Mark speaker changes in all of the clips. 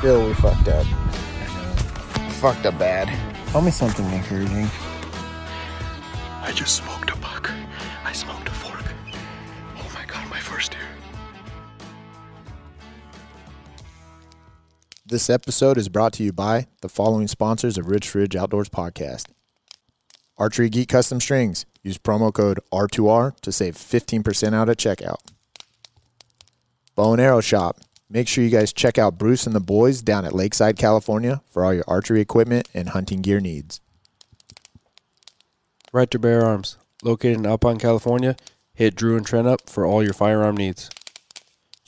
Speaker 1: Bill, we fucked up. Fucked up bad. Tell me something encouraging.
Speaker 2: I just smoked a buck. I smoked a fork. Oh my god, my first year.
Speaker 3: This episode is brought to you by the following sponsors of Rich Ridge Outdoors Podcast Archery Geek Custom Strings. Use promo code R2R to save 15% out at checkout. Bow and Arrow Shop. Make sure you guys check out Bruce and the boys down at Lakeside, California for all your archery equipment and hunting gear needs.
Speaker 4: Right to Bear Arms, located in Alpine, California. Hit Drew and Trent up for all your firearm needs.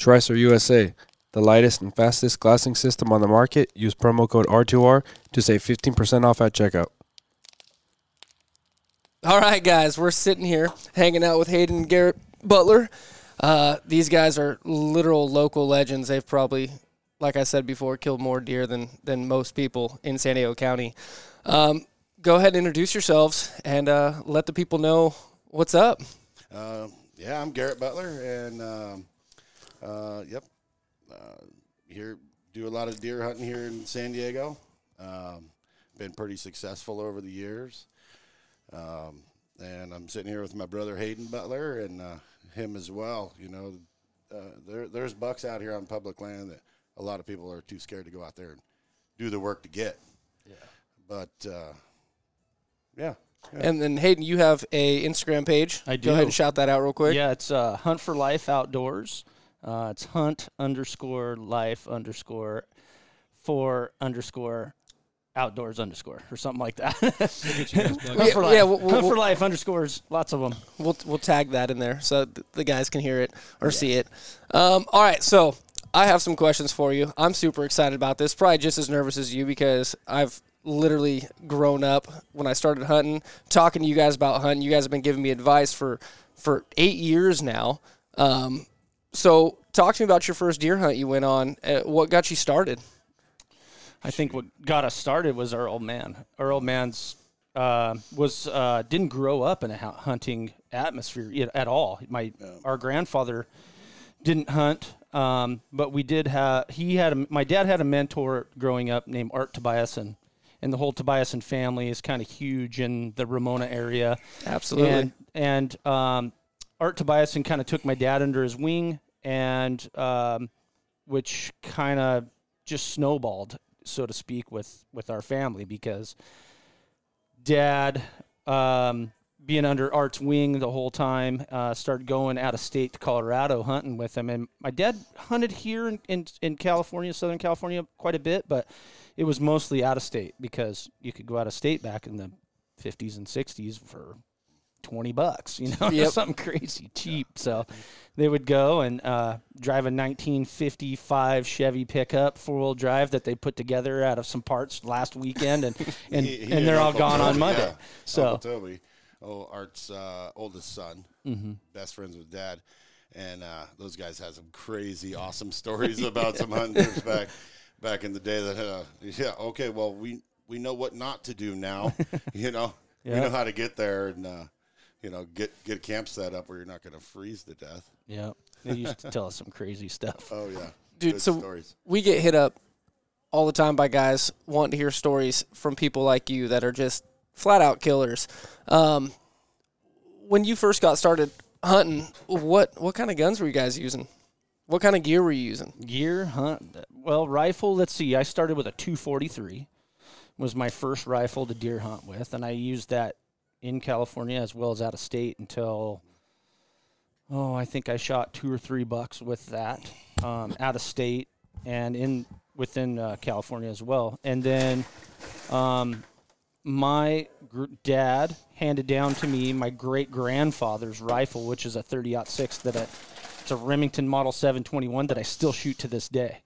Speaker 4: Schreisser USA, the lightest and fastest glassing system on the market. Use promo code R2R to save 15% off at checkout.
Speaker 5: All right, guys, we're sitting here hanging out with Hayden and Garrett Butler. Uh, these guys are literal local legends. They've probably, like I said before, killed more deer than than most people in San Diego County. Um, go ahead and introduce yourselves and uh, let the people know what's up.
Speaker 6: Uh, yeah, I'm Garrett Butler, and um, uh, yep, uh, here do a lot of deer hunting here in San Diego. Um, been pretty successful over the years, um, and I'm sitting here with my brother Hayden Butler and uh, him as well. You know, uh, there there's bucks out here on public land that a lot of people are too scared to go out there and do the work to get. Yeah, but uh, yeah,
Speaker 5: And then Hayden, you have a Instagram page.
Speaker 7: I
Speaker 5: Go
Speaker 7: do.
Speaker 5: ahead and shout that out real quick.
Speaker 7: Yeah, it's uh, Hunt for Life Outdoors. Uh, it's Hunt underscore Life underscore for underscore Outdoors underscore or something like that. Hunt for
Speaker 5: Yeah,
Speaker 7: Life.
Speaker 5: yeah, we'll-
Speaker 7: Hunt for
Speaker 5: we'll-
Speaker 7: Life underscores lots of them.
Speaker 5: We'll we'll tag that in there so th- the guys can hear it or see it. Um, all right, so I have some questions for you. I'm super excited about this. Probably just as nervous as you because I've literally grown up when I started hunting, talking to you guys about hunting. You guys have been giving me advice for for eight years now. Um, so talk to me about your first deer hunt you went on. Uh, what got you started?
Speaker 7: I think what got us started was our old man. Our old man's uh, was uh, didn't grow up in a hu- hunting atmosphere yet- at all. My our grandfather didn't hunt, um, but we did have. He had a, my dad had a mentor growing up named Art Tobiasen, and the whole Tobiasen family is kind of huge in the Ramona area.
Speaker 5: Absolutely.
Speaker 7: And, and um, Art Tobiasen kind of took my dad under his wing, and um, which kind of just snowballed, so to speak, with with our family because dad um, being under Art's wing the whole time, uh, started going out of state to Colorado hunting with him. And my dad hunted here in, in, in California, Southern California, quite a bit, but it was mostly out of state because you could go out of state back in the 50s and 60s for 20 bucks, you know,
Speaker 5: Yep.
Speaker 7: something crazy cheap. So they would go and uh, drive a 1955 Chevy pickup, four wheel drive that they put together out of some parts last weekend, and and,
Speaker 6: He- he
Speaker 7: and they're all
Speaker 6: Uncle
Speaker 7: gone on
Speaker 6: Toby,
Speaker 7: Monday.
Speaker 6: yeah.
Speaker 7: So
Speaker 6: Uncle Toby, oh, Art's uh, oldest son,
Speaker 7: Mm-hmm.
Speaker 6: best friends with dad, and uh, those guys had some crazy, awesome stories about some hunters back back in the day. That uh, yeah, okay, well we we know what not to do now. you know, we know how to get there and uh, you know get get a camp set up where you're not going to freeze to death.
Speaker 7: Yeah. They used to tell us some crazy stuff.
Speaker 6: Oh yeah,
Speaker 5: Dude,
Speaker 6: Good
Speaker 5: so
Speaker 6: stories.
Speaker 5: we get hit up all the time by guys wanting to hear stories from people like you that are just flat out killers. Um, when you first got started hunting, what what kind of guns were you guys using? What kind of gear were you using?
Speaker 7: Gear, huh? Well, rifle, let's see. I started with a 243. Was my first rifle to deer hunt with and I used that in California as well as out of state until oh, I think I shot 2 or 3 bucks with that um, out of state and in within uh, California as well. And then um, my gr- dad handed down to me my great grandfather's rifle, which is a 30 six that I, it's a Remington Model 721 that I still shoot to this day.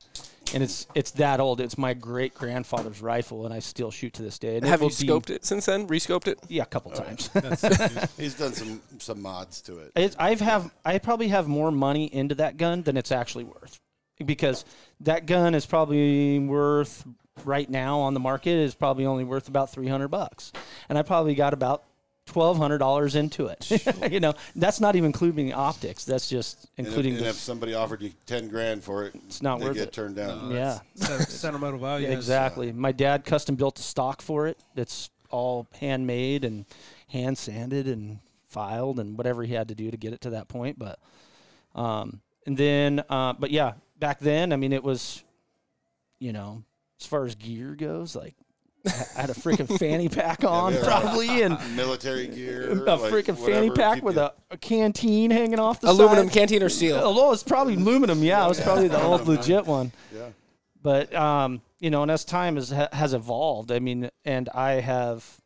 Speaker 7: And it's it's that old. It's my great grandfather's rifle, and I still shoot to this day. And it
Speaker 5: Have you
Speaker 7: will be-
Speaker 5: scoped it since then? Rescoped it?
Speaker 7: Yeah, a couple times.
Speaker 6: He's done some some mods to it.
Speaker 7: It's, I've have I probably have more money into that gun than it's actually worth, because that gun is probably worth right now on the market is probably only worth about three hundred bucks, and I probably got about twelve hundred dollars into it. you know, that's not even including optics. That's just
Speaker 6: And if-
Speaker 7: including
Speaker 6: and
Speaker 7: the
Speaker 6: if somebody offered you ten grand for it, it's
Speaker 7: not
Speaker 6: they
Speaker 7: worth
Speaker 6: get
Speaker 7: it.
Speaker 6: turned down.
Speaker 7: yeah.
Speaker 4: Sentimental value.
Speaker 7: Yeah, exactly. My dad custom built a stock for it that's all handmade and hand sanded and filed and whatever he had to do to get it to that point. But, um, and then, uh, but yeah, back then, I mean, it was, you know, as far as gear goes, like I I had a freaking fanny pack on
Speaker 6: yeah, right.
Speaker 7: probably and
Speaker 6: Military gear,
Speaker 7: a
Speaker 6: like,
Speaker 7: freaking fanny
Speaker 6: whatever,
Speaker 7: pack
Speaker 6: keep
Speaker 7: with
Speaker 6: you-
Speaker 7: a, a canteen hanging off the
Speaker 5: Aluminum
Speaker 7: side.
Speaker 5: canteen or steel.
Speaker 7: Although it's probably aluminum, yeah, it was probably the old legit one
Speaker 6: yeah.
Speaker 7: but um, you know, and as time has has evolved, I mean, and I have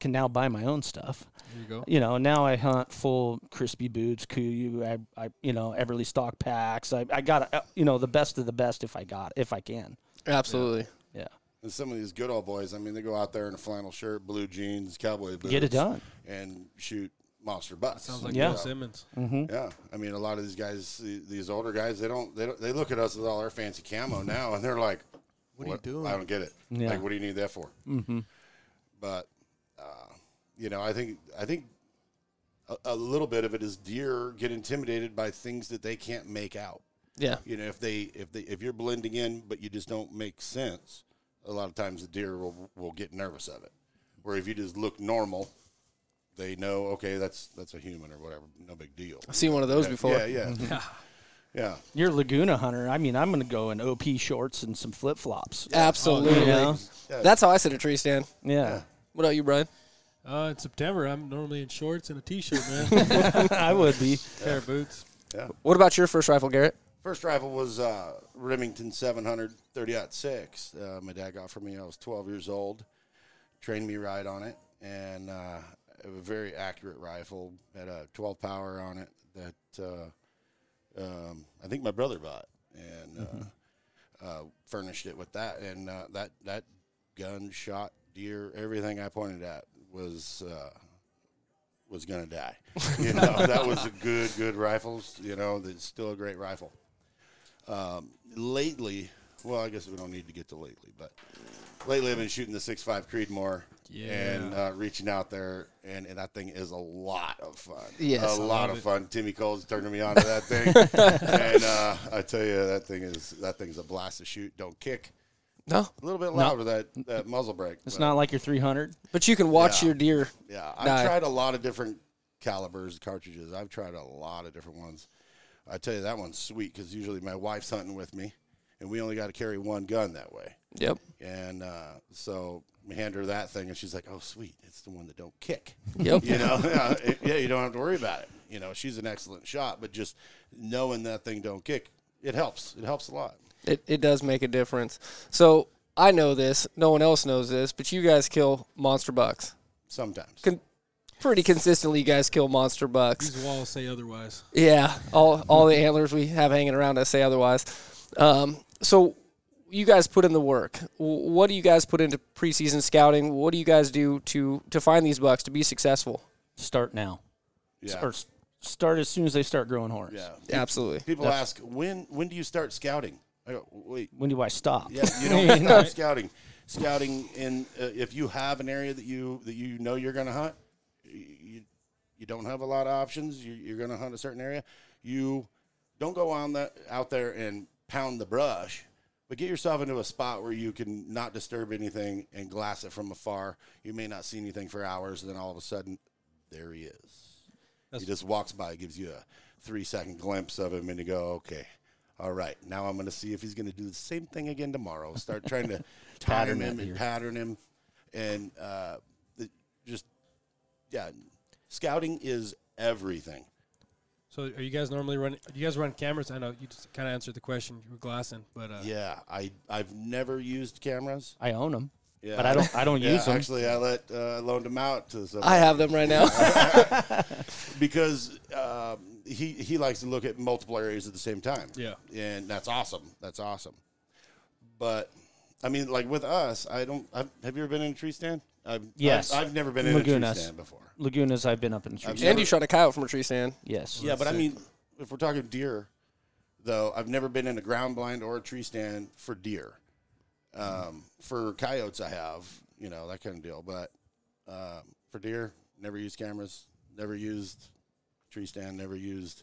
Speaker 7: can now buy my own stuff.
Speaker 4: There you go.
Speaker 7: You know, now I hunt full crispy boots, Kuyu, I, I you know, Everly stock packs. I, I got uh, you know the best of the best if I got if I can.
Speaker 5: Absolutely.
Speaker 7: Yeah,
Speaker 6: And some of these good old boys, I mean, they go out there in a flannel shirt, blue jeans, cowboy boots,
Speaker 7: get it done.
Speaker 6: and shoot monster butts.
Speaker 4: Sounds like
Speaker 7: Yeah.
Speaker 4: Bill Simmons.
Speaker 7: Mm-hmm.
Speaker 6: Yeah, I mean, a lot of these guys, the- these older guys, they don't, they don't, they look at us with all our fancy camo now, and they're like, "What, are you doing? I don't get it.
Speaker 7: Mm-hmm. Yeah.
Speaker 6: Like, what do you need that for?" Mm-hmm. But, uh, you know, I think, I think, a, a little bit of it is deer get intimidated by things that they can't make out.
Speaker 5: Yeah.
Speaker 6: You know, if they, if they, if you're blending in, but you just don't make sense, a lot of times the deer will will get nervous of it. Where if you just look normal, they know, okay, that's that's a human or whatever, no big deal.
Speaker 5: I've seen one of those before.
Speaker 6: Yeah, yeah, yeah.
Speaker 7: You're a Laguna hunter. I mean, I'm gonna go in OP shorts and some flip flops.
Speaker 5: Absolutely.
Speaker 7: Yeah.
Speaker 5: That's how I sit a tree stand.
Speaker 7: Yeah,
Speaker 5: What about you, Brian?
Speaker 8: Uh, in September, I'm normally in shorts and a t-shirt, man.
Speaker 7: I would be.
Speaker 8: Pair of boots.
Speaker 5: What about your first rifle, Garrett?
Speaker 6: First rifle was uh, Remington 700 30-06. Uh, my dad got for me. I was 12 years old. Trained me right on it, and uh, it was a very accurate rifle. Had a 12 power on it that uh, um, I think my brother bought, and uh, uh, furnished it with that. And uh, that that gun shot deer. Everything I pointed at was. Uh, was gonna die. You know, that was a good, good rifle. You know, that's still a great rifle. Um, lately, well, I guess we don't need to get to lately, but lately I've been shooting the 6.5 Creedmoor and uh, reaching out there, and, and that thing is a lot of fun.
Speaker 5: Yes,
Speaker 6: a
Speaker 5: I
Speaker 6: lot of fun. Timmy Cole's turning me on to that thing, and uh, I tell you, that thing is that thing's a blast to shoot. Don't kick.
Speaker 5: No.
Speaker 6: A little bit louder that that muzzle brake.
Speaker 7: It's
Speaker 6: but-
Speaker 7: not like your 300.
Speaker 5: But you can watch
Speaker 6: Yeah.
Speaker 5: your deer.
Speaker 6: yeah, I've
Speaker 5: Nah.
Speaker 6: tried a lot of different calibers, cartridges. I've tried a lot of different ones. I tell you, that one's sweet because usually my wife's hunting with me, and we only got to carry one gun that way.
Speaker 5: Yep.
Speaker 6: And uh, so we hand her that thing, and she's like, "Oh, sweet, it's the one that don't kick."
Speaker 5: Yep.
Speaker 6: You know, yeah, it- yeah, you don't have to worry about it. You know, she's an excellent shot, but just knowing that thing don't kick, it helps. It helps a lot.
Speaker 5: It, it does make a difference. So I know this. No one else knows this, but you guys kill monster bucks.
Speaker 6: Sometimes
Speaker 5: Con- pretty consistently, you guys kill monster bucks.
Speaker 8: These walls say otherwise.
Speaker 5: Yeah. All, all the antlers we have hanging around us say otherwise. Um, so you guys put in the work. W- What do you guys put into preseason scouting? What do you guys do to, to find these bucks to be successful?
Speaker 7: Start now.
Speaker 6: Yeah.
Speaker 7: Or s- start as soon as they start growing horns.
Speaker 6: yeah.
Speaker 5: Absolutely.
Speaker 6: People ask, "When when do you start scouting?" I go, "Wait,
Speaker 7: When do I stop?
Speaker 6: Yeah, you don't stop scouting. Scouting in uh, if you have an area that you that you know you're going to hunt, you you don't have a lot of options. You, you're going to hunt a certain area. You don't go on that out there and pound the brush, but get yourself into a spot where you can not disturb anything and glass it from afar. You may not see anything for hours, and then all of a sudden, there he is. he just walks by, gives you a three second glimpse of him, and you go, okay, all right, now I'm going to see if he's going to do the same thing again tomorrow. Start trying to pattern him and pattern him, and uh, the, just yeah, scouting is everything.
Speaker 8: So, are you guys normally running? Do you guys run cameras? I know you just kind of answered the question. You were glassing, but
Speaker 7: Uh-huh.
Speaker 8: uh,
Speaker 6: Yeah, I I've never used cameras,
Speaker 7: I own them,
Speaker 6: yeah,
Speaker 7: but I don't. I don't
Speaker 6: Yeah,
Speaker 7: use them.
Speaker 6: actually, I let uh, I loaned them out to somebody.
Speaker 5: I have them right now.
Speaker 6: because um, he he likes to look at multiple areas at the same time.
Speaker 8: Yeah.
Speaker 6: and that's awesome. That's awesome. But I mean, like with us, I don't. I've, have you ever been in a tree stand? I've,
Speaker 7: Yes.
Speaker 6: I've, I've never been in a
Speaker 7: Lagunas.
Speaker 6: tree stand before.
Speaker 7: Lagunas, I've been up in trees.
Speaker 6: never-
Speaker 5: and you shot a coyote from a tree stand.
Speaker 7: Yes.
Speaker 6: yeah, but I mean, if we're talking deer, though, I've never been in a ground blind or a tree stand for deer. Um, for coyotes, I have, you know, that kind of deal. But um, for deer, Never used cameras. Never used tree stand. Never used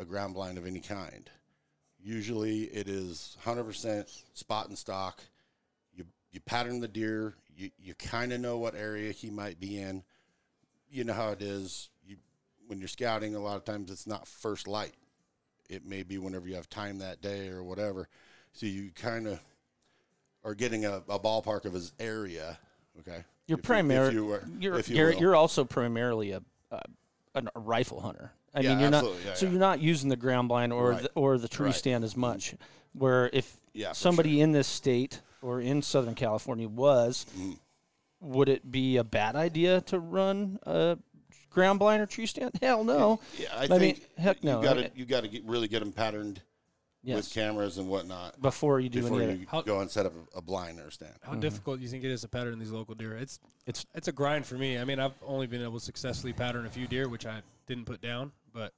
Speaker 6: a ground blind of any kind. Usually, it is 100% spot and stock. You you pattern the deer. You you kind of know what area he might be in. You know how it is. You when you're scouting, a lot of times it's not first light. It may be whenever you have time that day or whatever. So you kind of are getting a, a ballpark of his area. Okay.
Speaker 7: You're
Speaker 6: If
Speaker 7: primar-
Speaker 6: You, if you
Speaker 7: you
Speaker 6: were,
Speaker 7: are
Speaker 6: if you
Speaker 7: Garrett,
Speaker 6: will.
Speaker 7: you're also primarily a, uh, an- a rifle hunter. I
Speaker 6: Yeah,
Speaker 7: mean, you're not
Speaker 6: absolutely, yeah,
Speaker 7: so
Speaker 6: yeah.
Speaker 7: you're not using the ground blind or
Speaker 6: Right.
Speaker 7: the, or the tree
Speaker 6: Right. Mm-hmm.
Speaker 7: stand as much. Where if
Speaker 6: Yeah, for
Speaker 7: somebody in this state or in Southern California was,
Speaker 6: Mm-hmm.
Speaker 7: would it be a bad idea to run a ground blind or tree stand? Hell no.
Speaker 6: Yeah, I,
Speaker 7: I
Speaker 6: think
Speaker 7: mean, heck no,
Speaker 6: You got to
Speaker 7: right?
Speaker 6: you got to get, really get them patterned with
Speaker 7: Yes.
Speaker 6: cameras and whatnot
Speaker 7: Before you do
Speaker 6: before
Speaker 7: any
Speaker 6: you
Speaker 7: of it.
Speaker 8: How-
Speaker 6: go and set up a, a blind or stand.
Speaker 4: Mm-hmm.
Speaker 8: How difficult do you think it is to pattern these local deer? It's
Speaker 7: It's-
Speaker 8: it's it's a grind for me. I mean, I've only been able to successfully pattern a few deer, which I didn't put down, but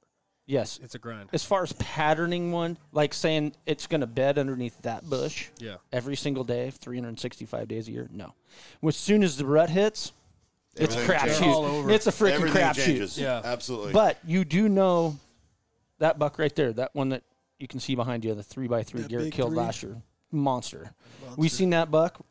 Speaker 7: Yes.
Speaker 8: it's a grind.
Speaker 7: As far as patterning one, like saying it's going to bed underneath that bush.
Speaker 8: yeah,
Speaker 7: every single day, 365 days a year? No. As soon as the rut hits, it's a
Speaker 6: Everything changes.
Speaker 8: All
Speaker 7: crapshoot.
Speaker 8: over.
Speaker 7: It's a freaking
Speaker 6: Everything
Speaker 7: crapshoot.
Speaker 6: changes.
Speaker 8: Yeah.
Speaker 6: absolutely.
Speaker 7: But you do know that buck right there, that one that you can see behind you, the three by three Garrett killed last year, monster. We seen that buck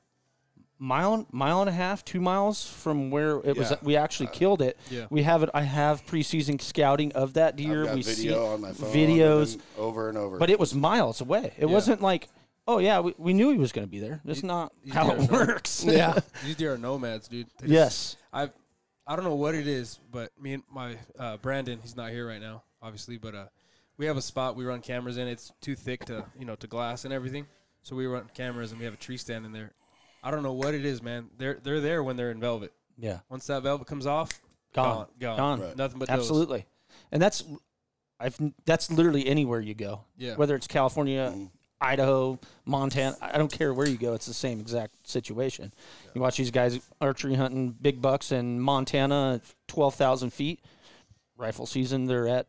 Speaker 7: mile mile and a half, two miles from where it was.
Speaker 6: Yeah. Uh,
Speaker 7: We actually killed it.
Speaker 8: yeah.
Speaker 7: We have it. I have preseason scouting of that deer.
Speaker 6: I've got
Speaker 7: we see
Speaker 6: video on my phone.
Speaker 7: videos.
Speaker 6: and over and over.
Speaker 7: But it was miles away. It wasn't like, oh yeah, we, we knew he was going to be there. That's not how
Speaker 8: guys
Speaker 7: it
Speaker 8: are-
Speaker 7: works.
Speaker 5: Yeah.
Speaker 8: these deer are nomads, dude. They just-
Speaker 7: yes.
Speaker 8: I I don't know what it is, but me and my uh, Brandon, he's not here right now, obviously, but uh, we have a spot we run cameras in. It's too thick to you know to glass and everything, so we run cameras and we have a tree stand in there. I don't know what it is, man. They're they're there when they're in velvet.
Speaker 7: Yeah.
Speaker 8: Once that velvet comes off,
Speaker 7: Gone.
Speaker 8: gone,
Speaker 7: Gone.
Speaker 8: Nothing but those.
Speaker 7: Absolutely. And that's, I've that's literally anywhere you go.
Speaker 8: Yeah.
Speaker 7: Whether it's California,
Speaker 6: Mm-hmm.
Speaker 7: Idaho, Montana, I don't care where you go, it's the same exact situation. You watch these guys archery hunting big bucks in Montana, twelve thousand feet. Rifle season, they're at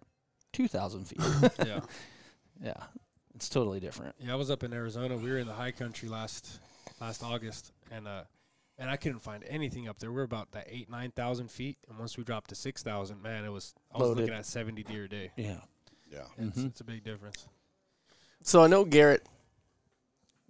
Speaker 7: two thousand feet.
Speaker 8: Yeah.
Speaker 7: yeah. It's totally different.
Speaker 8: Yeah, I was up in Arizona. We were in the high country last last August, and uh, and I couldn't find anything up there. We are about that eight nine thousand feet, and once we dropped to six thousand, man, it was I was
Speaker 7: Loaded.
Speaker 8: looking at seventy deer a day.
Speaker 7: Yeah.
Speaker 6: yeah,
Speaker 8: It's, it's a big difference.
Speaker 5: So I know Garrett.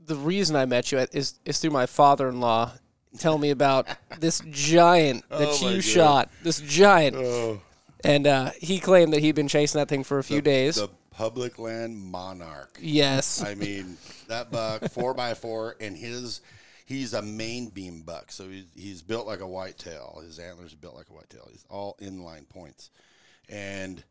Speaker 5: The reason I met you at is is through my father-in-law. Tell me about this giant that
Speaker 6: Oh, my
Speaker 5: you
Speaker 6: God.
Speaker 5: shot. This giant,
Speaker 6: oh,
Speaker 5: and uh, he claimed that he'd been chasing that thing for a few days.
Speaker 6: the public land monarch.
Speaker 5: yes,
Speaker 6: I mean, that buck, four by four, and his, he's a main beam buck. So he's, he's built like a whitetail. His antlers are built like a whitetail. He's all inline points. And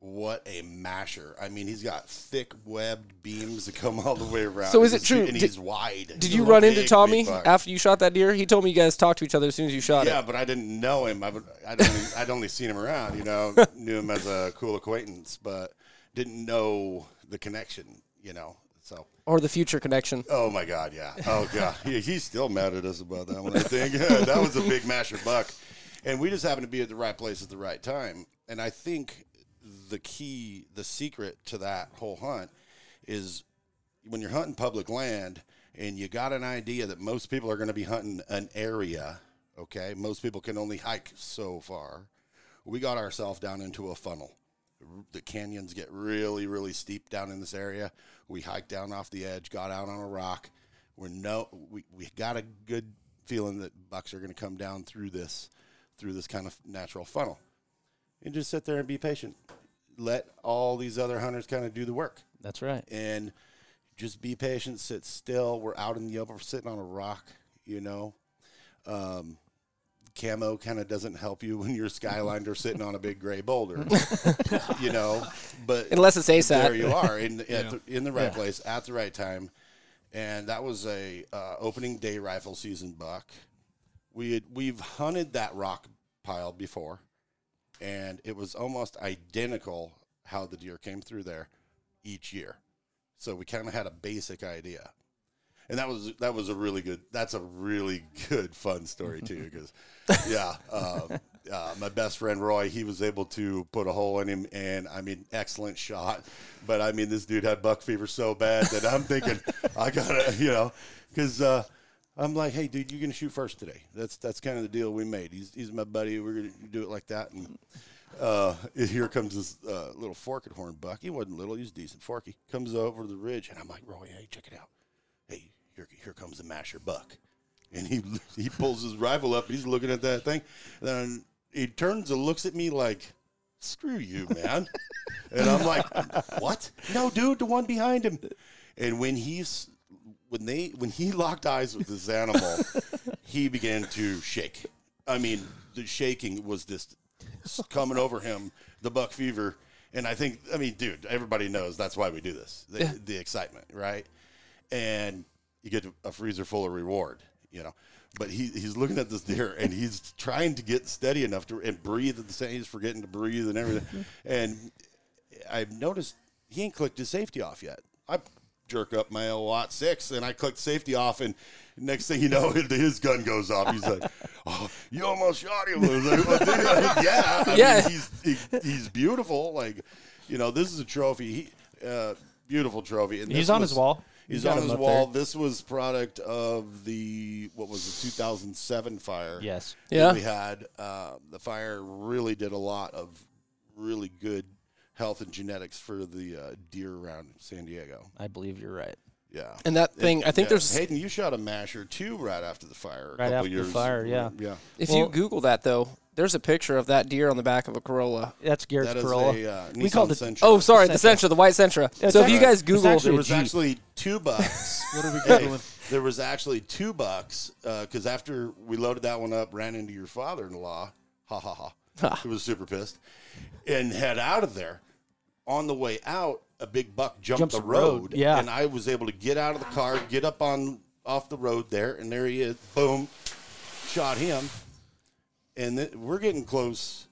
Speaker 6: what a masher. I mean, he's got thick webbed beams that come all the way around.
Speaker 5: So is it
Speaker 6: He's-
Speaker 5: true-
Speaker 6: And
Speaker 5: did-
Speaker 6: he's wide.
Speaker 5: Did
Speaker 6: He's
Speaker 5: you
Speaker 6: a
Speaker 5: run
Speaker 6: big,
Speaker 5: into
Speaker 6: big
Speaker 5: Tommy
Speaker 6: buck.
Speaker 5: after you shot that deer? He told me you guys talked to each other as soon as you shot
Speaker 6: Yeah,
Speaker 5: it.
Speaker 6: but I didn't know him. I would- I'd only, I'd only seen him around, you know, knew him as a cool acquaintance, but didn't know the connection, you know. So,
Speaker 5: Or the future connection.
Speaker 6: oh my God, yeah. Oh God. He, he's still mad at us about that one, I think. that was a big masher buck. And we just happened to be at the right place at the right time. And I think the key, the secret to that whole hunt is when you're hunting public land and you got an idea that most people are going to be hunting an area, okay? Most people can only hike so far. We got ourselves down into a funnel. The canyons get really, really steep down in this area. We hiked down off the edge, got out on a rock. We're no, we, we got a good feeling that bucks are going to come down through this, through this kind of natural funnel. And just sit there and be patient. Let all these other hunters kind of do the work
Speaker 7: That's right.
Speaker 6: and just be patient, sit still. We're out in the open, we're sitting on a rock, you know. Um, camo kind of doesn't help you when you're skylined or sitting on a big gray boulder, you know. But
Speaker 5: Unless it's ASAP.
Speaker 6: there you are in the, at
Speaker 8: Yeah.
Speaker 6: the, in the right place at the right time. And that was a uh, opening day rifle season buck. We had, we've hunted that rock pile before, and it was almost identical how the deer came through there each year. So we kind of had a basic idea. And that was that was a really good. That's a really good fun story too, because yeah, uh, uh, my best friend Roy, he was able to put a hole in him, and I mean, excellent shot. But I mean, this dude had buck fever so bad that I'm thinking I gotta, you know, because uh, I'm like, hey, dude, you're gonna shoot first today. That's that's kind of the deal we made. He's he's my buddy. We're gonna do it like that. And uh, here comes this uh, little forked horn buck. He wasn't little. He was decent forky. Comes over the ridge, and I'm like, Roy, hey, check it out. Hey, here here comes the masher buck. And he he pulls his rifle up. He's looking at that thing. Then he turns and looks at me like, screw you, man. and I'm like, what? No, dude, the one behind him. And when he's when they when he locked eyes with this animal, he began to shake. I mean, the shaking was just coming over him, the buck fever. And I think, I mean, dude, everybody knows that's why we do this. The, the excitement, right? And you get a freezer full of reward, you know. But he, he's looking at this deer and he's trying to get steady enough to and breathe at the same. He's forgetting to breathe and everything. and I've noticed he ain't clicked his safety off yet. I jerk up my lot six and I clicked safety off, and next thing you know, his gun goes off. He's like, "Oh, you almost shot him!" I was like, "Well, dude, like, yeah, I mean,
Speaker 5: Yeah.
Speaker 6: he's he, he's beautiful. Like, you know, this is a trophy. He, uh, beautiful trophy. And
Speaker 7: He's
Speaker 6: this
Speaker 7: on his wall.
Speaker 6: He's
Speaker 7: You got
Speaker 6: on
Speaker 7: him
Speaker 6: his
Speaker 7: up
Speaker 6: wall. This was product of the what was the 2007 fire
Speaker 7: Yes.
Speaker 6: that
Speaker 5: Yeah.
Speaker 6: we had. Uh, the fire really did a lot of really good health and genetics for the uh, deer around San Diego.
Speaker 7: I believe you're right.
Speaker 6: Yeah.
Speaker 5: And that thing, I think
Speaker 6: Yeah.
Speaker 5: there's.
Speaker 6: Hayden. You shot a masher too right after the fire. A
Speaker 7: Right
Speaker 6: couple
Speaker 7: after the
Speaker 6: years.
Speaker 7: fire, yeah.
Speaker 6: yeah.
Speaker 5: if you
Speaker 7: well-
Speaker 5: Google that though, there's a picture of that deer on the back of a Corolla.
Speaker 7: That's Garrett's
Speaker 6: That is
Speaker 7: Corolla.
Speaker 6: a uh,
Speaker 7: we
Speaker 6: Nissan
Speaker 7: called it.
Speaker 6: Sentra.
Speaker 5: Oh, sorry, the Sentra, the white Sentra.
Speaker 7: It's
Speaker 5: so if you
Speaker 7: actually-
Speaker 5: guys
Speaker 7: it's
Speaker 5: Google,
Speaker 7: actually
Speaker 6: there
Speaker 7: a
Speaker 6: was
Speaker 7: Jeep.
Speaker 6: actually two bucks.
Speaker 8: What are we
Speaker 6: Hey,
Speaker 8: googling?
Speaker 6: there was actually two bucks because after we loaded that one up, ran into your father-in-law. Ha ha ha! He was super pissed, and head out of there. On the way out, a big buck jumped
Speaker 7: Jumps
Speaker 6: the
Speaker 7: the road,
Speaker 6: road,
Speaker 7: yeah.
Speaker 6: and I was able to get out of the car, get up on off the road there, and there he is. Boom, shot him, and th- we're getting close.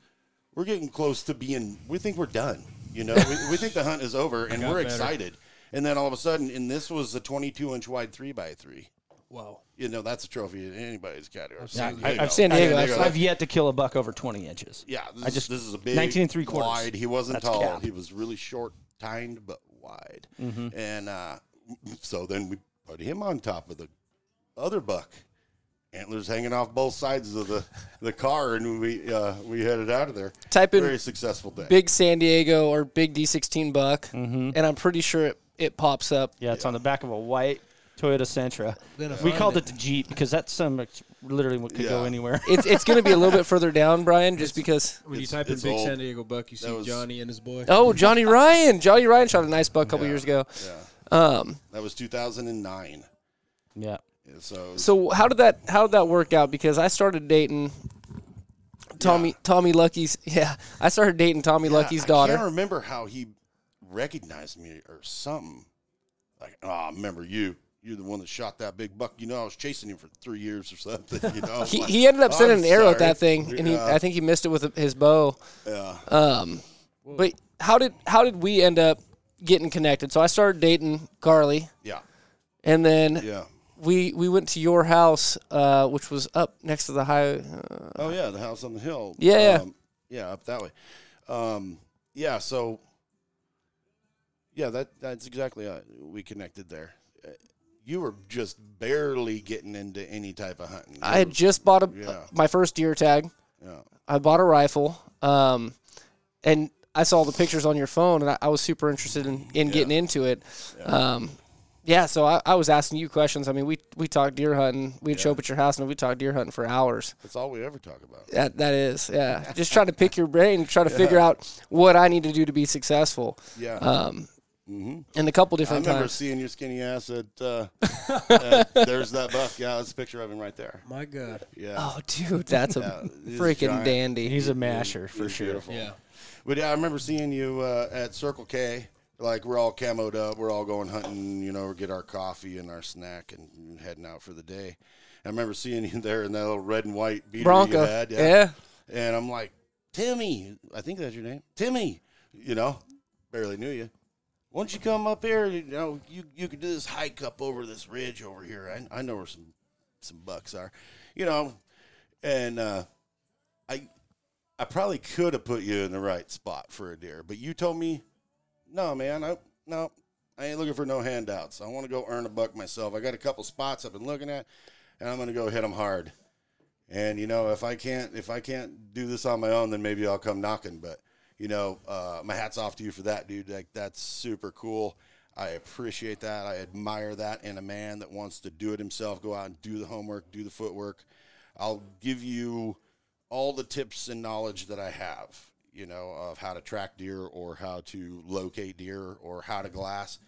Speaker 6: We're getting close to being. We think we're done. You know, we, we think the hunt is over, and we're excited. And then all of a sudden, and this was a 22 inch wide three by three.
Speaker 8: Wow.
Speaker 6: You know, that's a trophy in anybody's category.
Speaker 7: I, I've San Diego. I've, I've yet to kill a buck over 20 inches.
Speaker 6: yeah, this,
Speaker 7: I just
Speaker 6: this is a big
Speaker 7: 19 and three quarters.
Speaker 6: Wide. He wasn't
Speaker 7: That's
Speaker 6: tall.
Speaker 7: cap. Mm-hmm.
Speaker 6: He was really short, tined, but wide. And uh, so then we put him on top of the other buck. Antlers hanging off both sides of the, the car, and we uh, we headed out of there.
Speaker 5: Type in
Speaker 6: very successful day.
Speaker 5: big San Diego or big D16 buck,
Speaker 6: Mm-hmm.
Speaker 5: and I'm pretty sure it, it pops up.
Speaker 7: Yeah, it's on the back of a white Toyota Sentra.
Speaker 8: Gonna
Speaker 7: We
Speaker 8: find
Speaker 7: called
Speaker 8: it.
Speaker 7: it the Jeep because that's some that's literally what could go
Speaker 6: Yeah.
Speaker 7: anywhere.
Speaker 5: It's, it's going to be a little bit further down, Brian, just because.
Speaker 8: When you
Speaker 6: It's-
Speaker 8: type in
Speaker 6: it's
Speaker 8: Big
Speaker 6: old.
Speaker 8: San Diego Buck, you see
Speaker 6: was-
Speaker 8: Johnny and his boy.
Speaker 5: Oh, Johnny Ryan. Johnny Ryan shot a nice buck a couple
Speaker 6: Yeah.
Speaker 5: years ago.
Speaker 6: That was 2009.
Speaker 7: yeah.
Speaker 6: So,
Speaker 5: So how did that how did that work out? Because I started dating Tommy Tommy Lucky's. Yeah, I started dating Tommy Lucky's
Speaker 6: I
Speaker 5: daughter.
Speaker 6: can't remember how he recognized me or something. Like, oh, I remember you. You're the one that shot that big buck. You know, I was chasing him for three years or something. You know,
Speaker 5: He, he ended up sending an arrow at that thing, and he
Speaker 6: Oh, Yeah.
Speaker 5: I think he missed it with his bow.
Speaker 6: Yeah.
Speaker 5: Um, but how did how did we end up getting connected? So I started dating Carly,
Speaker 6: yeah,
Speaker 5: and then
Speaker 6: yeah.
Speaker 5: we we went to your house, uh, which was up next to the high. Uh,
Speaker 6: Oh yeah, the house on the hill.
Speaker 5: Yeah, yeah.
Speaker 6: um, yeah, up that way. Um, yeah, so yeah, that that's exactly how we connected there. Uh, You were just barely getting into any type of hunting.
Speaker 5: I had just bought a,
Speaker 6: Yeah.
Speaker 5: my first deer tag.
Speaker 6: Yeah.
Speaker 5: I bought a rifle, um, and I saw the pictures on your phone, and I, I was super interested in, in getting into it. Yeah. Um, yeah, so I, I was asking you questions. I mean, we we talked deer hunting. We'd show up at your house, and we talked deer hunting for hours.
Speaker 6: That's all we ever talk about.
Speaker 5: That that is, yeah. Just trying to pick your brain, try to figure out what I need to do to be successful.
Speaker 6: Yeah.
Speaker 5: Um, And a couple
Speaker 6: I
Speaker 5: different
Speaker 6: remember
Speaker 5: times.
Speaker 6: seeing your skinny ass at, uh, at- there's that buck. Yeah, that's a picture of him right there.
Speaker 8: My God.
Speaker 6: Yeah.
Speaker 5: oh, dude, that's a
Speaker 6: he's
Speaker 5: freaking
Speaker 6: giant.
Speaker 5: dandy.
Speaker 7: He's a masher for
Speaker 6: He's
Speaker 7: sure.
Speaker 6: Beautiful.
Speaker 8: Yeah.
Speaker 6: But yeah, I remember seeing you uh, at Circle K. Like we're all camoed up, we're all going hunting. You know, we get our coffee and our snack and heading out for the day. I remember seeing you there in that little red and white beater
Speaker 5: Bronco.
Speaker 6: you had.
Speaker 5: yeah.
Speaker 6: And I'm like, Timmy, I think that's your name. Timmy, you know, barely knew you. Why don't you come up here? You know, you, you could do this hike up over this ridge over here. I, I know where some, some bucks are, you know. And uh, I I probably could have put you in the right spot for a deer, but you told me, no, man, I, no, I ain't looking for no handouts. I want to go earn a buck myself. I got a couple spots I've been looking at. and I'm going to go hit them hard. And you know, if I can't if I can't do this on my own, then maybe I'll come knocking. But you know, uh, my hat's off to you for that, dude. Like that's super cool. I appreciate that. I admire that in a man that wants to do it himself. Go out and do the homework, do the footwork. I'll give you all the tips and knowledge that I have. You know, of how to track deer or how to locate deer or how to glass.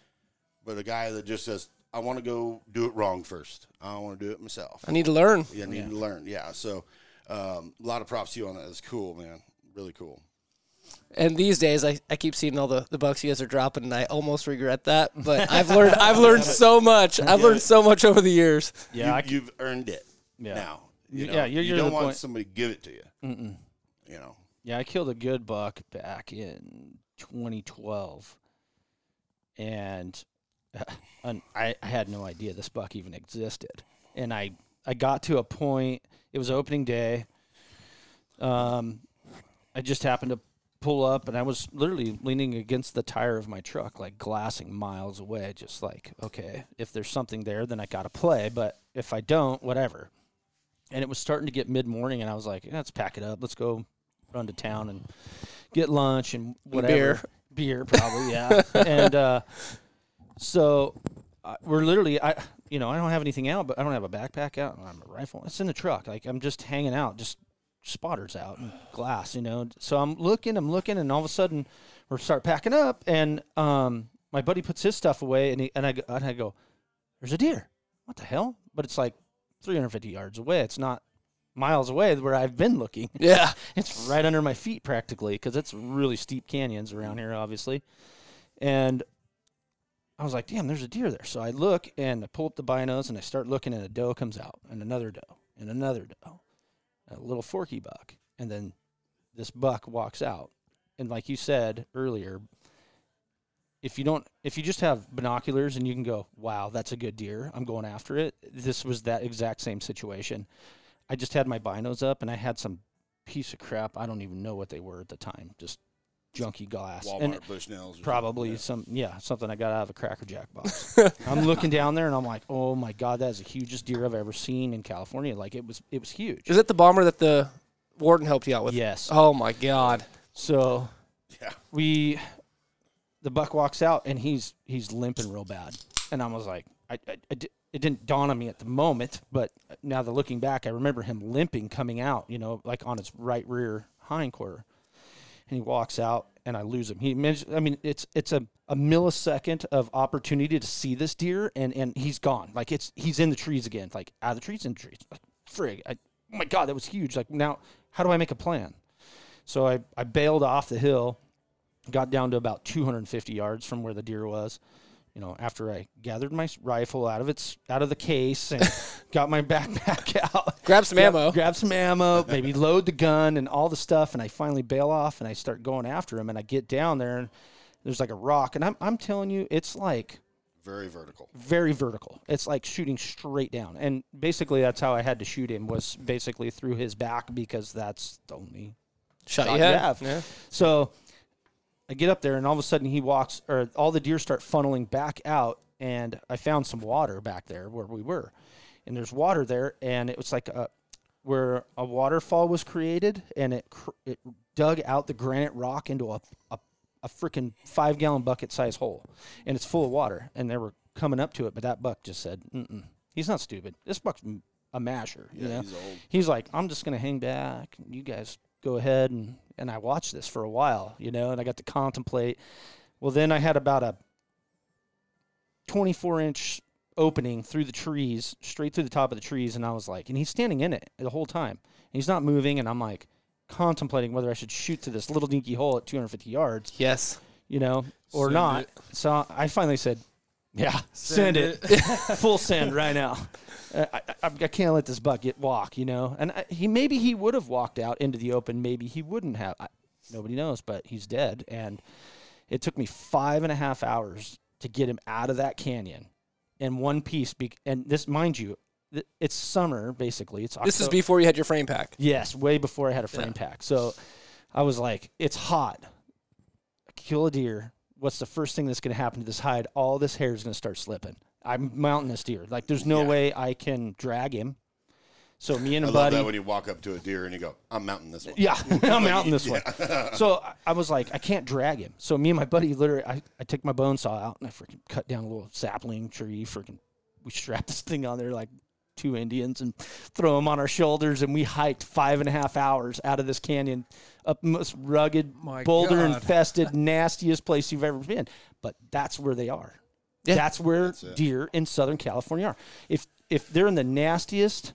Speaker 6: But a guy that just says, "I want to go do it wrong first. I don't want to do it myself."
Speaker 5: I need to learn.
Speaker 6: Yeah, need to learn. Yeah. So um, a lot of props to you on that. It's cool, man. Really cool.
Speaker 5: And these days, I, I keep seeing all the, the bucks you guys are dropping, and I almost regret that. But I've learned I've learned so much. I've
Speaker 6: Yeah.
Speaker 5: learned so much over the years.
Speaker 7: Yeah,
Speaker 6: you,
Speaker 7: I c-
Speaker 6: you've earned it
Speaker 7: Yeah.
Speaker 6: now.
Speaker 7: Y-
Speaker 6: You know,
Speaker 7: yeah, you're-
Speaker 6: you
Speaker 7: you're to
Speaker 6: don't
Speaker 7: the
Speaker 6: want
Speaker 7: point-
Speaker 6: somebody to give it to you. Mm-mm. You know,
Speaker 7: Yeah, I killed a good buck back in 2012, and and I, I had no idea this buck even existed. And I I got to a point. It was opening day. Um, I just happened to pull up, and I was literally leaning against the tire of my truck, like glassing miles away. Just like, okay, if there's something there, then I got to play. But if I don't, whatever. And it was starting to get mid morning, and I was like, let's pack it up. Let's go run to town and get lunch and whatever.
Speaker 5: beer.
Speaker 7: beer probably, yeah. and uh, so I we're literally, I you know, I don't have anything out, but I don't have a backpack out, and I'm a rifle. It's in the truck. Like I'm just hanging out, just spotters out and glass, you know. So I'm looking, I'm looking, and all of a sudden we start packing up, and um, my buddy puts his stuff away, and he, and I go- and I go, there's a deer. What the hell? But it's like 350 yards away. It's not miles away where I've been looking.
Speaker 5: Yeah,
Speaker 7: It's right under my feet practically because it's really steep canyons around here, obviously. And I was like, damn, there's a deer there. So I look and I pull up the binos and I start looking, and a doe comes out, and another doe, and another doe, a little forky buck. And then this buck walks out. And like you said earlier, if you don't, if you just have binoculars and you can go, wow, that's a good deer, I'm going after it. This was that exact same situation. I just had my binos up and I had some piece of crap. I don't even know what they were at the time. Just junky glass.
Speaker 6: Walmart,
Speaker 7: And
Speaker 6: Bushnell's, or
Speaker 7: probably
Speaker 6: something.
Speaker 7: some yeah something I got out of a Cracker Jack box. I'm looking down there and I'm like, oh my god, that is the hugest deer I've ever seen in California. Like it was, it was huge.
Speaker 5: is it the bomber that the warden helped you out with?
Speaker 7: Yes.
Speaker 5: Oh my god.
Speaker 7: So
Speaker 6: Yeah.
Speaker 7: we, the buck walks out and he's he's limping real bad, and I was like, I, I, I di- it didn't dawn on me at the moment, but now that looking back, I remember him limping coming out, you know, like on his right rear hindquarter, and he walks out and I lose him. He, managed- I mean, it's it's a, a millisecond of opportunity to see this deer, and and he's gone. Like it's he's in the trees again, like out of the trees, in the trees. Like frig, I, oh my god, that was huge. Like now, how do I make a plan? So I, I bailed off the hill, got down to about 250 yards from where the deer was. You know, after I gathered my s- rifle out of its out of the case and got my backpack out,
Speaker 5: Grab some ammo.
Speaker 7: grab some ammo, maybe load the gun and all the stuff, and I finally bail off and I start going after him. And I get down there and there's like a rock, and I'm I'm telling you, it's like
Speaker 6: very vertical.
Speaker 7: very vertical. It's like shooting straight down. And basically that's how I had to shoot him was basically through his back because that's the only
Speaker 5: Shot
Speaker 7: shot
Speaker 5: you
Speaker 7: you
Speaker 5: had.
Speaker 7: have.
Speaker 5: Yeah.
Speaker 7: So I get up there, and all of a sudden he walks, or all the deer start funneling back out, and I found some water back there where we were, and there's water there, and it was like a where a waterfall was created, and it cr- it dug out the granite rock into a a, a freaking five gallon bucket size hole, and it's full of water, and they were coming up to it, but that buck just said, Mm-mm, he's not stupid. This buck's m- a masher, you know
Speaker 6: He's old.
Speaker 7: he's like, I'm just gonna hang back. and You guys go ahead and and I watched this for a while, you know, and I got to contemplate. Well, then I had about a 24 inch opening through the trees, straight through the top of the trees, and I was like, and he's standing in it the whole time. And he's not moving, and I'm like contemplating whether I should shoot to this little dinky hole at 250 yards,
Speaker 5: Yes.
Speaker 7: you know, or
Speaker 8: Send
Speaker 7: not.
Speaker 8: it.
Speaker 7: So I finally said, yeah,
Speaker 8: Send
Speaker 7: send, it full send right now. I, I, I can't let this buck get walk, you know. And I, he maybe he would have walked out into the open. Maybe he wouldn't have. I, nobody knows, but he's dead. And it took me five and a half hours to get him out of that canyon in one piece. Be, and this, mind you, th- it's summer basically. It's
Speaker 5: This is
Speaker 7: Octo-
Speaker 5: before you had your frame pack.
Speaker 7: Yes, way before I had a frame pack. So I was like, it's hot. Kill a deer. What's the first thing that's going to happen to this hide? All this hair is going to start slipping. I'm mounting this deer. Like, there's no way I can drag him. So me and
Speaker 6: I
Speaker 7: a
Speaker 6: love
Speaker 7: buddy.
Speaker 6: that when you walk up to a deer and you go, "I'm mounting this one."
Speaker 7: Yeah, I'm out in this one. So I- I was like, I can't drag him. So me and my buddy literally, I, I took my bone saw out and I freaking cut down a little sapling tree. Freaking, we strapped this thing on there like two Indians and throw them on our shoulders. And we hiked five and a half hours out of this canyon up most rugged,
Speaker 8: My
Speaker 7: boulder
Speaker 8: God.
Speaker 7: infested, nastiest place you've ever been. But that's where they are. That's where deer in Southern California are. If if they're in the nastiest,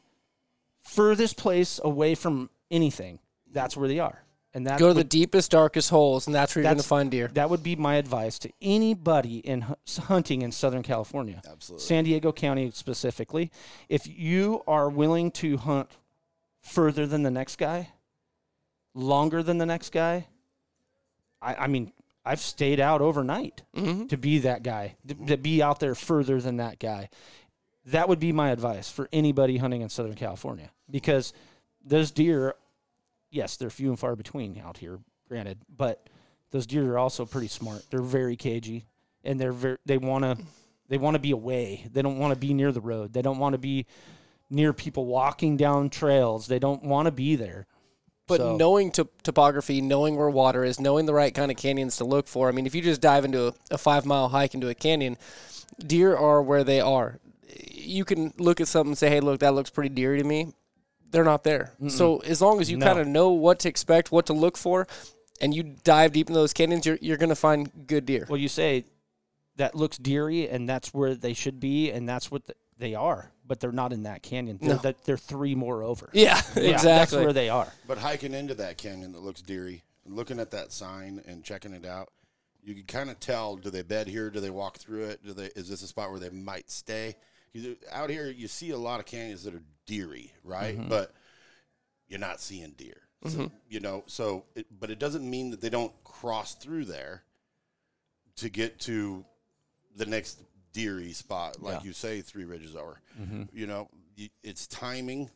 Speaker 7: furthest place away from anything, that's where they are. And that
Speaker 5: Go to the
Speaker 7: would-
Speaker 5: deepest, darkest holes, and that's where you're going to
Speaker 7: That's-
Speaker 5: find deer.
Speaker 7: that would be my advice to anybody in hu- hunting in Southern California, absolutely, San Diego County specifically. If you are willing to hunt further than the next guy, longer than the next guy, I, I mean, I've stayed out overnight to be that guy, to, to be out there further than that guy. That would be my advice for anybody hunting in Southern California because those deer yes, they're few and far between out here, granted, but those deer are also pretty smart. They're very cagey and they're very, they want to they want to be away. They don't want to be near the road. They don't want to be near people walking down trails. They don't want to be there.
Speaker 5: But
Speaker 7: So-
Speaker 5: knowing to- topography, knowing where water is, knowing the right kind of canyons to look for. I mean, if you just dive into a, a five mile hike into a canyon, deer are where they are. You can look at something and say, hey, look, that looks pretty deery to me. They're not there. So as long as you
Speaker 7: No.
Speaker 5: kind of know what to expect, what to look for, and you dive deep into those canyons, you're, you're going to find good deer.
Speaker 7: Well, you say that looks deery and that's where they should be and that's what the, they are, but they're not in that canyon. They're,
Speaker 5: No.
Speaker 7: that, they're three more over.
Speaker 5: Yeah,
Speaker 7: Yeah, That's
Speaker 5: exactly.
Speaker 7: where they are.
Speaker 6: But hiking into that canyon that looks deery, looking at that sign and checking it out, you can kind of tell: do they bed here? Do they walk through it? Do they? Is this a spot where they might stay? 'Cause out here, you see a lot of canyons that are deery, right?
Speaker 7: Mm-hmm.
Speaker 6: But you're not seeing deer, so, you know. So, it, but it doesn't mean that they don't cross through there to get to the next deery spot, like you say, Three Ridges over. You know, you, it's timing.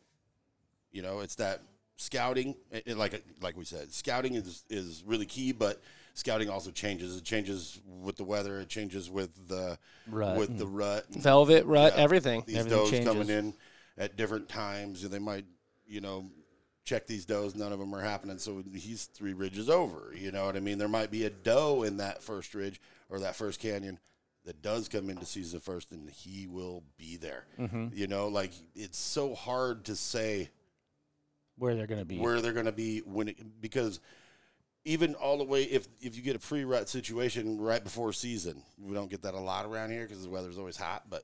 Speaker 6: You know, it's that scouting. It, it- like like we said, scouting is is really key, but scouting also changes. It changes with the weather. It changes with the
Speaker 7: Rut.
Speaker 6: with the rut. and
Speaker 5: Velvet, rut,
Speaker 6: Yeah.
Speaker 5: everything.
Speaker 6: These
Speaker 7: Everything
Speaker 6: does
Speaker 7: changes.
Speaker 6: coming in at different times. They might, you know, check these does. None of them are happening. So he's three ridges over. You know what I mean? There might be a doe in that first ridge or that first canyon that does come in to seize the first, and he will be there.
Speaker 7: Mm-hmm.
Speaker 6: You know, like it's so hard to say
Speaker 7: Where they're going to be.
Speaker 6: where they're going to be when it, because even all the way if if you get a pre-rut situation right before season, we don't get that a lot around here because the weather's always hot. But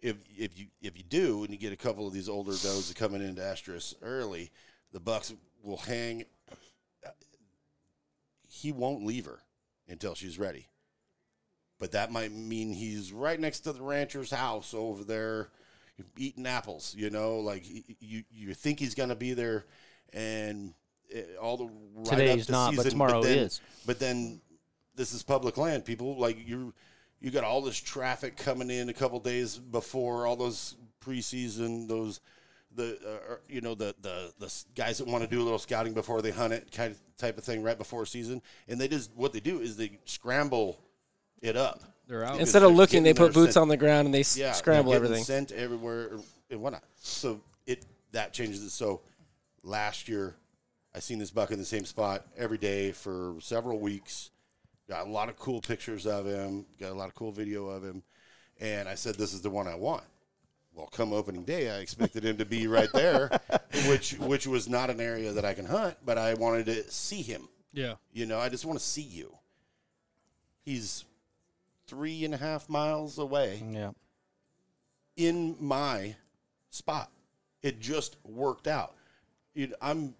Speaker 6: if if you if you do and you get a couple of these older does coming into estrus early, the bucks will hang. He won't leave her until she's ready. But that might mean he's right next to the rancher's house over there eating apples, you know, like y- y- you you think he's going to be there and eh, all the right up
Speaker 7: Today's
Speaker 6: to
Speaker 7: not, but
Speaker 6: season,
Speaker 7: tomorrow
Speaker 6: then-
Speaker 7: is.
Speaker 6: But then this is public land, people. Like you you got all this traffic coming in a couple days before all those preseason those the uh, er, you know the the the s- guys that want to do a little scouting before they hunt it kind of type of thing right before season, and they just what they do is they scramble it up.
Speaker 8: They're out.
Speaker 5: Instead of
Speaker 6: they're
Speaker 5: looking, they
Speaker 6: getting
Speaker 5: put
Speaker 6: their
Speaker 5: boots
Speaker 6: scent.
Speaker 5: on the ground and they s-
Speaker 6: Yeah,
Speaker 5: scramble
Speaker 6: they're getting
Speaker 5: everything.
Speaker 6: sent everywhere and whatnot. So it that changes it. So last year, I seen this buck in the same spot every day for several weeks. Got a lot of cool pictures of him. Got a lot of cool video of him, and I said, "This is the one I want." Well, come opening day, I expected him to be right there, which which was not an area that I can hunt, but I wanted to see him.
Speaker 8: yeah.
Speaker 6: You know, I just want to see you. He's three and a half miles away
Speaker 7: Yeah.
Speaker 6: in my spot. It just worked out. It, I'm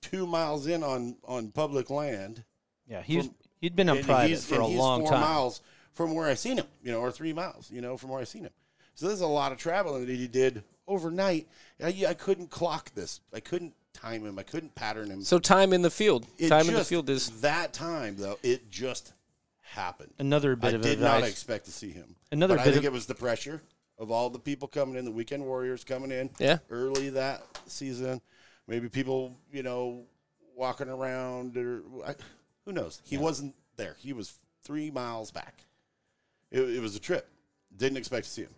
Speaker 6: two miles in on on public land.
Speaker 7: Yeah. He's,
Speaker 6: From-
Speaker 7: he'd been on
Speaker 6: and
Speaker 7: private
Speaker 6: he's-
Speaker 7: for
Speaker 6: and
Speaker 7: a
Speaker 6: he's
Speaker 7: long
Speaker 6: four
Speaker 7: time.
Speaker 6: miles from where I seen him, you know, or three miles, you know, from where I seen him. So there's a lot of traveling that he did overnight. I, I couldn't clock this. I couldn't time him. I couldn't pattern him.
Speaker 5: So time in the field.
Speaker 6: It
Speaker 5: time in the
Speaker 6: just-
Speaker 5: field is
Speaker 6: that time though. It just happened.
Speaker 7: Another bit
Speaker 6: I
Speaker 7: of
Speaker 6: did
Speaker 7: advice.
Speaker 6: not expect to see him.
Speaker 7: Another
Speaker 6: but I
Speaker 7: bit
Speaker 6: think
Speaker 7: of-
Speaker 6: it was the pressure of all the people coming in, the weekend warriors coming in,
Speaker 5: Yeah.
Speaker 6: early that season. Maybe people, you know, walking around or I, who knows. He wasn't there. He was three miles back. It, it was a trip. Didn't expect to see him.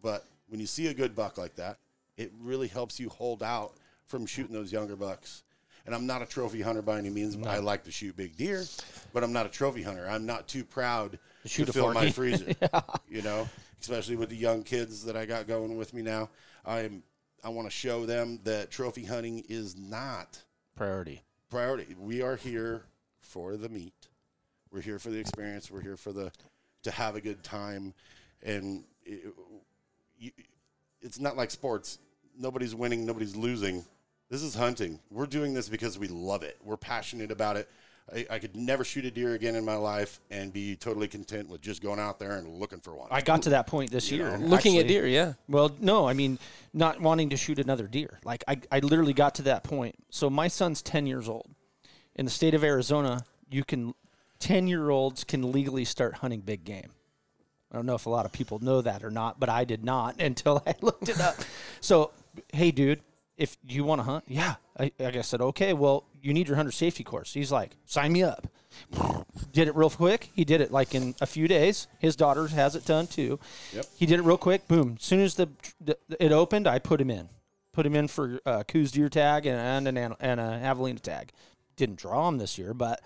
Speaker 6: But when you see a good buck like that, it really helps you hold out from shooting those younger bucks. And I'm not a trophy hunter by any means. I like to shoot big deer, but I'm not a trophy hunter. I'm not too proud
Speaker 7: shoot
Speaker 6: to
Speaker 7: a
Speaker 6: fill my
Speaker 7: 40.
Speaker 6: freezer. You know, especially with the young kids that I got going with me now. I'm I want to show them that trophy hunting is not
Speaker 7: Priority.
Speaker 6: priority. We are here for the meat. We're here for the experience. We're here for the to have a good time, and it, you, it's not like sports. Nobody's winning. Nobody's losing. This is hunting. We're doing this because we love it. We're passionate about it. I, I could never shoot a deer again in my life and be totally content with just going out there and looking for one.
Speaker 7: I got to that point this year.
Speaker 5: Looking at
Speaker 7: actually.
Speaker 5: deer, yeah.
Speaker 7: Well, no, I mean, not wanting to shoot another deer. Like, I, I literally got to that point. So, my son's 10 years old. In the state of Arizona, you can, 10 year olds can legally start hunting big game. I don't know if a lot of people know that or not, but I did not until I looked it up. So, hey, dude, if you want to hunt, yeah. I, like I said, okay, well, you need your hunter safety course. He's like, sign me up. did it real quick. He did it like in a few days. His daughter has it done too. Yep. He did it real quick. Boom. As soon as the, the it opened, I put him in. Put him in for uh, coos deer tag and, and an an- and a javelina tag. Didn't draw him this year, but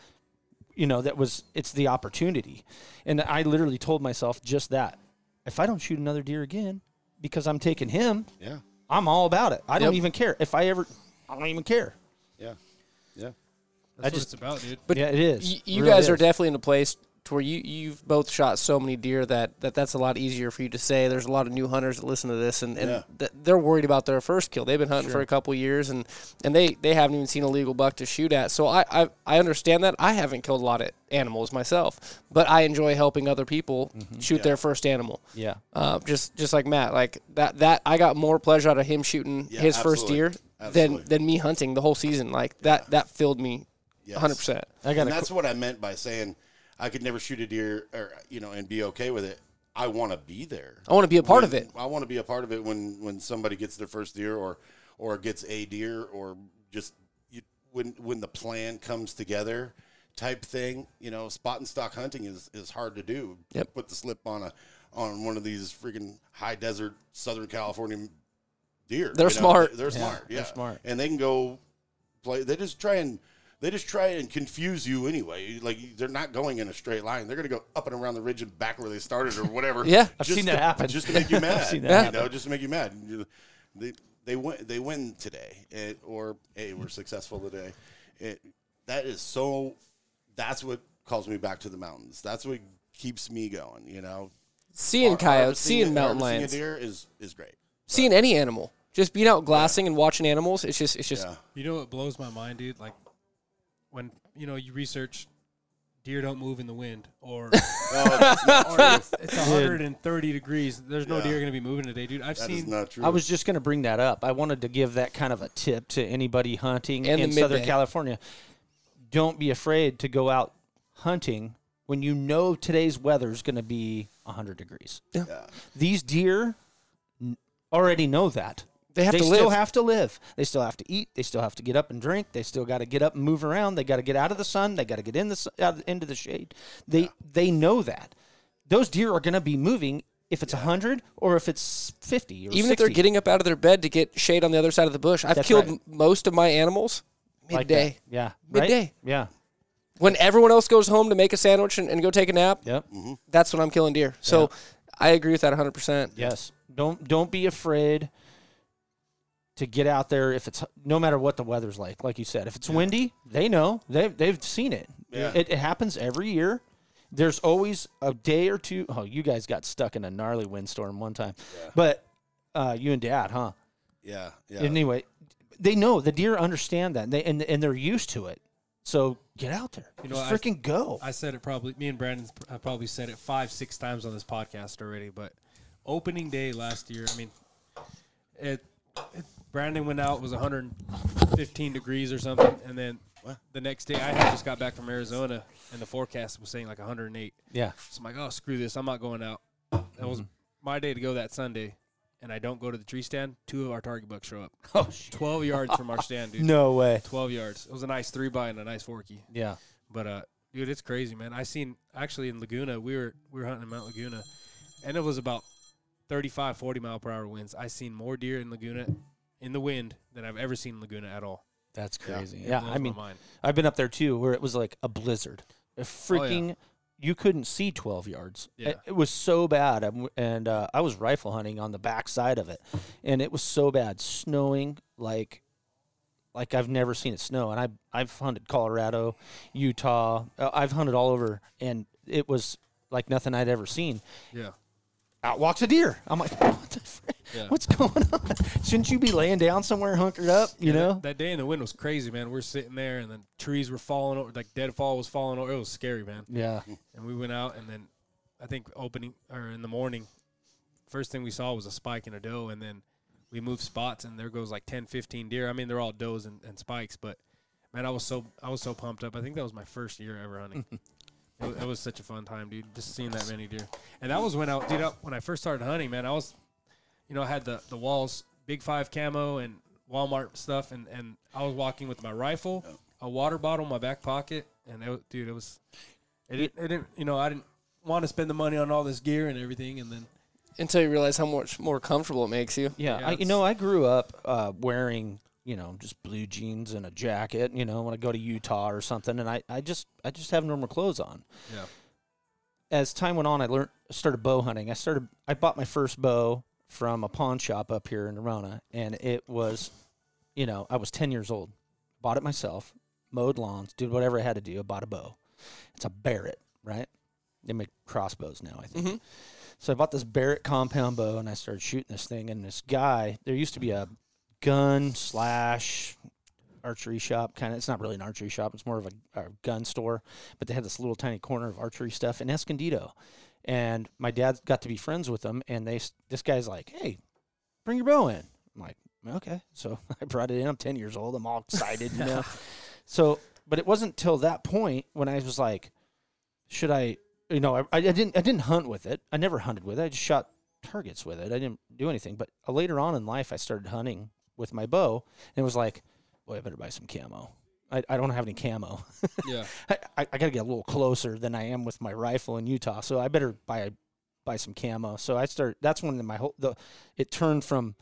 Speaker 7: you know that was it's the opportunity. And I literally told myself just that. If I don't shoot another deer again because I'm taking him,
Speaker 6: yeah,
Speaker 7: I'm all about it. I don't even care if I ever. I don't even care.
Speaker 6: yeah, yeah.
Speaker 8: That's what it's
Speaker 7: just-
Speaker 8: about, dude.
Speaker 7: But yeah, it is.
Speaker 5: Y- you
Speaker 7: Really
Speaker 5: guys are
Speaker 7: is.
Speaker 5: definitely in a place to where you you've both shot so many deer that, that that's a lot easier for you to say. There's a lot of new hunters that listen to this and, and
Speaker 6: Yeah.
Speaker 5: th- they're worried about their first kill. They've been hunting for a couple years and, and they, they haven't even seen a legal buck to shoot at. So I, I I understand that. I haven't killed a lot of animals myself, but I enjoy helping other people shoot their first animal.
Speaker 7: Mm-hmm. Yeah.
Speaker 5: Uh, just just like Matt, like that that I got more pleasure out of him shooting
Speaker 6: Yeah,
Speaker 5: his first
Speaker 6: absolutely.
Speaker 5: deer
Speaker 6: Absolutely.
Speaker 5: than than me hunting the whole season. Like that that filled me,
Speaker 6: Yes.
Speaker 5: hundred percent.
Speaker 7: I got
Speaker 6: and
Speaker 7: a
Speaker 6: that's what I meant by saying I could never shoot a deer or you know and be okay with it. I want to be there.
Speaker 5: I want to be a part of
Speaker 6: When-
Speaker 5: it.
Speaker 6: I want to be a part of it when when somebody gets their first deer or or gets a deer or just you, when when the plan comes together type thing. You know, spot and stock hunting is is hard to do.
Speaker 5: Yep.
Speaker 6: Put the slip on a on one of these freaking high desert Southern California deer.
Speaker 5: They're
Speaker 6: you know?
Speaker 5: smart.
Speaker 6: They're smart. Yeah.
Speaker 7: they're smart.
Speaker 6: And they can go play. They just try and they just try and confuse you anyway. Like they're not going in a straight line. They're going to go up and around the ridge and back where they started or whatever.
Speaker 5: Yeah.
Speaker 7: I've
Speaker 6: Just
Speaker 7: seen that
Speaker 6: to-
Speaker 7: happen.
Speaker 6: Just to make you mad.
Speaker 7: seen that
Speaker 6: you know, just to make you mad. You- They they win they win today, It- or hey, we're successful today. It, that is so. That's what calls me back to the mountains. That's what keeps me going. You know,
Speaker 5: seeing
Speaker 6: Har-
Speaker 5: coyotes,
Speaker 6: harvesting-
Speaker 5: seeing mountain
Speaker 6: harvesting
Speaker 5: lions,
Speaker 6: a deer is is great.
Speaker 5: seeing any animal, just being out glassing and watching animals. It's just, it's just,
Speaker 6: Yeah.
Speaker 8: You know what blows my mind, dude? Like when you know you research deer don't move in the wind, or, or it's, it's 130 degrees. There's no
Speaker 6: Yeah.
Speaker 8: deer going to be moving today, dude. I've
Speaker 6: That is
Speaker 8: seen
Speaker 6: not true.
Speaker 7: I was just going to bring that up. I wanted to give that kind of a tip to anybody hunting
Speaker 5: And the
Speaker 7: in Southern
Speaker 5: midday.
Speaker 7: California. Don't be afraid to go out hunting when you know today's weather is going to be 100 degrees.
Speaker 6: Yeah.
Speaker 7: These deer n- already know that.
Speaker 5: They have to
Speaker 7: still
Speaker 5: live.
Speaker 7: have to live. They still have to eat. They still have to get up and drink. They still got to get up and move around. They got to get out of the sun. They got to get in the sun, out, into the shade. They they know that. Those deer are going to be moving if it's 100 or if it's 50 or
Speaker 5: even if they're
Speaker 7: 60.
Speaker 5: getting up out of their bed to get shade on the other side of the bush. I've
Speaker 7: That's
Speaker 5: killed
Speaker 7: right.
Speaker 5: m- most of my animals
Speaker 7: Like
Speaker 5: midday.
Speaker 7: that. Yeah.
Speaker 5: Midday.
Speaker 7: Right? Yeah.
Speaker 5: When everyone else goes home to make a sandwich and, and go take a nap,
Speaker 7: Yep.
Speaker 5: that's when I'm killing deer. So I agree with that 100%.
Speaker 7: Yes. Don't don't be afraid to get out there if it's no matter what the weather's like. Like you said, if it's windy, they know they they've seen it.
Speaker 6: Yeah.
Speaker 7: it. It happens every year. There's always a day or two. Oh, you guys got stuck in a gnarly windstorm one time, but uh, you and Dad, huh?
Speaker 6: yeah, yeah.
Speaker 7: Anyway, they know the deer understand that and they and, and they're used to it. So get out there,
Speaker 8: You know,
Speaker 7: Just
Speaker 8: I-
Speaker 7: freaking go.
Speaker 8: I said it probably. Me and Brandon have probably said it five, six times on this podcast already. But opening day last year, I mean, it. it Brandon went out it was 115 degrees or something, and then the next day I had just got back from Arizona, and the forecast was saying like 108.
Speaker 7: yeah,
Speaker 8: So I'm like, oh screw this, I'm not going out. That was my day to go that Sunday, and I don't go to the tree stand. Two of our target bucks show up. Oh, 12 yards from our stand, dude.
Speaker 7: no way.
Speaker 8: 12 yards. It was a nice three by and a nice forky.
Speaker 7: Yeah,
Speaker 8: But uh, dude, it's crazy, man. I seen actually in Laguna, we were we were hunting in Mount Laguna, and it was about 35, 40 mile per hour winds. I've seen more deer in Laguna in the wind than I've ever seen in Laguna at all.
Speaker 7: That's crazy.
Speaker 8: It
Speaker 7: Yeah,
Speaker 8: blows
Speaker 7: I mean,
Speaker 8: my mind.
Speaker 7: I've been up there too, where it was like a blizzard,
Speaker 8: Oh,
Speaker 7: a freaking. You couldn't see twelve yards.
Speaker 8: Yeah.
Speaker 7: It, it was so bad, I'm- and uh, I was rifle hunting on the backside of it, and it was so bad, snowing like, like I've never seen it snow. And I I've hunted Colorado, Utah, uh, I've hunted all over, and it was like nothing I'd ever seen.
Speaker 8: yeah,
Speaker 7: Out walks a deer. I'm like, what the frick? what's going on? Shouldn't you be laying down somewhere hunkered up? You
Speaker 8: Yeah, that-
Speaker 7: know.
Speaker 8: that, day in the wind was crazy, man. We're sitting there, and then trees were falling over, like deadfall was falling over. It was scary, man.
Speaker 7: yeah.
Speaker 8: And we went out, and then I think opening or in the morning, first thing we saw was a spike and a doe, and then we moved spots, and there goes like 10, 15 deer. I mean, they're all does and, and spikes, but man, I was so I was so pumped up. I think that was my first year ever hunting. it, was, it was such a fun time, dude. Just seeing that many deer, and that was when I dude I, when I first started hunting, man. I was, you know, I had the the walls, big five camo and Walmart stuff, and and I was walking with my rifle, a water bottle in my back pocket, and it, wa- dude, it was. It didn't, it didn't, you know, I didn't want to spend the money on all this gear and everything, and then
Speaker 5: until you realize how much more comfortable it makes you.
Speaker 7: Yeah,
Speaker 8: Yeah,
Speaker 7: I, you
Speaker 8: it's-
Speaker 7: know, I grew up uh, wearing you know just blue jeans and a jacket. You know, when I go to Utah or something, and I, I just I just have normal clothes on.
Speaker 8: Yeah.
Speaker 7: As time went on, I learned started bow hunting. I started I bought my first bow from a pawn shop up here in Arona, and it was, you know, I was ten years old. Bought it myself, mowed lawns, did whatever I had to do. I bought a bow. It's a Barrett, right? They make crossbows now, I think. So I bought this Barrett compound bow and I started shooting this thing. And this guy, there used to be a gun slash archery shop kind of. It's not really an archery shop; it's more of a, a gun store. But they had this little tiny corner of archery stuff in Escondido. And my dad got to be friends with them. And they, s- this guy's like, "Hey, bring your bow in." I'm like, "Okay." So I brought it in. I'm 10 years old. I'm all excited, you know. So, but it wasn't till that point when I was like, "Should I?" You know, I, I didn't. I didn't hunt with it. I never hunted with it. I just shot targets with it. I didn't do anything. But uh, later on in life, I started hunting with my bow, and it was like, "Boy, I better buy some camo." I, I don't have any camo.
Speaker 8: yeah,
Speaker 7: I, I, I got to get a little closer than I am with my rifle in Utah, so I better buy buy some camo. So I start. That's when my whole the it turned from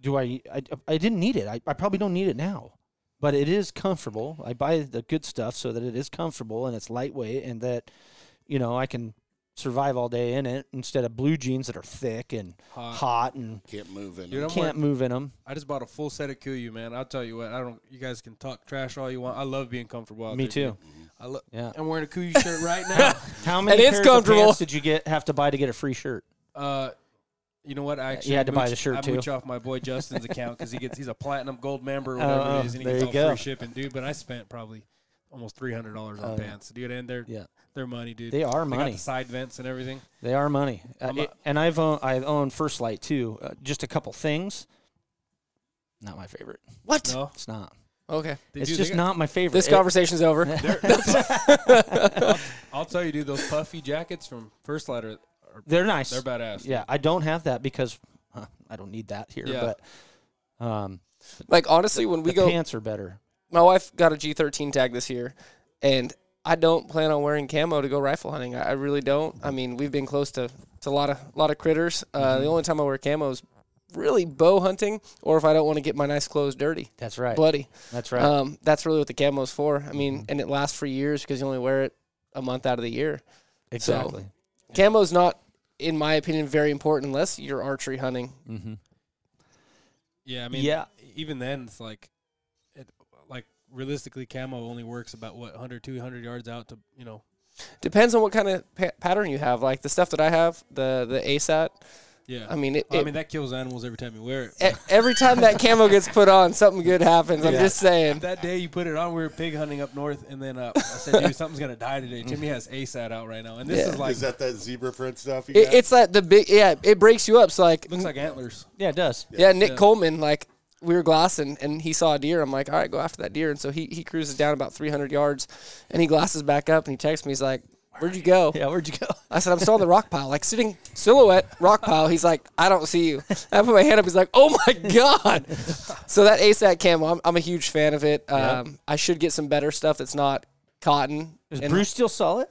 Speaker 7: do I I, I didn't need it. I, I probably don't need it now, but it is comfortable. I buy the good stuff so that it is comfortable and it's lightweight and that you know I can survive all day in it instead of blue jeans that are thick and hot,
Speaker 8: Hot.
Speaker 7: and
Speaker 6: Can't move in.
Speaker 8: dude, I'm
Speaker 7: can't move in them.
Speaker 8: I just bought a full set of Kuyu, man. I'll tell you what. I don't. You guys can talk trash all you want. I love being comfortable. Out
Speaker 7: Me
Speaker 8: there,
Speaker 7: too.
Speaker 8: dude. I love.
Speaker 7: Yeah.
Speaker 8: I'm wearing a Kuyu shirt right now.
Speaker 7: How many
Speaker 5: it's
Speaker 7: pairs of
Speaker 5: comfortable.
Speaker 7: pants did you get have to buy to get a free shirt?
Speaker 8: uh, you know what? I actually
Speaker 7: had to buy
Speaker 8: mooch-
Speaker 7: the shirt,
Speaker 8: I
Speaker 7: too.
Speaker 8: mooch off my boy Justin's account because he gets he's a platinum gold member or whatever
Speaker 7: Oh,
Speaker 8: it is, and he
Speaker 7: there
Speaker 8: gets
Speaker 7: you
Speaker 8: all
Speaker 7: go. Oh,
Speaker 8: free shipping, dude. But I spent probably almost three hundred dollars on pants, dude. And they're
Speaker 7: Yeah.
Speaker 8: they're money, dude.
Speaker 7: They are
Speaker 8: They got
Speaker 7: money.
Speaker 8: the side vents and everything.
Speaker 7: They are money, uh,
Speaker 8: I'm a-
Speaker 7: it- and I've owned, I own First Light too. Uh, just a couple things. Not my favorite.
Speaker 5: What?
Speaker 8: No,
Speaker 7: It's not.
Speaker 5: Okay.
Speaker 8: They-
Speaker 7: it's
Speaker 8: dude, they
Speaker 7: just
Speaker 8: got-
Speaker 7: not my favorite.
Speaker 5: This
Speaker 7: It-
Speaker 5: conversation's over.
Speaker 8: I'll tell you, dude. Those puffy jackets from First Light are, are
Speaker 7: They're nice.
Speaker 8: they're badass.
Speaker 7: Yeah, I don't have that because huh, I don't need that here.
Speaker 8: Yeah.
Speaker 7: But um,
Speaker 5: Like honestly, when we
Speaker 7: the
Speaker 5: go,
Speaker 7: pants are better.
Speaker 5: my wife got a G13 tag this year, and I don't plan on wearing camo to go rifle hunting. I, I really don't. I mean, we've been close to, to a lot of lot of critters. Uh,
Speaker 7: Mm-hmm.
Speaker 5: The only time I wear camo is really bow hunting, or if I don't want to get my nice clothes dirty,
Speaker 7: That's right.
Speaker 5: bloody.
Speaker 7: That's right. Mm-hmm.
Speaker 5: Um, that's really what the camo's for. I mean, and it lasts for years because you only wear it a month out of the year.
Speaker 7: exactly.
Speaker 5: Camo's not, in my opinion, very important unless you're archery hunting.
Speaker 7: mm-hmm.
Speaker 8: Yeah, I mean,
Speaker 7: Yeah.
Speaker 8: Even then, it's like, it like realistically, camo only works about what 100, 200 yards out to you know.
Speaker 5: Depends on what kind of pa- pattern you have. Like the stuff that I have, the the ASAT.
Speaker 8: Yeah,
Speaker 5: I mean, it,
Speaker 8: I
Speaker 5: it-
Speaker 8: mean that kills animals every time you wear it.
Speaker 5: e- every time that camo gets put on, something good happens. I'm
Speaker 8: Yeah.
Speaker 5: just saying.
Speaker 8: That day you put it on, we were pig hunting up north, and then uh, I said, "Dude, something's gonna die today." Jimmy has ASAT out right now, and this
Speaker 5: Yeah.
Speaker 8: is like
Speaker 6: is that that zebra print stuff? You
Speaker 5: It,
Speaker 6: got?
Speaker 5: it's like the big, yeah, it breaks you up. So like,
Speaker 8: looks like antlers.
Speaker 7: Yeah, it does.
Speaker 5: yeah, Nick
Speaker 8: Yeah.
Speaker 5: Coleman, like we were glassing and he saw a deer. I'm like, all right, go after that deer. And so he, he cruises down about 300 yards and he glasses back up and he texts me. He's like, where'd you go?
Speaker 7: Yeah, where'd you go?
Speaker 5: I said, I'm still on the rock pile, like sitting silhouette rock pile. He's like, I don't see you. I put my hand up. He's like, Oh my god! So that ASAT camo, I'm, I'm a huge fan of it. Um, I should get some better stuff that's not cotton.
Speaker 7: Is
Speaker 5: And-
Speaker 7: Bruce still solid?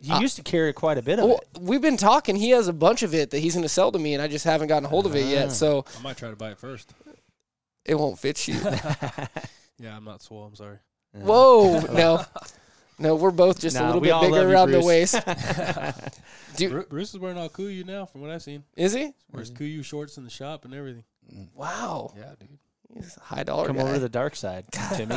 Speaker 7: He used to carry quite a bit of
Speaker 5: Well,
Speaker 7: it.
Speaker 5: we've been talking. He has a bunch of it that he's going to sell to me, and I just haven't gotten a hold of it
Speaker 7: Ah.
Speaker 5: yet. So
Speaker 8: I might try to buy it first.
Speaker 5: it won't fit you.
Speaker 8: Yeah, I'm not swole. I'm sorry.
Speaker 5: Whoa, no, no, we're both just a
Speaker 7: Nah,
Speaker 5: little
Speaker 7: we
Speaker 5: bit
Speaker 7: all love
Speaker 5: bigger
Speaker 7: you,
Speaker 5: around the
Speaker 7: Bruce.
Speaker 5: waist.
Speaker 8: Bru- Bruce is wearing all Kuyu now, from what I've seen.
Speaker 5: Is he?
Speaker 8: Wears Kuyu shorts in the shop and everything.
Speaker 5: Wow,
Speaker 8: Yeah, dude.
Speaker 5: he's a high dollar
Speaker 7: Come
Speaker 5: guy.
Speaker 7: over to the dark side, Timmy.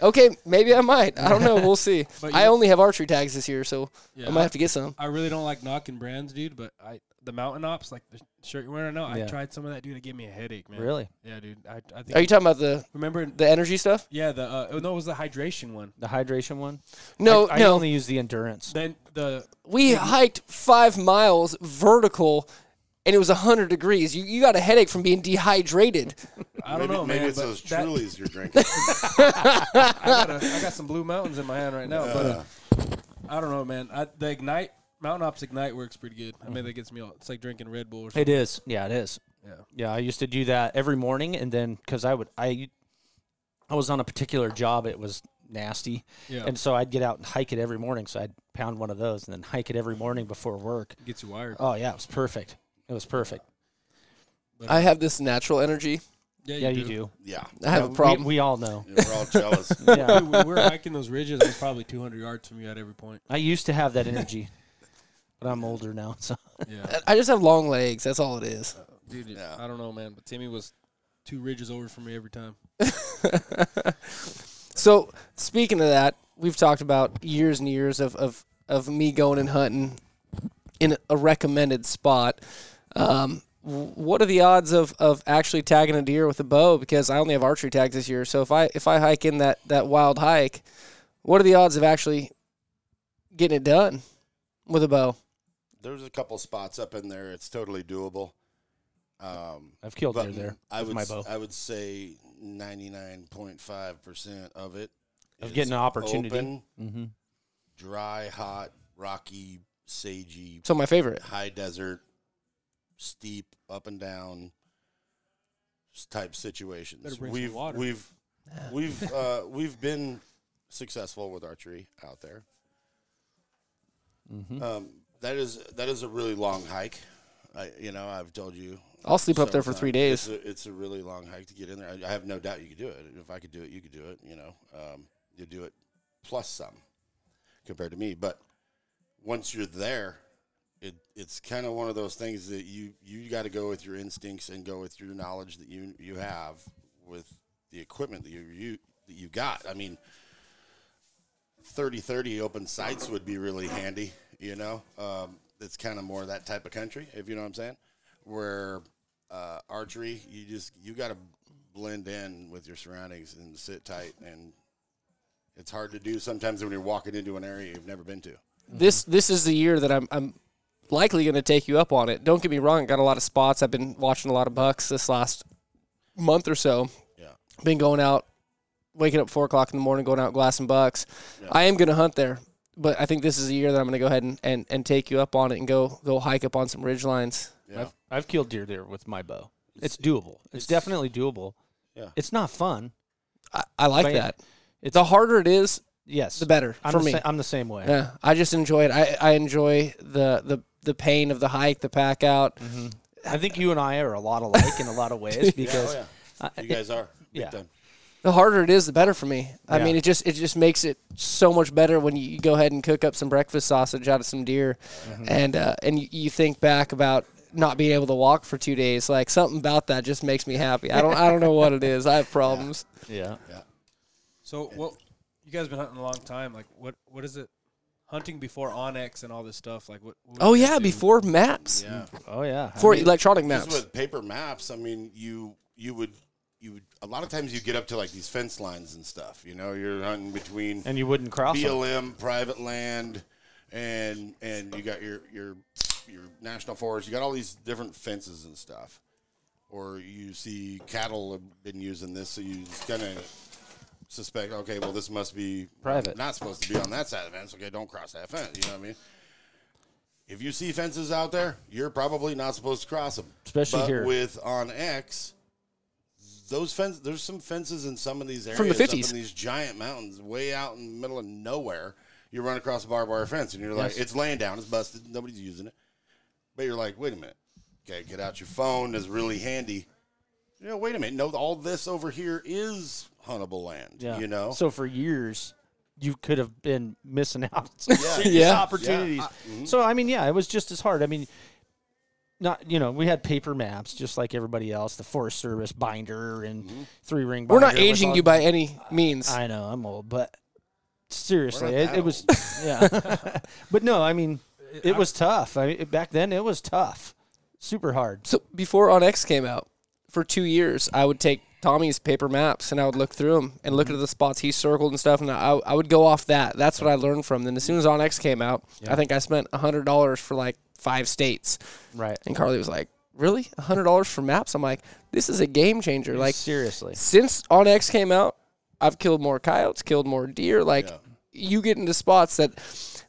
Speaker 5: okay, maybe I might. I don't know. We'll see.
Speaker 8: But
Speaker 5: I
Speaker 8: you-
Speaker 5: only have archery tags this year, so
Speaker 8: Yeah.
Speaker 5: I might have to get some.
Speaker 8: I really don't like knocking brands, dude. But I the Mountain Ops, like the shirt you're wearing right now, I
Speaker 7: Yeah.
Speaker 8: tried some of that, dude. It gave me a headache, man.
Speaker 7: Really?
Speaker 8: Yeah, dude. I, I think.
Speaker 5: Are you talking about the
Speaker 8: remember?
Speaker 5: the energy stuff?
Speaker 8: yeah, the uh, oh, no, it was the hydration one.
Speaker 7: The hydration one.
Speaker 5: No,
Speaker 7: I, I
Speaker 5: Oh, no.
Speaker 7: only use the endurance.
Speaker 8: Then the
Speaker 5: we hiked five miles vertical, and it was hundred degrees. You you got a headache from being dehydrated.
Speaker 8: I don't
Speaker 6: Maybe,
Speaker 8: know,
Speaker 6: maybe
Speaker 8: man.
Speaker 6: it's
Speaker 8: but
Speaker 6: those
Speaker 8: that-
Speaker 6: Trulies you're drinking.
Speaker 8: I got, a, I got some blue mountains in my hand right now, but uh, I don't know, man. I, the ignite mountain ops ignite works pretty good. I mean, that gets me. All, it's like drinking Red Bull. Or something.
Speaker 7: It is. Yeah, it is.
Speaker 8: Yeah.
Speaker 7: Yeah, I used to do that every morning, and then because I would, I, I was on a particular job. It was nasty,
Speaker 8: Yeah.
Speaker 7: and so I'd get out and hike it every morning. So I'd pound one of those and then hike it every morning before work.
Speaker 8: Gets you wired.
Speaker 7: Oh yeah, it was perfect. It was perfect.
Speaker 5: I have this natural energy.
Speaker 7: Yeah, you do.
Speaker 6: yeah,
Speaker 5: I have a
Speaker 7: We-
Speaker 5: problem.
Speaker 7: We, all know.
Speaker 6: Yeah, we're all jealous.
Speaker 7: Yeah,
Speaker 8: Dude, when we were hiking those ridges. I was probably 200 yards from you at every point.
Speaker 7: I used to have that energy, but I'm older now. So
Speaker 8: Yeah,
Speaker 5: I just have long legs. That's all it is.
Speaker 8: dude. I don't know, man. But Timmy was two ridges over from me every time.
Speaker 5: So speaking of that, we've talked about years and years of of, of me going and hunting in a recommended spot. Um, wh- what are the odds of, of actually tagging a deer with a bow? Because I only have archery tags this year. So if I if I hike in that, that wild hike, what are the odds of actually getting it done with a bow?
Speaker 6: There's a couple spots up in there. It's totally doable. Um,
Speaker 7: I've killed
Speaker 6: but
Speaker 7: deer there
Speaker 6: I
Speaker 7: with
Speaker 6: would,
Speaker 7: my
Speaker 6: s-
Speaker 7: bow.
Speaker 6: I would say 99.5% of it
Speaker 7: Of
Speaker 6: is
Speaker 7: getting an opportunity.
Speaker 6: open,
Speaker 7: Mm-hmm.
Speaker 6: dry, hot, rocky, sagey,
Speaker 5: So my favorite.
Speaker 6: high desert, steep, up and down s- type
Speaker 8: Better
Speaker 6: situations.
Speaker 8: bring some
Speaker 6: We've
Speaker 8: water.
Speaker 6: we've we've uh, we've been successful with archery out there. Um, that is that is a really long hike. I, you know, I've told you.
Speaker 5: I'll sleep up there for
Speaker 6: several
Speaker 5: three
Speaker 6: times.
Speaker 5: days.
Speaker 6: It's a, it's a really long hike to get in there. I, I have no doubt you could do it. If I could do it, you could do it. You know, um, you do it plus some compared to me. But once you're there, it it's kind of one of those things that you you got to go with your instincts and go with your knowledge that you you have with the equipment that you you that you got. I mean, 30-30 open sites would be really handy. You know, um, it's kind of more that type of country, if you know what I'm saying. Where uh, archery, you just you got to blend in with your surroundings and sit tight, and it's hard to do sometimes when you're walking into an area you've never been to.
Speaker 5: This this is the year that I'm I'm likely going to take you up on it. Don't get me wrong. I got a lot of spots. I've been watching a lot of bucks this last month or so.
Speaker 6: Yeah.
Speaker 5: been going out, waking up four o'clock in the morning, going out glassing bucks. I am going to hunt there, but I think this is a year that I'm going to go ahead and, and, and take you up on it and go go hike up on some ridge lines.
Speaker 6: Yeah.
Speaker 7: I've, I've killed deer there with my bow. It's doable. It's, definitely doable.
Speaker 6: Yeah.
Speaker 7: It's not fun.
Speaker 5: I, I like
Speaker 7: But yeah,
Speaker 5: that. the harder it is,
Speaker 7: Yes.
Speaker 5: the better
Speaker 7: I'm
Speaker 5: for
Speaker 7: the
Speaker 5: me.
Speaker 7: sa- I'm the same way.
Speaker 5: yeah, I just enjoy it. I, I enjoy the, the the pain of the hike, the pack out.
Speaker 7: I think you and I are a lot alike in a lot of ways because
Speaker 6: yeah. oh,
Speaker 7: uh,
Speaker 6: You guys are. big
Speaker 7: yeah.
Speaker 6: time.
Speaker 5: The harder it is, the better for me. I
Speaker 7: Yeah.
Speaker 5: mean, it just it just makes it so much better when you go ahead and cook up some breakfast sausage out of some deer, and uh, and you, you think back about not being able to walk for two days. Like something about that just makes me happy. I don't I don't know what it is. I have problems.
Speaker 7: yeah.
Speaker 8: So what? You guys been hunting a long time. Like what? What is it? Hunting before Onyx and all this stuff. Like what? what do
Speaker 5: Oh
Speaker 8: you guys
Speaker 5: yeah,
Speaker 8: do?
Speaker 5: before maps,
Speaker 6: Yeah.
Speaker 7: Oh yeah. I
Speaker 5: for
Speaker 7: mean,
Speaker 5: electronic
Speaker 6: Just
Speaker 5: maps.
Speaker 6: with paper maps, I mean, you you would you would a lot of times you get up to like these fence lines and stuff. You know, you're hunting between
Speaker 7: and you wouldn't cross them.
Speaker 6: BLM private land, and and you got your your your national forest. You got all these different fences and stuff, or you see cattle have been using this, so you just kind of suspect. Okay, well this must be
Speaker 7: Private.
Speaker 6: Not supposed to be on that side of the fence. Okay, don't cross that fence. You know what I mean? If you see fences out there, you're probably not supposed to cross them,
Speaker 7: Especially
Speaker 6: but
Speaker 7: here.
Speaker 6: With on X, those fences. There's some fences in some of these areas
Speaker 5: From the
Speaker 6: up in
Speaker 5: 50s.
Speaker 6: these giant mountains way out in the middle of nowhere. you run across a barbed wire fence and you're like,
Speaker 7: Yes.
Speaker 6: it's laying down, it's busted, nobody's using it. But you're like, wait a minute. Okay, get out your phone is really handy. You know, wait a minute. No, all this over here is huntable land.
Speaker 7: Yeah.
Speaker 6: You know,
Speaker 7: So for years, you could have been missing out
Speaker 6: Yeah.
Speaker 7: on
Speaker 5: Yeah.
Speaker 7: opportunities. So I mean, yeah, it was just as hard. I mean, not you know, we had paper maps just like everybody else. The Forest Service binder and three ring.
Speaker 5: We're not
Speaker 7: binder with
Speaker 5: aging
Speaker 7: all-
Speaker 5: you by any means.
Speaker 7: I know I'm old, but seriously,
Speaker 6: We're not
Speaker 7: it,
Speaker 6: that
Speaker 7: it was yeah. but no, I mean, it was tough. I mean, it- back then it was tough, super hard.
Speaker 5: So before On X came out, for two years, I would take Tommy's paper maps and I would look through them and look at the spots he circled and stuff, and I, I would go off that. That's what I learned from. Then as soon as On X came out, I think I spent hundred dollars for like five states,
Speaker 7: Right.
Speaker 5: and Carly was like, "Really, hundred dollars for maps?" I'm like, "This is a game changer." Like
Speaker 7: seriously.
Speaker 5: since On X came out, I've killed more coyotes, killed more deer. Like you get into spots that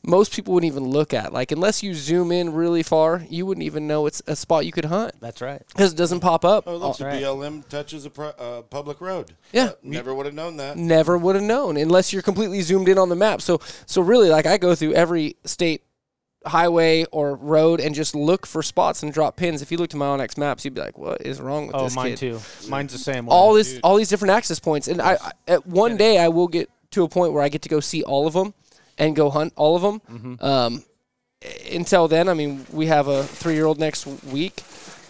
Speaker 5: most people wouldn't even look at. Like unless you zoom in really far, you wouldn't even know it's a spot you could hunt
Speaker 7: That's right.
Speaker 5: because it doesn't pop up. Uh,
Speaker 6: oh, look, the
Speaker 7: right.
Speaker 6: BLM touches a pro- uh, public road.
Speaker 5: Yeah.
Speaker 6: Uh, never would have known that.
Speaker 5: Never would have known unless you're completely zoomed in on the map. So, so really, like I go through every state highway or road and just look for spots and drop pins. If you looked at my Onyx maps, you'd be like, "What is wrong with
Speaker 7: Oh,
Speaker 5: this kid?"
Speaker 7: mine too. Mine's the same. One.
Speaker 5: all this all these different access points and I, I at one day i will get to a point where i get to go see all of them and go hunt all of them
Speaker 7: Mm-hmm.
Speaker 5: um, until then i mean we have a three-year-old next week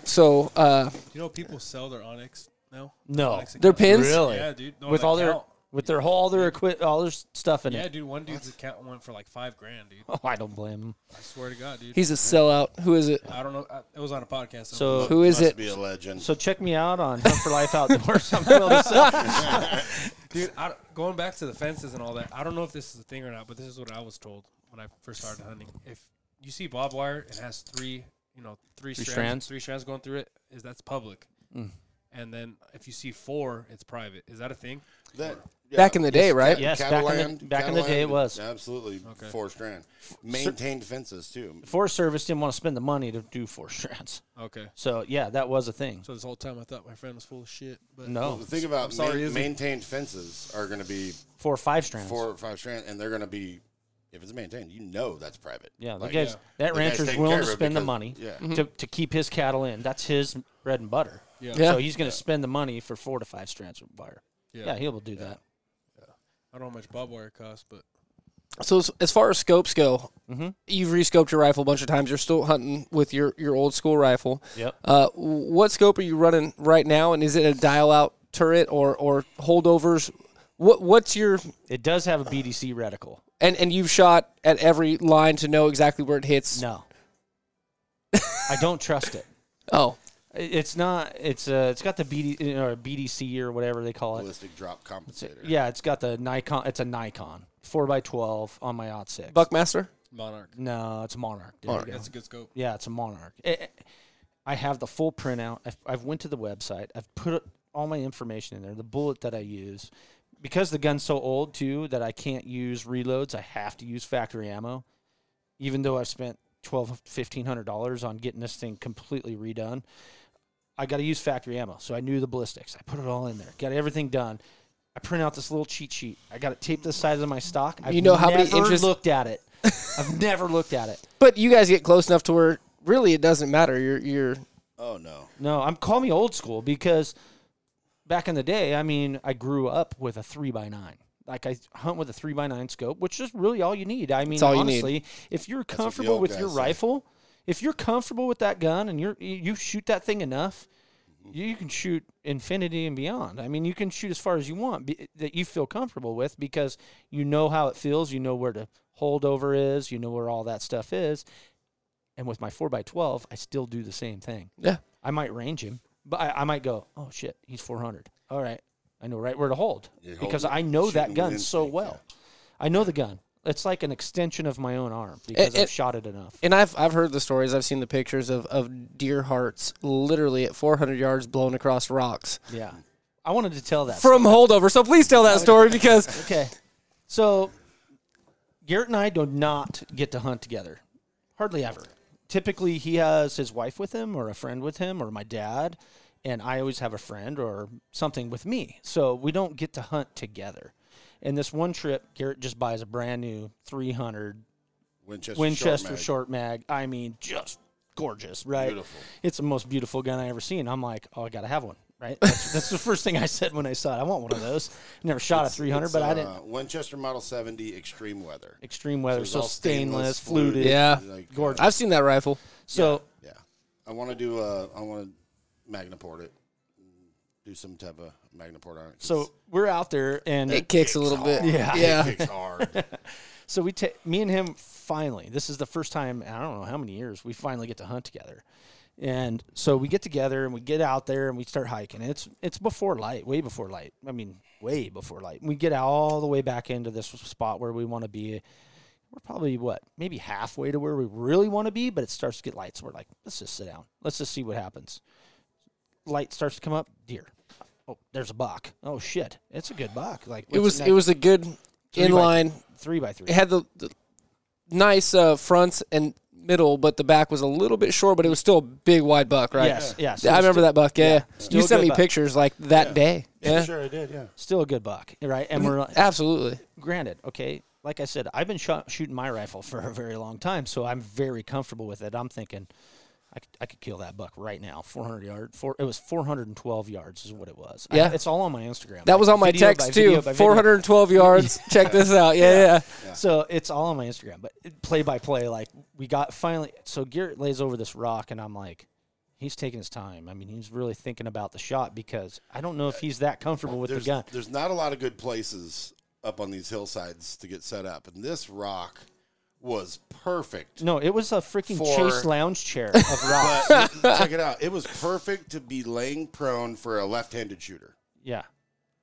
Speaker 5: so uh,
Speaker 8: You know, people sell their Onyx now.
Speaker 7: No.
Speaker 8: Onyx
Speaker 5: their
Speaker 8: account.
Speaker 5: pins
Speaker 7: really
Speaker 8: Yeah, dude. No,
Speaker 7: with
Speaker 8: that
Speaker 7: all their
Speaker 8: count.
Speaker 7: with their whole all their equip all their s- stuff in
Speaker 8: Yeah,
Speaker 7: it.
Speaker 8: dude. One dude's account went for like five grand, dude.
Speaker 7: Oh, I don't blame them.
Speaker 8: I swear to God, dude.
Speaker 5: he's a sellout who is it
Speaker 8: I don't know. I, it was on a podcast.
Speaker 7: So
Speaker 5: who is
Speaker 6: Oh, Must
Speaker 5: it
Speaker 6: be a legend.
Speaker 7: so check me out on Hunt for Life Outdoors. I'm Will DeSalle.
Speaker 8: dude, I, don't- going back to the fences and all that, I don't know if this is a thing or not, but this is what I was told when I first started hunting. If you see barbed wire, it has three, you know, three, strands,
Speaker 7: strands?
Speaker 8: three strands going through it. Is that's public? And then if you see four, it's private. Is that a thing?
Speaker 6: That-
Speaker 5: back in the day right
Speaker 7: Yes, back in the-
Speaker 6: Catalan-
Speaker 7: back in the day it
Speaker 6: Catalan,
Speaker 7: was.
Speaker 6: absolutely four strand maintained fences too.
Speaker 7: Forest Service didn't want to spend the money to do four strands.
Speaker 8: Okay.
Speaker 7: So yeah, that was a thing.
Speaker 8: So this whole time I thought my friend was full of shit, but
Speaker 7: No,
Speaker 6: The thing about
Speaker 8: sorry,
Speaker 6: main-
Speaker 8: is it-
Speaker 6: maintained fences are going to be
Speaker 7: four or five strands.
Speaker 6: four or five strand, and they're going to be if it's maintained, you know that's private.
Speaker 7: Yeah, the
Speaker 6: Like,
Speaker 7: guys, that
Speaker 6: The guy's
Speaker 7: rancher's
Speaker 6: taking
Speaker 7: willing
Speaker 6: care
Speaker 7: to
Speaker 6: of it
Speaker 7: spend the
Speaker 6: because-
Speaker 7: money
Speaker 6: yeah. Mm-hmm.
Speaker 7: to, to keep his cattle in. That's his bread and butter.
Speaker 8: Yeah.
Speaker 5: Yeah.
Speaker 7: So he's going to spend the money for four to five strands of wire. Yeah,
Speaker 8: Yeah.
Speaker 7: he will do that.
Speaker 8: I don't know how much barbed wire costs, but
Speaker 5: so as, as far as scopes go
Speaker 7: Mm-hmm.
Speaker 5: you've re-scoped your rifle a bunch of times you're still hunting with your, your old school rifle
Speaker 7: Yep.
Speaker 5: uh, what scope are you running right now and is it a dial out turret or, or holdovers what, what's your
Speaker 7: It does have a BDC reticle.
Speaker 5: And and you've shot at every line to know exactly where it hits.
Speaker 7: No, I don't trust it.
Speaker 5: Oh,
Speaker 7: It- It's not. It's uh. It's got the BD or BDC or whatever they call it.
Speaker 6: ballistic drop compensator.
Speaker 7: Yeah, it's got the Nikon. It's a Nikon four x twelve on my odd six.
Speaker 5: Buckmaster.
Speaker 8: Monarch.
Speaker 7: No, it's a Monarch. dude. Yeah.
Speaker 8: That's a good scope.
Speaker 7: Yeah, it's a Monarch. Eh, eh, I have the full printout. I've, I've went to the website. I've put all my information in there. The bullet that I use, because the gun's so old too that I can't use reloads. I have to use factory ammo, even though I've spent twelve fifteen hundred dollars on getting this thing completely redone. I got to use factory ammo, so I knew the ballistics. I put it all in there. Got everything done. I print out this little cheat sheet. I got it taped to the side of my stock. I've
Speaker 5: You know how many
Speaker 7: never
Speaker 5: inches-
Speaker 7: looked at it. I've never looked at it.
Speaker 5: But you guys get close enough to where really it doesn't matter. You're you're
Speaker 6: Oh no.
Speaker 7: No, I'm call me old school because back in the day, I mean, I grew up with a three by nine. Like I hunt with a three by nine scope, which is really all you need. I mean,
Speaker 5: all you need.
Speaker 7: honestly, if you're comfortable
Speaker 6: old
Speaker 7: with your
Speaker 6: guys say.
Speaker 7: rifle, if you're comfortable with that gun and you're you you shoot that thing enough, you can shoot infinity and beyond. I mean, you can shoot as far as you want be, that you feel comfortable with because you know how it feels, you know where to hold over is, you know where all that stuff is. And with my 4x12, I still do the same thing.
Speaker 5: yeah.
Speaker 7: I might range him, but I, I might go, oh shit, he's 400. All right, I know right where to hold
Speaker 6: You're
Speaker 7: because
Speaker 6: holding-
Speaker 7: I know that
Speaker 6: shooting
Speaker 7: gun
Speaker 6: with
Speaker 7: so
Speaker 6: instinct,
Speaker 7: well. I know the gun. It's like an extension of my own arm because
Speaker 5: it-
Speaker 7: I've shot it enough.
Speaker 5: And I've I've heard the stories. I've seen the pictures of of deer hearts literally at 400 yards blown across rocks
Speaker 7: yeah, I wanted to tell that
Speaker 5: from holdover. So please tell that story because
Speaker 7: Okay. So Garrett and I do not get to hunt together. Hardly ever. Typically he has his wife with him or a friend with him or my dad and I always have a friend or something with me. So we don't get to hunt together. And this one trip, Garrett just buys a brand new 300
Speaker 6: Winchester,
Speaker 7: Winchester
Speaker 6: short mag.
Speaker 7: short mag. I mean, just gorgeous, right?
Speaker 6: Beautiful.
Speaker 7: It's the most beautiful gun I ever seen. I'm like, oh, I gotta have one, right? That's, that's the first thing I said when I saw it. I want one of those. Never shot a 300,
Speaker 6: It's,
Speaker 7: but I
Speaker 6: uh,
Speaker 7: didn't.
Speaker 6: Winchester Model 70 Extreme Weather.
Speaker 7: Extreme weather,
Speaker 6: it's
Speaker 7: so,
Speaker 6: all
Speaker 7: stainless,
Speaker 6: stainless,
Speaker 7: fluted.
Speaker 6: fluted.
Speaker 5: Yeah.
Speaker 6: Like,
Speaker 7: Gorgeous.
Speaker 5: I've seen that rifle.
Speaker 7: So
Speaker 6: Yeah, I want to do. Uh, I want to Magnaport it. Do some type of Magnaport on it. 'cause
Speaker 7: so we're out there, and
Speaker 5: It kicks a little bit.
Speaker 7: Yeah.
Speaker 5: Yeah.
Speaker 6: it kicks hard.
Speaker 7: so we take me and him finally. This is the first time I don't know how many years we finally get to hunt together, and so we get together and we get out there and we start hiking. It's it's before light, way before light. I mean, way before light. We get all the way back into this spot where we want to be. We're probably what maybe halfway to where we really want to be, but it starts to get light. So we're like, let's just sit down. Let's just see what happens. Light starts to come up. Deer. Oh, there's a buck. Oh shit, it's a good buck. Like
Speaker 5: It
Speaker 7: what's
Speaker 5: was
Speaker 7: in
Speaker 5: it
Speaker 7: that
Speaker 5: was a good
Speaker 7: by
Speaker 5: inline.
Speaker 7: three by three.
Speaker 5: It had the, the nice uh, fronts and middle, but the back was a little bit short. But it was still a big wide buck, right?
Speaker 7: Yes, yeah. So
Speaker 5: I
Speaker 7: it's
Speaker 5: remember that buck. Yeah,
Speaker 7: Still
Speaker 5: you
Speaker 7: a
Speaker 5: sent
Speaker 7: good
Speaker 5: me
Speaker 7: buck.
Speaker 5: pictures like that day. Yeah,
Speaker 6: Sure, I did. Yeah.
Speaker 7: still a good buck, right? And we're like,
Speaker 5: absolutely.
Speaker 7: granted, okay, like I said, I've been shot, shooting my rifle for a very long time, so I'm very comfortable with it. I'm thinking, I could, I could kill that buck right now, 400 yard. Four, it was 412 yards is what it was. I-
Speaker 5: Yeah.
Speaker 7: it's all on my Instagram.
Speaker 5: That
Speaker 7: Like,
Speaker 5: was on my
Speaker 7: video by
Speaker 5: text
Speaker 7: video
Speaker 5: too.
Speaker 7: by video.
Speaker 5: 412 yards. Check this out. Yeah, yeah.
Speaker 7: So it's all on my Instagram, but it- play by play, like we got finally. So Garrett lays over this rock, and I'm like, he's taking his time. I mean, he's really thinking about the shot because I don't know if he's that comfortable with the
Speaker 6: There's,
Speaker 7: gun.
Speaker 6: there's not a lot of good places up on these hillsides to get set up, and this rock was perfect.
Speaker 7: No, it was a freaking
Speaker 6: For-
Speaker 7: chase lounge chair of rocks.
Speaker 6: But check it out. It was perfect to be laying prone for a left-handed shooter.
Speaker 7: Yeah.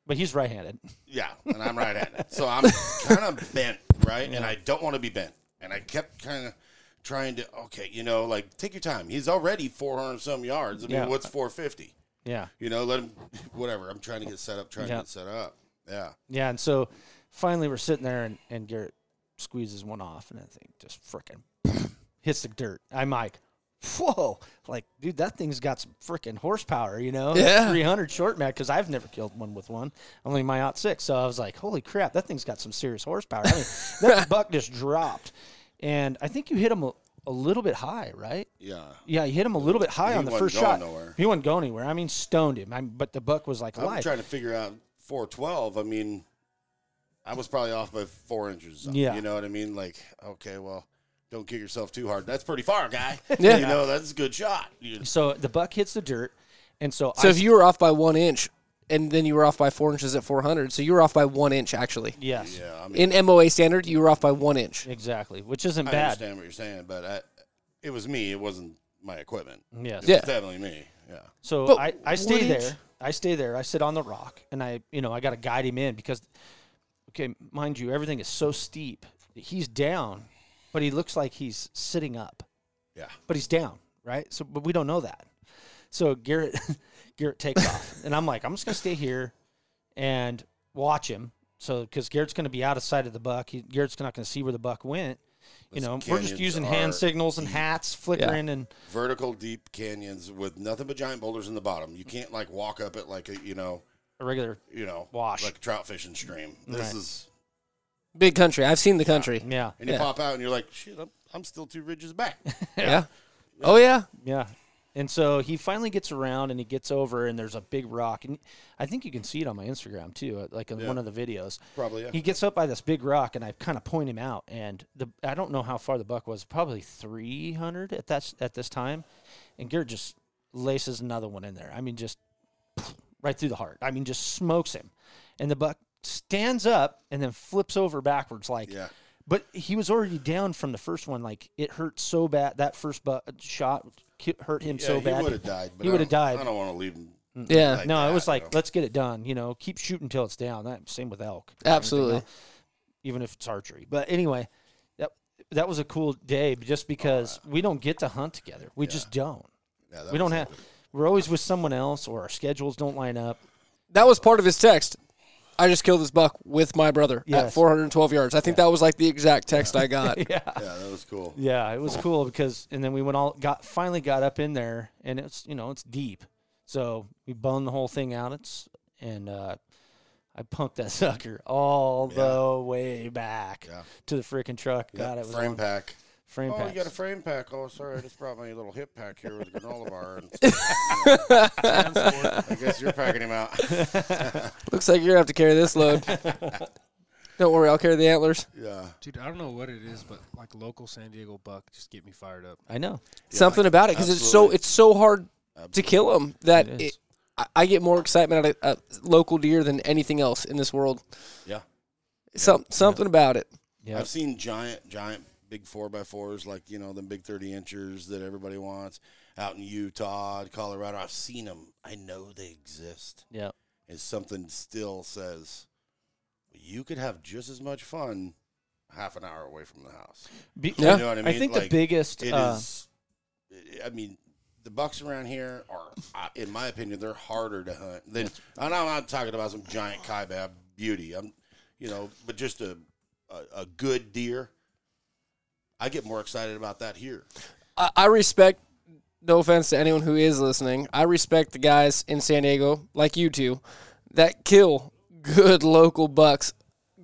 Speaker 7: But he's right handed.
Speaker 6: Yeah, and I'm right-handed, so I'm kind of bent, right? And I don't want to be bent, and I kept kind of trying to. Okay, you know, like take your time. He's already 400 some yards. I mean,
Speaker 7: Yeah.
Speaker 6: what's 450?
Speaker 7: Yeah.
Speaker 6: You know, let him. Whatever. I'm trying to get set up. Trying
Speaker 7: Yeah.
Speaker 6: to get set up. Yeah.
Speaker 7: Yeah. And so finally we're sitting there and, and Garrett squeezes one off and that thing just freaking hits the dirt. I'm like, whoa. Like, dude, that thing's got some freaking horsepower, you know?
Speaker 5: Yeah.
Speaker 7: 300 short mag because I've never killed one with one, only my out six. So I was like, holy crap, that thing's got some serious horsepower. I mean, that buck just dropped. And I think you hit him a, a little bit high, right?
Speaker 6: Yeah.
Speaker 7: Yeah, you hit him a little bit high
Speaker 6: He
Speaker 7: on the
Speaker 6: wasn't
Speaker 7: first
Speaker 6: going
Speaker 7: shot.
Speaker 6: nowhere.
Speaker 7: He wasn't going anywhere. I mean, stoned him. I, but the buck was like
Speaker 6: I'm
Speaker 7: alive.
Speaker 6: trying to figure out 412. I mean, I was probably off by four inches. Or something,
Speaker 7: Yeah.
Speaker 6: You know what I mean? Like, okay, well, don't kick yourself too hard. That's pretty far, guy.
Speaker 5: Yeah.
Speaker 6: You know, that's a good shot. You-
Speaker 7: so the buck hits the dirt, and so,
Speaker 5: So
Speaker 7: I,
Speaker 5: if you were off by one inch, and then you were off by four inches at 400, so you were off by one inch actually.
Speaker 7: yes,
Speaker 6: yeah. I mean,
Speaker 5: In MOA standard, you were off by one inch.
Speaker 7: exactly, which isn't
Speaker 6: I
Speaker 7: bad.
Speaker 6: understand what you're saying, but I, it was me. It wasn't my equipment.
Speaker 7: Yes.
Speaker 5: Yeah.
Speaker 6: It's definitely me. Yeah.
Speaker 7: So
Speaker 5: But
Speaker 7: I, I
Speaker 5: what
Speaker 7: stay
Speaker 5: age?
Speaker 7: there. I stay there. I sit on the rock, and I you know I got to guide him in because, okay, mind you, everything is so steep. He's down, but he looks like he's sitting up.
Speaker 6: Yeah.
Speaker 7: but he's down, right? So, but we don't know that. So Garrett, Garrett takes off, and I'm like, I'm just gonna stay here and watch him. So, because Garrett's gonna be out of sight of the buck, he, Garrett's not gonna see where the buck went. You know, we're just
Speaker 6: canyons
Speaker 7: using hand
Speaker 6: are
Speaker 7: signals and hats flickering, and
Speaker 6: Vertical, deep canyons with nothing but giant boulders in the bottom. You can't like walk up it like a, you know,
Speaker 7: a regular,
Speaker 6: you know,
Speaker 7: Wash.
Speaker 6: like a trout fishing stream. This
Speaker 7: Right.
Speaker 6: is
Speaker 5: Big country. I've seen the country.
Speaker 7: yeah,
Speaker 6: and you
Speaker 5: Yeah.
Speaker 6: pop out and you're like, shit, I'm, I'm still two ridges back.
Speaker 5: Yeah. Oh yeah.
Speaker 7: yeah. And so he finally gets around and he gets over, and there's a big rock, and I think you can see it on my Instagram too, uh, like in one of the videos.
Speaker 6: Probably, yeah.
Speaker 7: He gets up by this big rock, and I kind of point him out, and the I don't know how far the buck was, probably 300 at that at this time, and Garrett just laces another one in there. I mean, just right through the heart. I mean, just smokes him, and the buck stands up and then flips over backwards like.
Speaker 6: Yeah.
Speaker 7: But he was already down from the first one. Like it hurt so bad. That first bu- shot ki- hurt him so
Speaker 6: He
Speaker 7: bad.
Speaker 6: would have died. But
Speaker 7: He
Speaker 6: I
Speaker 7: would've
Speaker 6: don't-
Speaker 7: died. Mm.
Speaker 6: I don't want to leave him.
Speaker 5: Yeah.
Speaker 6: like
Speaker 7: no, it
Speaker 6: that,
Speaker 7: was
Speaker 6: you
Speaker 7: like
Speaker 6: know.
Speaker 7: let's get it done. You know, keep shooting until it's down. That same with elk.
Speaker 5: Absolutely.
Speaker 7: even if it's archery. But anyway, that that was a cool day just because we don't get to hunt together. We just don't.
Speaker 6: Oh, Yeah, that
Speaker 7: we don't
Speaker 6: was
Speaker 7: have. We're always with someone else, or our schedules don't line up.
Speaker 5: That was part of his text. I just killed this buck with my brother
Speaker 7: Yes.
Speaker 5: at 412 yards. I think that was like the exact text I got.
Speaker 6: Yeah, that was cool.
Speaker 7: Yeah, it was cool because, and then we went all got finally got up in there, and it's you know it's deep, so we boned the whole thing out. It's and uh, I I pumped that sucker all the way back
Speaker 6: Yeah.
Speaker 7: to the freaking truck.
Speaker 6: Yep,
Speaker 7: God, it was
Speaker 6: frame
Speaker 7: on-
Speaker 6: pack.
Speaker 7: Frame
Speaker 6: oh,
Speaker 7: pack.
Speaker 6: you got a frame pack. Oh, sorry, I just brought my little hip pack here with a granola bar. And I guess you're packing him out.
Speaker 5: Looks like you're gonna have to carry this load. Don't worry, I'll carry the antlers.
Speaker 6: Yeah.
Speaker 8: Dude, I don't know what it is, but like local San Diego buck just get me fired up.
Speaker 7: I know.
Speaker 5: Something about it because it's so
Speaker 6: absolutely.
Speaker 5: it's so hard to kill them that
Speaker 7: It
Speaker 5: it
Speaker 7: is.
Speaker 5: I- I get more excitement out of a local deer than anything else in this world.
Speaker 6: Yeah.
Speaker 5: Some, something about it.
Speaker 7: Yeah.
Speaker 6: I've seen giant, giant big four by fours, like you know, them big thirty inchers that everybody wants out in Utah, Colorado. I've seen them. I know they exist.
Speaker 7: Yeah.
Speaker 6: And something still says you could have just as much fun half an hour away from the house.
Speaker 7: Be-
Speaker 5: Yeah.
Speaker 6: You know what I mean?
Speaker 7: I think the
Speaker 6: Like,
Speaker 7: biggest.
Speaker 6: It is.
Speaker 7: uh,
Speaker 6: I mean, the bucks around here are, uh, in my opinion, they're harder to hunt than. And I'm not talking about some giant kaibab beauty. I'm, you know, but just a, a a good deer. I get more excited about that here.
Speaker 5: I, I respect. No offense to anyone who is listening. I respect the guys in San Diego, like you two, that kill good local bucks,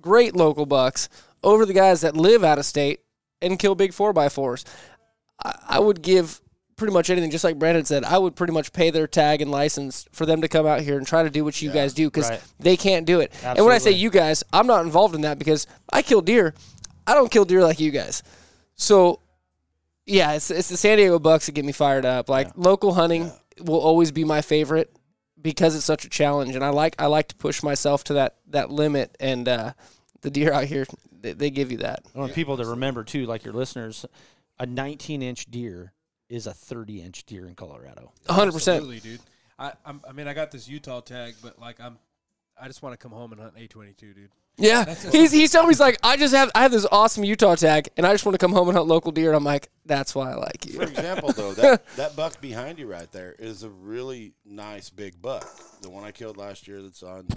Speaker 5: great local bucks, over the guys that live out of state and kill big four by fours. I, I would give pretty much anything, just like Brandon said. I would pretty much pay their tag and license for them to come out here and try to do what you guys do because
Speaker 7: Right.
Speaker 5: they can't do it. And when I say
Speaker 7: Absolutely.
Speaker 5: you guys, I'm not involved in that because I kill deer. I don't kill deer like you guys. So yeah, it's it's the San Diego Bucks that get me fired up. Like local hunting will always be my favorite because it's such a challenge, and I like I like to push myself to that that limit. And uh, the deer out here, they, they give you that.
Speaker 7: I want people to remember too, like your listeners, a 19 inch deer is a 30 inch deer in Colorado.
Speaker 5: 100. percent
Speaker 8: Absolutely, dude. I I'm, I mean, I got this Utah tag, but like I'm, I just want to come home and hunt A22, dude.
Speaker 5: Yeah, he's he's telling me he's like I just have I have this awesome Utah tag, and I just want to come home and hunt local deer. And I'm like, that's why I like
Speaker 6: For
Speaker 5: you.
Speaker 6: example, though, that, that buck behind you right there is a really nice big buck. The one I killed last year that's on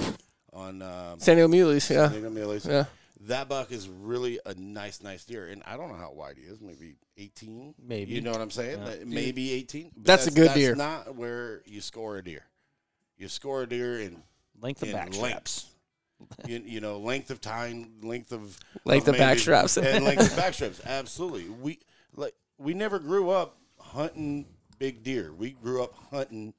Speaker 6: on um,
Speaker 5: San Diego Muleys, yeah,
Speaker 6: Diego Millie's.
Speaker 5: yeah.
Speaker 6: That buck is really a nice, nice deer, and I don't know how wide he is. Maybe eighteen.
Speaker 7: Maybe.
Speaker 6: you know what I'm saying. Like, Maybe eighteen. but
Speaker 5: That's a good deer.
Speaker 6: Not where you score a deer. You score a deer in,
Speaker 7: Length of
Speaker 6: in
Speaker 7: back straps.
Speaker 6: lengths. you, you know, length of time, length of
Speaker 5: Length of back
Speaker 6: maybe-
Speaker 5: straps.
Speaker 6: and length of back straps. Absolutely. We like we never grew up hunting big deer. We grew up hunting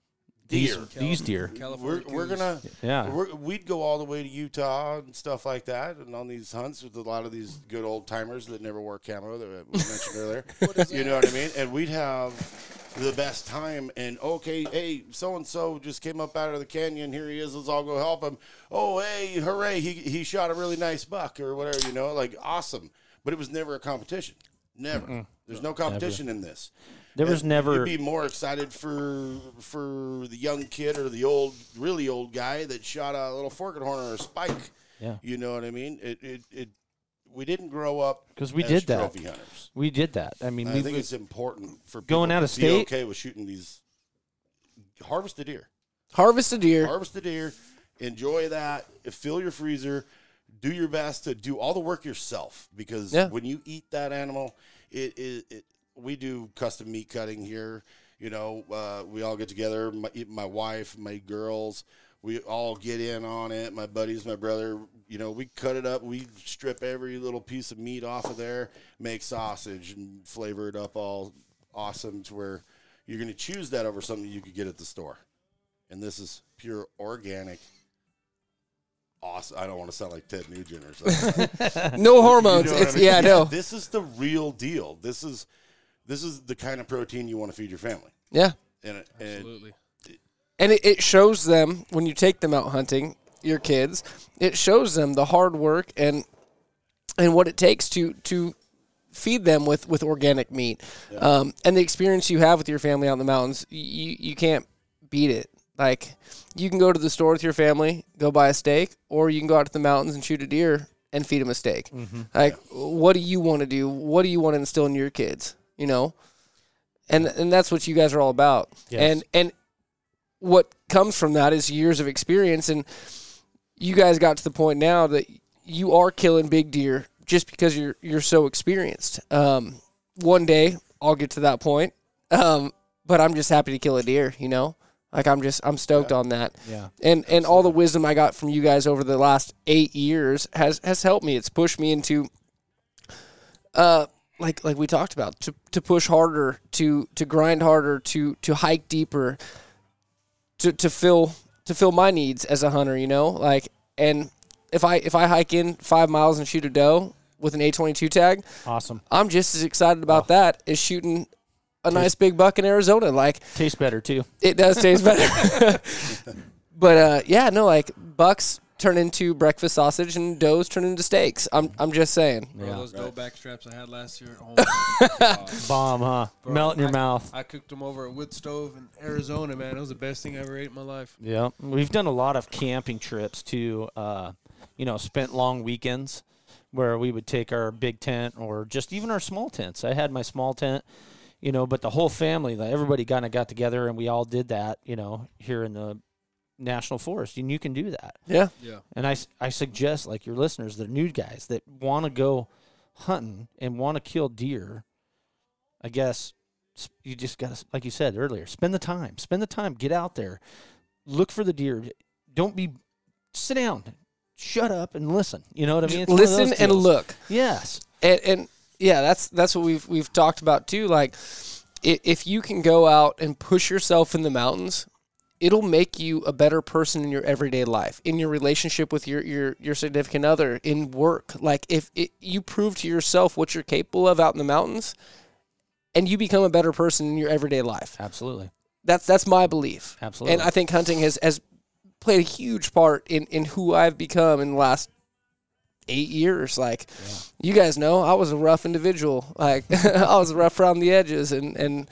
Speaker 7: These,
Speaker 6: deer.
Speaker 7: these deer.
Speaker 6: We're,
Speaker 8: California.
Speaker 6: we're
Speaker 8: coos.
Speaker 6: gonna
Speaker 7: Yeah.
Speaker 6: we're, we'd go all the way to Utah and stuff like that, and on these hunts with a lot of these good old timers that never wore camo that we mentioned earlier. you know what I mean? And we'd have the best time. And okay, hey, so and so just came up out of the canyon. Here he is. Let's all go help him. Oh, hey, hooray! He he shot a really nice buck or whatever. You know, like awesome. But it was never a competition. Never. There's no competition in this.
Speaker 7: There was
Speaker 6: And
Speaker 7: never.
Speaker 6: You'd be more excited for for the young kid or the old, really old guy that shot a little forked horn or a spike.
Speaker 7: Yeah.
Speaker 6: You know what I mean? It it, it we didn't grow up
Speaker 7: 'Cause we
Speaker 6: as
Speaker 7: did that.
Speaker 6: Trophy hunters.
Speaker 7: We did that. I mean,
Speaker 6: And
Speaker 7: we,
Speaker 6: I think it's important for people
Speaker 7: Going out
Speaker 6: to
Speaker 7: of
Speaker 6: be
Speaker 7: state?
Speaker 6: okay with shooting these. Harvest the deer.
Speaker 5: Harvest a deer.
Speaker 6: Harvest the deer. Enjoy that. Fill your freezer. Do your best to do all the work yourself because
Speaker 5: Yeah.
Speaker 6: when you eat that animal, it is. It, we do custom meat cutting here. You know, uh, we all get together. My, my wife, my girls, we all get in on it. My buddies, my brother. You know, we cut it up. We strip every little piece of meat off of there, make sausage, and flavor it up all awesome to where you're going to choose that over something you could get at the store and this is pure organic. Awesome. I don't want to sound like Ted Nugent or something.
Speaker 5: No
Speaker 6: You
Speaker 5: hormones.
Speaker 6: know what I
Speaker 5: it's
Speaker 6: mean?
Speaker 5: yeah, no.
Speaker 6: This is the real deal. This is this is the kind of protein you want to feed your family.
Speaker 5: Yeah.
Speaker 6: And, it- and
Speaker 8: Absolutely.
Speaker 5: And it, it shows them when you take them out hunting, your kids, it shows them the hard work and and what it takes to to feed them with with organic meat. Um, and the experience you have with your family out in the mountains, you you can't beat it. Like you can go to the store with your family, go buy a steak, or you can go out to the mountains and shoot a deer and feed them a steak. Like, what do you want to do? What do you want to instill in your kids? You know, and and that's what you guys are all about. And and what comes from that is years of experience and you guys got to the point now that you are killing big deer just because you're you're so experienced um one day I'll get to that point um but I'm just happy to kill a deer you know Like I'm just I'm stoked on that.
Speaker 7: Yeah.
Speaker 5: And and all the wisdom I got from you guys over the last eight years has has helped me. It's pushed me into uh like like we talked about to to push harder, to to grind harder, to to hike deeper, to to fill to fill my needs as a hunter, you know? Like and if I if I hike in 5 miles and shoot a doe with an A22 tag,
Speaker 7: Awesome.
Speaker 5: I'm just as excited
Speaker 7: Oh.
Speaker 5: about that as shooting a nice big buck in Arizona. Like
Speaker 7: Tastes better too.
Speaker 5: it does taste better. but uh, yeah, no, like bucks turn into breakfast sausage and does turn into steaks. I'm I'm just saying.
Speaker 8: Bro,
Speaker 7: Yeah.
Speaker 8: those dough back straps I had last year. Oh my God.
Speaker 7: Bomb, huh?
Speaker 8: Bro,
Speaker 7: Melt in your
Speaker 8: I-
Speaker 7: mouth.
Speaker 8: I cooked them over at wood stove in Arizona, man. It was the best thing I ever ate in my life.
Speaker 7: Yeah, we've done a lot of camping trips to, uh, you know, spent long weekends where we would take our big tent or just even our small tents. I had my small tent, you know, but the whole family, like everybody kind of got together and we all did that, you know, here in the national forest, and you can do that.
Speaker 5: Yeah.
Speaker 8: Yeah.
Speaker 7: And I, s- I suggest like your listeners, the new guys that want to go hunting and want to kill deer, I guess s- you just got to, like you said earlier, spend the time, spend the time, get out there, look for the deer. Don't be, sit down, shut up and listen. You know what I mean? It's one of those
Speaker 5: Listen and
Speaker 7: deals.
Speaker 5: look.
Speaker 7: Yes.
Speaker 5: and, and yeah, that's that's what we've we've talked about too. Like, i- if you can go out and push yourself in the mountains, it'll make you a better person in your everyday life, in your relationship with your your your significant other, in work. Like, if it, you prove to yourself what you're capable of out in the mountains, and you become a better person in your everyday life.
Speaker 7: Absolutely.
Speaker 5: That's that's my belief.
Speaker 7: Absolutely.
Speaker 5: And I think hunting has has played a huge part in in who I've become in the last eight years. Like you guys know, I was a rough individual. Like I was rough around the edges, and and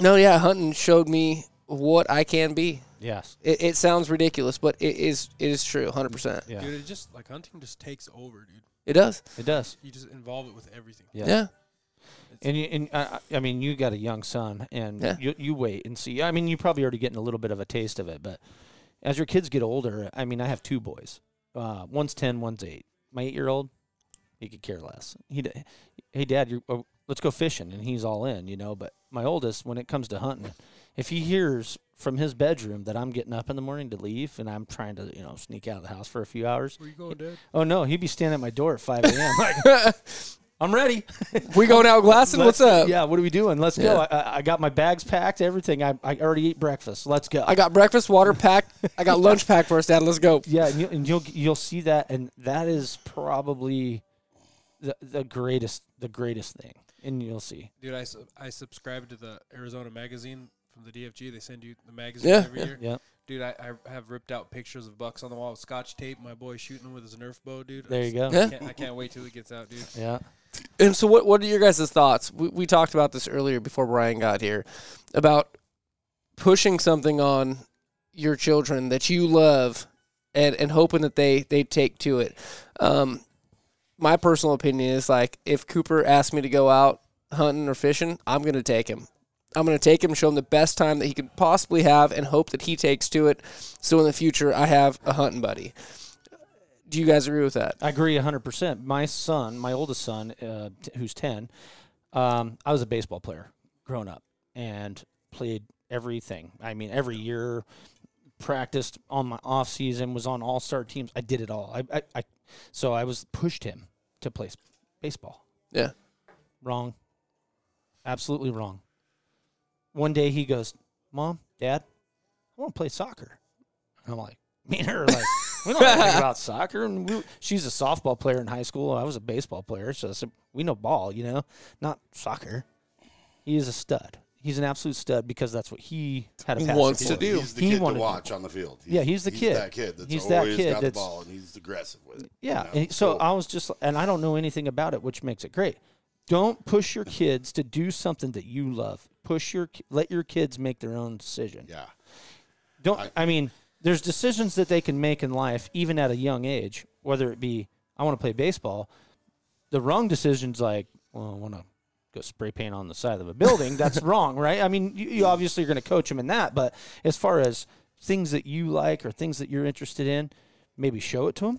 Speaker 5: no, yeah, hunting showed me what I can be.
Speaker 7: Yes.
Speaker 5: It, it sounds ridiculous, but it is it is true, hundred percent.
Speaker 7: Yeah.
Speaker 8: Dude, it just like hunting just takes over, dude.
Speaker 5: It does.
Speaker 7: It does.
Speaker 8: You just involve it with everything.
Speaker 7: Yeah.
Speaker 5: yeah.
Speaker 7: And you, and uh, I, I I mean, you got a young son, and
Speaker 5: Yeah.
Speaker 7: you you wait and see. I mean, you're probably already getting a little bit of a taste of it, but as your kids get older, I mean, I have two boys. Uh, one's ten, one's eight. My eight-year-old, he could care less. He, d- hey, Dad, you're, uh, let's go fishing, and he's all in, you know. But my oldest, when it comes to hunting, if he hears from his bedroom that I'm getting up in the morning to leave and I'm trying to, you know, sneak out of the house for a few hours,
Speaker 8: Where you going, Dad?
Speaker 7: oh no, he'd be standing at my door at five a.m. like, I'm ready.
Speaker 5: We going out glassing. What's
Speaker 7: Let's-
Speaker 5: up?
Speaker 7: Yeah, what are we doing? Let's go.
Speaker 5: Yeah.
Speaker 7: I- I, I got my bags packed, everything. I, I already ate breakfast. Let's go.
Speaker 5: I got breakfast, water packed. I got lunch packed for us, Dad. Let's go.
Speaker 7: yeah, and, you, and you'll you'll see that, and that is probably the the greatest the greatest thing, and you'll see.
Speaker 8: Dude, I, sub- I subscribe to the Arizona magazine from the DFG. They send you the magazine
Speaker 5: Yeah,
Speaker 8: every
Speaker 5: yeah.
Speaker 8: year.
Speaker 7: Yeah,
Speaker 8: Dude, I, I have ripped out pictures of bucks on the wall with scotch tape. My boy shooting them with his Nerf bow, dude. I
Speaker 7: there you
Speaker 8: just-
Speaker 7: go.
Speaker 5: Yeah.
Speaker 8: Can't, I can't wait till it gets out, dude.
Speaker 7: Yeah,
Speaker 5: And so, what what are your guys' thoughts? We, we talked about this earlier before Brian got here about pushing something on your children that you love and, and hoping that they, they take to it. Um, my personal opinion is like if Cooper asked me to go out hunting or fishing, I'm going to take him. I'm going to take him, show him the best time that he could possibly have, and hope that he takes to it. So in the future, I have a hunting buddy. Do you guys agree with that?
Speaker 7: I agree hundred percent. My son, my oldest son, uh, t- who's ten, um, I was a baseball player growing up and played everything. I mean, every year practiced on my off season, was on all star teams. I did it all. I, I, I so I was pushed him to play s- baseball.
Speaker 5: Yeah.
Speaker 7: Wrong. Absolutely wrong. One day he goes, Mom, Dad, I want to play soccer. And I'm like, me and her are like, we don't know anything about soccer. And we, she's a softball player in high school. I was a baseball player. So I said, we know ball, you know, not soccer. He is a stud. He's an absolute stud because that's what he had a passion
Speaker 5: Wants
Speaker 7: for.
Speaker 5: to do.
Speaker 6: He's the
Speaker 7: He
Speaker 6: kid
Speaker 7: wanted
Speaker 6: to watch on the field.
Speaker 7: Yeah, he's the kid.
Speaker 6: He's that kid that's
Speaker 7: He's that
Speaker 6: always
Speaker 7: kid
Speaker 6: got
Speaker 7: that's-
Speaker 6: the ball and he's aggressive with it. you
Speaker 7: Yeah.
Speaker 6: know?
Speaker 7: And so I was just, and I don't know anything about it, which makes it great. Don't push your kids to do something that you love. Push your, let your kids make their own decision.
Speaker 6: yeah,
Speaker 7: Don't I, mean? There's decisions that they can make in life, even at a young age. Whether it be I want to play baseball, the wrong decisions like well, I want to go spray paint on the side of a building. That's wrong, right? I mean, you, you obviously are going to coach them in that, but as far as things that you like or things that you're interested in, maybe show it to them.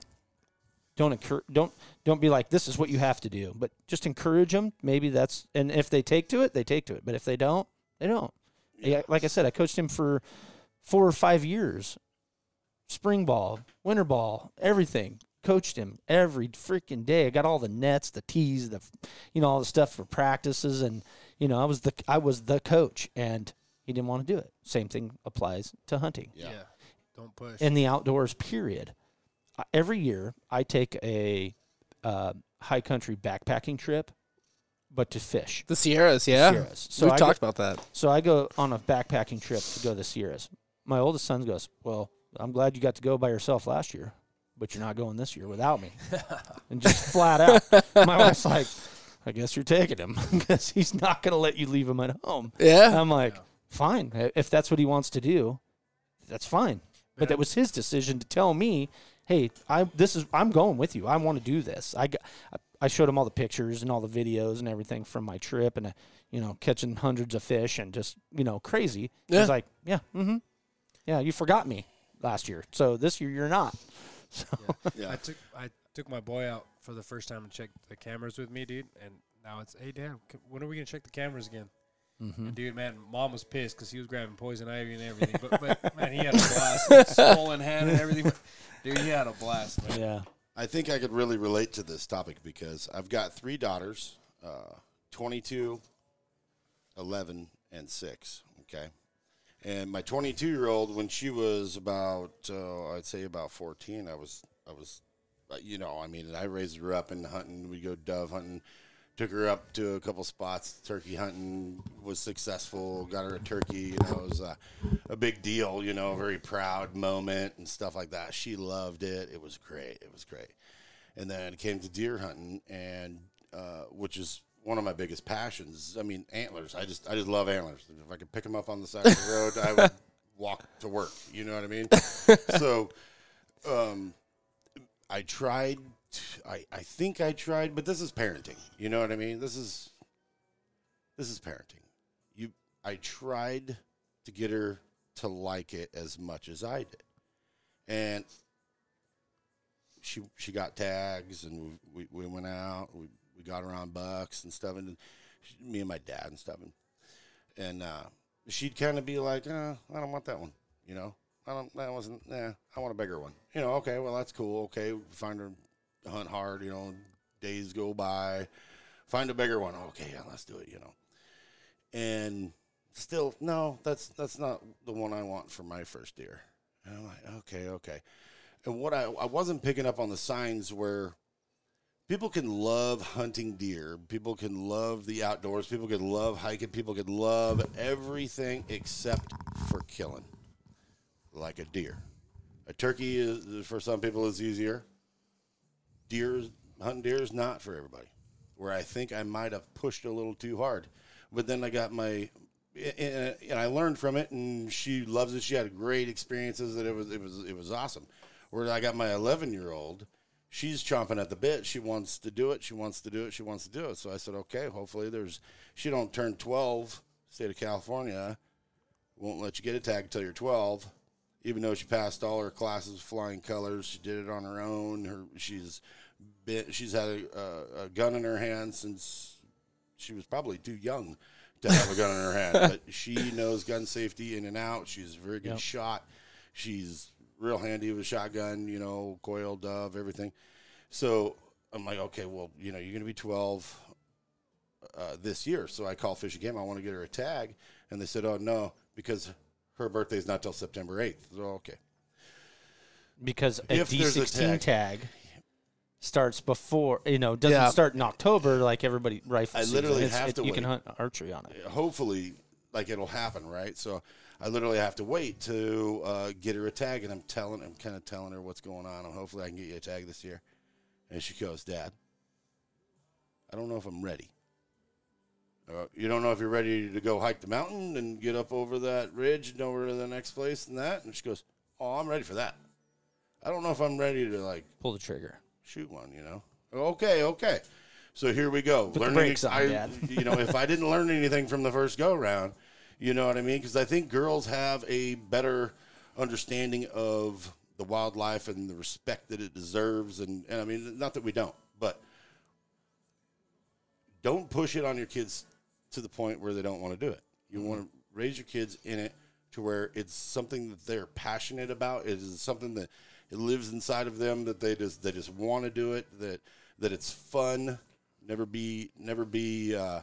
Speaker 7: Don't encourage. Don't don't be like this is what you have to do, but just encourage them. Maybe that's and if they take to it, they take to it. But if they don't, they don't. Yeah, like I said, I coached him for four or five years. Spring ball, winter ball, everything. Coached him every freaking day. I got all the nets, the tees, the you know all the stuff for practices, and you know I was the I was the coach, and he didn't want to do it. Same thing applies to hunting
Speaker 8: Yeah. Don't push.
Speaker 7: in the outdoors period I- every year i take a uh, high country backpacking trip but to fish
Speaker 5: The Sierras, yeah.
Speaker 7: Sierras. So
Speaker 5: We've
Speaker 7: I
Speaker 5: talked about that.
Speaker 7: so i go on a backpacking trip to go to the sierras my oldest son goes well i'm glad you got to go by yourself last year but you're not going this year without me and just flat out my wife's like i guess you're taking him because he's not going to let you leave him at home
Speaker 5: Yeah.
Speaker 7: i'm like fine I- if that's what he wants to do that's fine but that was his decision to tell me hey i this is i'm going with you i want to do this i got, i showed him all the pictures and all the videos and everything from my trip and uh, you know catching hundreds of fish and just you know crazy
Speaker 5: Yeah.
Speaker 7: he's like yeah mm-hmm yeah you forgot me last year so this year you're not
Speaker 6: Yeah.
Speaker 8: I took I took my boy out for the first time to check the cameras with me, dude. And now it's, hey, Dad, c- when are we gonna check the cameras again?
Speaker 6: Mm-hmm.
Speaker 8: And dude, man, mom was pissed because he was grabbing poison ivy and everything. But, but man, he had a blast, like, swollen hand and everything. Dude, he had a blast, man.
Speaker 7: yeah
Speaker 6: I think I could really relate to this topic because I've got three daughters uh, 22, 11, and 6. Okay. And my 22 year old, when she was about, uh, I'd say about 14, I was, I was, uh, you know, I mean, and I raised her up in hunting. We'd go dove hunting, took her up to a couple spots, turkey hunting, was successful, got her a turkey. You know, it was a, a big deal, you know, a very proud moment and stuff like that. She loved it. It was great. It was great and then it came to deer hunting and uh, which is one of my biggest passions i mean antlers i just i just love antlers if i could pick them up on the side of the road i would walk to work you know what i mean so um, i tried t- I, I think i tried but this is parenting you know what i mean this is this is parenting you i tried to get her to like it as much as i did and she she got tags and we, we, we went out we, we got her on bucks and stuff and she, me and my dad and stuff and, and uh, she'd kind of be like uh, I don't want that one you know I don't that wasn't yeah I want a bigger one you know okay well that's cool okay find her hunt hard you know days go by find a bigger one okay yeah let's do it you know and still no that's that's not the one I want for my first deer and I'm like okay okay and what I, I wasn't picking up on the signs where people can love hunting deer, people can love the outdoors, people can love hiking, people can love everything except for killing, like a deer. A turkey is, for some people is easier. Deer hunting deer is not for everybody. Where I think I might have pushed a little too hard, but then I got my and and I learned from it, and she loves it. She had great experiences. That it was it was it was awesome. Where I got my 11 year old, she's chomping at the bit. She wants to do it. She wants to do it. She wants to do it. So I said, okay, hopefully there's she don't turn 12. State of California won't let you get a tag until you're 12. Even though she passed all her classes, flying colors, she did it on her own. Her she's been, she's had a, a, a gun in her hand since she was probably too young to have a gun in her hand, but she knows gun safety in and out. She's a very good shot. She's real handy with a shotgun, you know, coil, dove, everything. So I'm like, okay, well, you know, you're going to be 12 uh, this year. So I call Fish and Game. I want to get her a tag. And they said, oh, no, because her birthday's not till September 8th. So, okay.
Speaker 7: because a
Speaker 6: If there's a
Speaker 7: D16 tag.
Speaker 6: tag.
Speaker 7: starts before you know doesn't
Speaker 5: Yeah.
Speaker 7: start in October like everybody rifle.
Speaker 6: I
Speaker 7: season.
Speaker 6: literally
Speaker 7: It's-
Speaker 6: have
Speaker 7: it-
Speaker 6: to
Speaker 7: You can
Speaker 6: wait.
Speaker 7: hunt archery on it.
Speaker 6: hopefully like it'll happen right so i literally have to wait to uh, get her a tag and i'm telling i'm kind of telling her what's going on and hopefully i can get you a tag this year and she goes dad i don't know if i'm ready uh, you don't know if you're ready to go hike the mountain and get up over that ridge and over to the next place and that and she goes oh i'm ready for that i don't know if i'm ready to like
Speaker 7: Pull the trigger.
Speaker 6: shoot one, you know. Okay, okay. So here we go.
Speaker 7: the brakes on,
Speaker 6: I,
Speaker 7: Dad.
Speaker 6: you know, if I didn't learn anything from the first go round, you know what I mean? Because I think girls have a better understanding of the wildlife and the respect that it deserves. And, and I mean, not that we don't, but
Speaker 7: Mm-hmm.
Speaker 6: don't push it on your kids to the point where they don't want to do it. You want to raise your kids in it to where it's something that they're passionate about. It is something that it lives inside of them that they just they just want to do it. That that it's fun. Never be never be uh,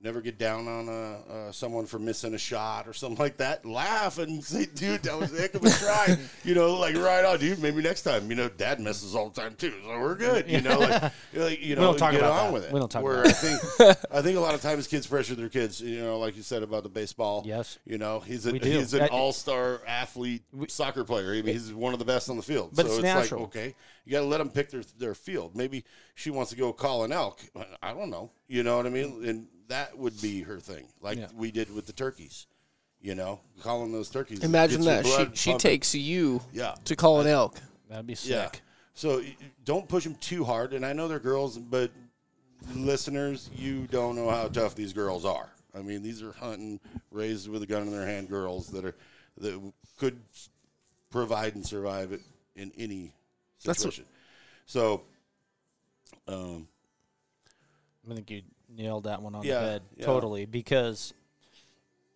Speaker 6: never get down on uh, uh, someone for missing a shot or something like that. Laugh and say, dude, that was a heck of a try. you know, like right on, dude. Maybe next time. You know, dad misses all the time too, so we're good. You know, like, like, you know,
Speaker 7: don't talk
Speaker 6: get
Speaker 7: about
Speaker 6: on
Speaker 7: that.
Speaker 6: with it.
Speaker 7: We don't talk
Speaker 6: Where
Speaker 7: about
Speaker 6: I think I think a lot of times kids pressure their kids. You know, like you said about the baseball.
Speaker 7: Yes.
Speaker 6: You know, he's a,
Speaker 7: We do.
Speaker 6: he's an
Speaker 7: That-
Speaker 6: all star athlete, soccer player. I mean, he's one of the best on the field.
Speaker 7: But
Speaker 6: so
Speaker 7: it's
Speaker 6: it's,
Speaker 7: natural.
Speaker 6: like okay, you got to let them pick their their field. Maybe she wants to go call an elk. I don't know. You know what I mean? And that would be her thing, like
Speaker 7: Yeah.
Speaker 6: we did with the turkeys. You know, calling those turkeys.
Speaker 5: Imagine
Speaker 6: gets your
Speaker 5: that. She,
Speaker 6: blood
Speaker 5: she
Speaker 6: pumping.
Speaker 5: takes you
Speaker 6: Yeah.
Speaker 5: to call an elk.
Speaker 7: That'd be sick.
Speaker 6: Yeah. So y- y- don't push them too hard. And I know they're girls, but listeners, you don't know how tough these girls are. I mean, these are hunting, raised with a gun in their hand girls that are that w- could s- provide and survive it in any
Speaker 5: That's what-
Speaker 6: situation. so, um,
Speaker 7: I think you nailed that one on
Speaker 6: Yeah,
Speaker 7: the head
Speaker 6: yeah.
Speaker 7: totally because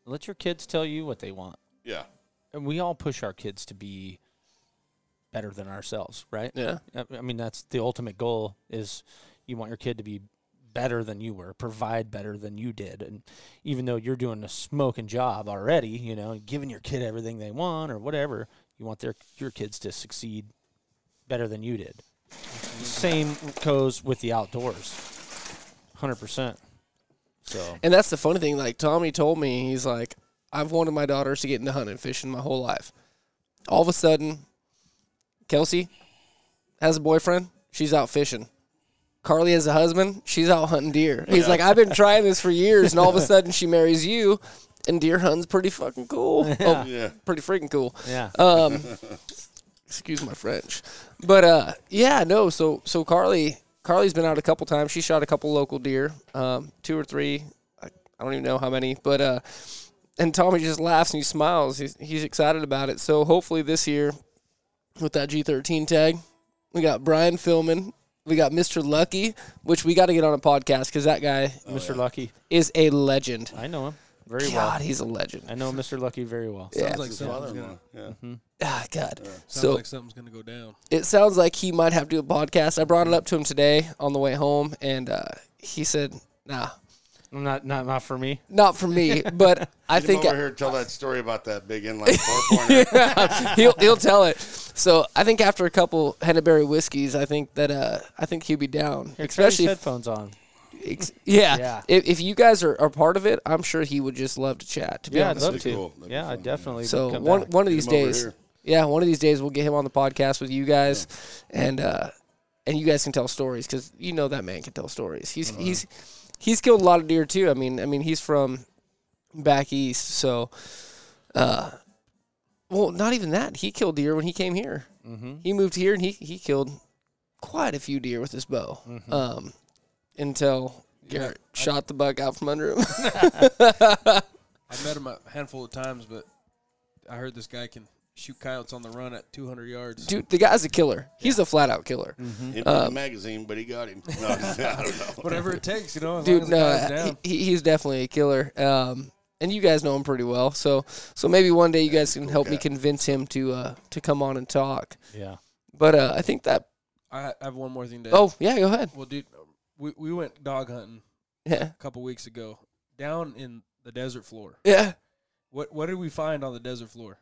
Speaker 7: let your kids tell you what they want.
Speaker 6: yeah,
Speaker 7: And we all push our kids to be better than ourselves, right?
Speaker 5: Yeah.
Speaker 7: I I mean, that's the ultimate goal is you want your kid to be better than you were, provide better than you did. And even though you're doing a smoking job already, you know, giving your kid everything they want or whatever, you want their your kids to succeed better than you did. Same goes with the outdoors. 100%. So,
Speaker 5: And that's the funny thing. Like Tommy told me, he's like, I've wanted my daughters to get into hunting and fishing my whole life. All of a sudden, Kelsey has a boyfriend. She's out fishing. Carly has a husband. She's out hunting deer. He's like, I've been trying this for years, and all of a sudden, she marries you, and deer hunting's pretty fucking cool. Oh,
Speaker 6: yeah.
Speaker 5: pretty freaking cool.
Speaker 7: yeah.
Speaker 5: Um, excuse my French, but uh, yeah, no. So so Carly, Carly's been out a couple times. She shot a couple local deer, um, two or three. I, I don't even know how many, but uh, and Tommy just laughs and he smiles. He's he's excited about it. So hopefully this year, with that G13 tag, we got Brian Philman. We got Mr. Lucky, which we got to get on a podcast because that guy
Speaker 7: Mr. Lucky,
Speaker 5: is a legend.
Speaker 7: I know him very well.
Speaker 5: God, he's a legend.
Speaker 7: I know Mr. Lucky very well.
Speaker 5: Yeah.
Speaker 8: Sounds like something's gonna,
Speaker 6: yeah.
Speaker 5: Ah, God.
Speaker 8: sounds
Speaker 5: so
Speaker 8: like something's gonna go down.
Speaker 5: it sounds like he might have to do a podcast. I brought it up to him today on the way home, and uh, he said, "Nah,
Speaker 7: Not not not for me.
Speaker 5: not for me." But I
Speaker 6: Get him
Speaker 5: think
Speaker 6: over here and tell that story about that big inline four pointer.
Speaker 5: uh, he'll he'll tell it. So I think after a couple Henneberry whiskeys, I think that uh, I think he'd be down,
Speaker 7: Here, turn these
Speaker 5: especially if,
Speaker 7: headphones on.
Speaker 5: ex- yeah,
Speaker 7: Yeah.
Speaker 5: If, if you guys are, are part of it, I'm sure he would just love to chat. To be
Speaker 7: Yeah, I'd
Speaker 5: honest,
Speaker 7: love
Speaker 6: That'd be
Speaker 7: to.
Speaker 6: cool. That'd be
Speaker 7: Yeah, I
Speaker 6: fun, yeah.
Speaker 7: definitely.
Speaker 5: so
Speaker 7: would come
Speaker 5: one
Speaker 7: back.
Speaker 5: one of these
Speaker 6: Get him over
Speaker 5: days,
Speaker 6: here.
Speaker 5: yeah, one of these days we'll get him on the podcast with you guys, and uh, and you guys can tell stories because you know that man can tell stories. He's
Speaker 6: Uh-huh.
Speaker 5: he's he's killed a lot of deer too. I mean, I mean he's from back east, so uh, well, not even that. He killed deer when he came here.
Speaker 6: Mm-hmm.
Speaker 5: He moved here and he he killed quite a few deer with his bow.
Speaker 6: Mm-hmm.
Speaker 5: Um, until Garrett shot the buck out from under him.
Speaker 8: I've met him a handful of times, but I heard this guy can shoot coyotes on the run at 200 yards.
Speaker 5: Dude, the guy's a killer. He's a flat out killer.
Speaker 6: Him in the
Speaker 5: Um,
Speaker 6: magazine, but he got him. No, I don't know.
Speaker 8: Whatever it takes, you know. As long
Speaker 5: dude
Speaker 8: as
Speaker 5: no
Speaker 8: the guy's down.
Speaker 5: he, he- he's definitely a killer um, and you guys know him pretty well so so maybe one day you guys can help me convince him to uh, to come on and talk
Speaker 7: Yeah.
Speaker 5: but uh, i think that
Speaker 8: I I have one more thing to.
Speaker 5: oh yeah go ahead
Speaker 8: well, dude, we we went dog hunting
Speaker 5: yeah
Speaker 8: a couple weeks ago down in the desert floor.
Speaker 5: yeah
Speaker 8: What what did we find on the desert floor?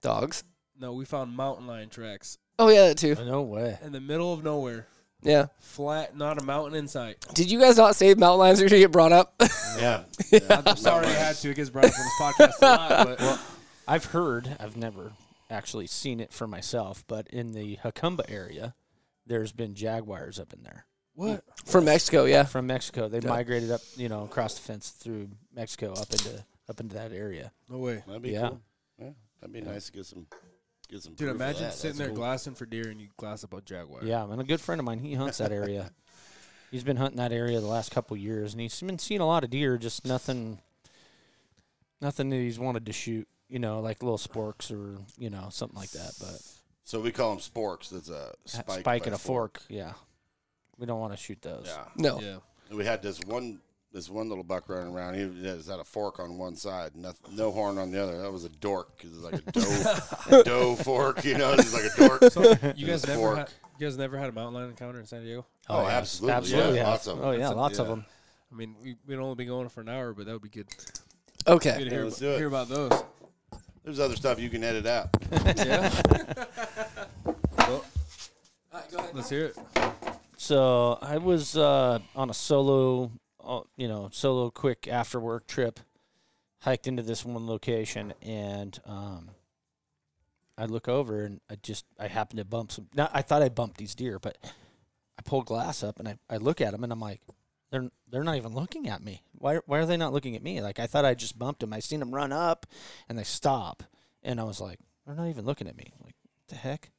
Speaker 5: dogs
Speaker 8: No, we found mountain lion tracks
Speaker 5: oh yeah that too
Speaker 7: No way.
Speaker 8: in the middle of nowhere,
Speaker 5: yeah
Speaker 8: flat, not a mountain in sight.
Speaker 5: did you guys not say mountain lions are gonna get brought up
Speaker 6: yeah.
Speaker 8: I'm sorry I had to. It gets brought up on this podcast a lot, but
Speaker 7: I've heard. I've never actually seen it for myself, but in the Hakumba area, there's been jaguars up in there
Speaker 8: what?
Speaker 5: from mexico yeah
Speaker 7: from Mexico. They
Speaker 5: Yeah.
Speaker 7: migrated up, you know, across the fence through Mexico up into up into that area.
Speaker 8: No way,
Speaker 6: That'd be
Speaker 7: Yeah.
Speaker 6: cool. Yeah, that'd be nice to get some, get some.
Speaker 8: dude.
Speaker 6: proof of
Speaker 8: Imagine
Speaker 6: that.
Speaker 8: sitting
Speaker 6: That's
Speaker 8: there
Speaker 6: cool.
Speaker 8: glassing for deer and you glass up a jaguar.
Speaker 7: Yeah, man. A good friend of mine, he hunts that area. he's been hunting that area the last couple years, and he's been seeing a lot of deer, just nothing, nothing that he's wanted to shoot. You know, like little sporks or you know something like that. But
Speaker 6: So we call them sporks. That's a
Speaker 7: ha-
Speaker 6: spike,
Speaker 7: spike
Speaker 6: by
Speaker 7: and a fork, yeah. We don't want to shoot those.
Speaker 6: Yeah,
Speaker 5: no
Speaker 8: yeah.
Speaker 6: and we had this one this one little buck running around. He has had a fork on one side, no, no horn on the other. That was a dork because it's like a doe, doe fork. You know, it's like a dork.
Speaker 8: You guys
Speaker 6: It's
Speaker 8: never
Speaker 6: fork.
Speaker 8: had, you guys never had a mountain lion encounter in San Diego?
Speaker 6: Oh, absolutely,
Speaker 7: Absolutely
Speaker 6: yeah,
Speaker 7: have.
Speaker 6: lots of them.
Speaker 7: Oh yeah, lots of
Speaker 6: yeah.
Speaker 7: them.
Speaker 8: I mean, we, we'd only be going for an hour, but that would be good. Good to
Speaker 5: Okay.
Speaker 8: hear,
Speaker 6: let's do it.
Speaker 8: hear about those.
Speaker 6: There's other stuff you can edit out.
Speaker 8: Let's hear it.
Speaker 7: So I was uh, on a solo, uh, you know, solo quick after work trip. Hiked into this one location, and um, I look over, and I just I happened to bump some. Not, I thought I bumped these deer, but I pull glass up, and I, I look at them, and I'm like, they're they're not even looking at me. Why why are they not looking at me? Like I thought I just bumped them. I seen them run up, and they stop, and I was like, they're not even looking at me. Like what the heck?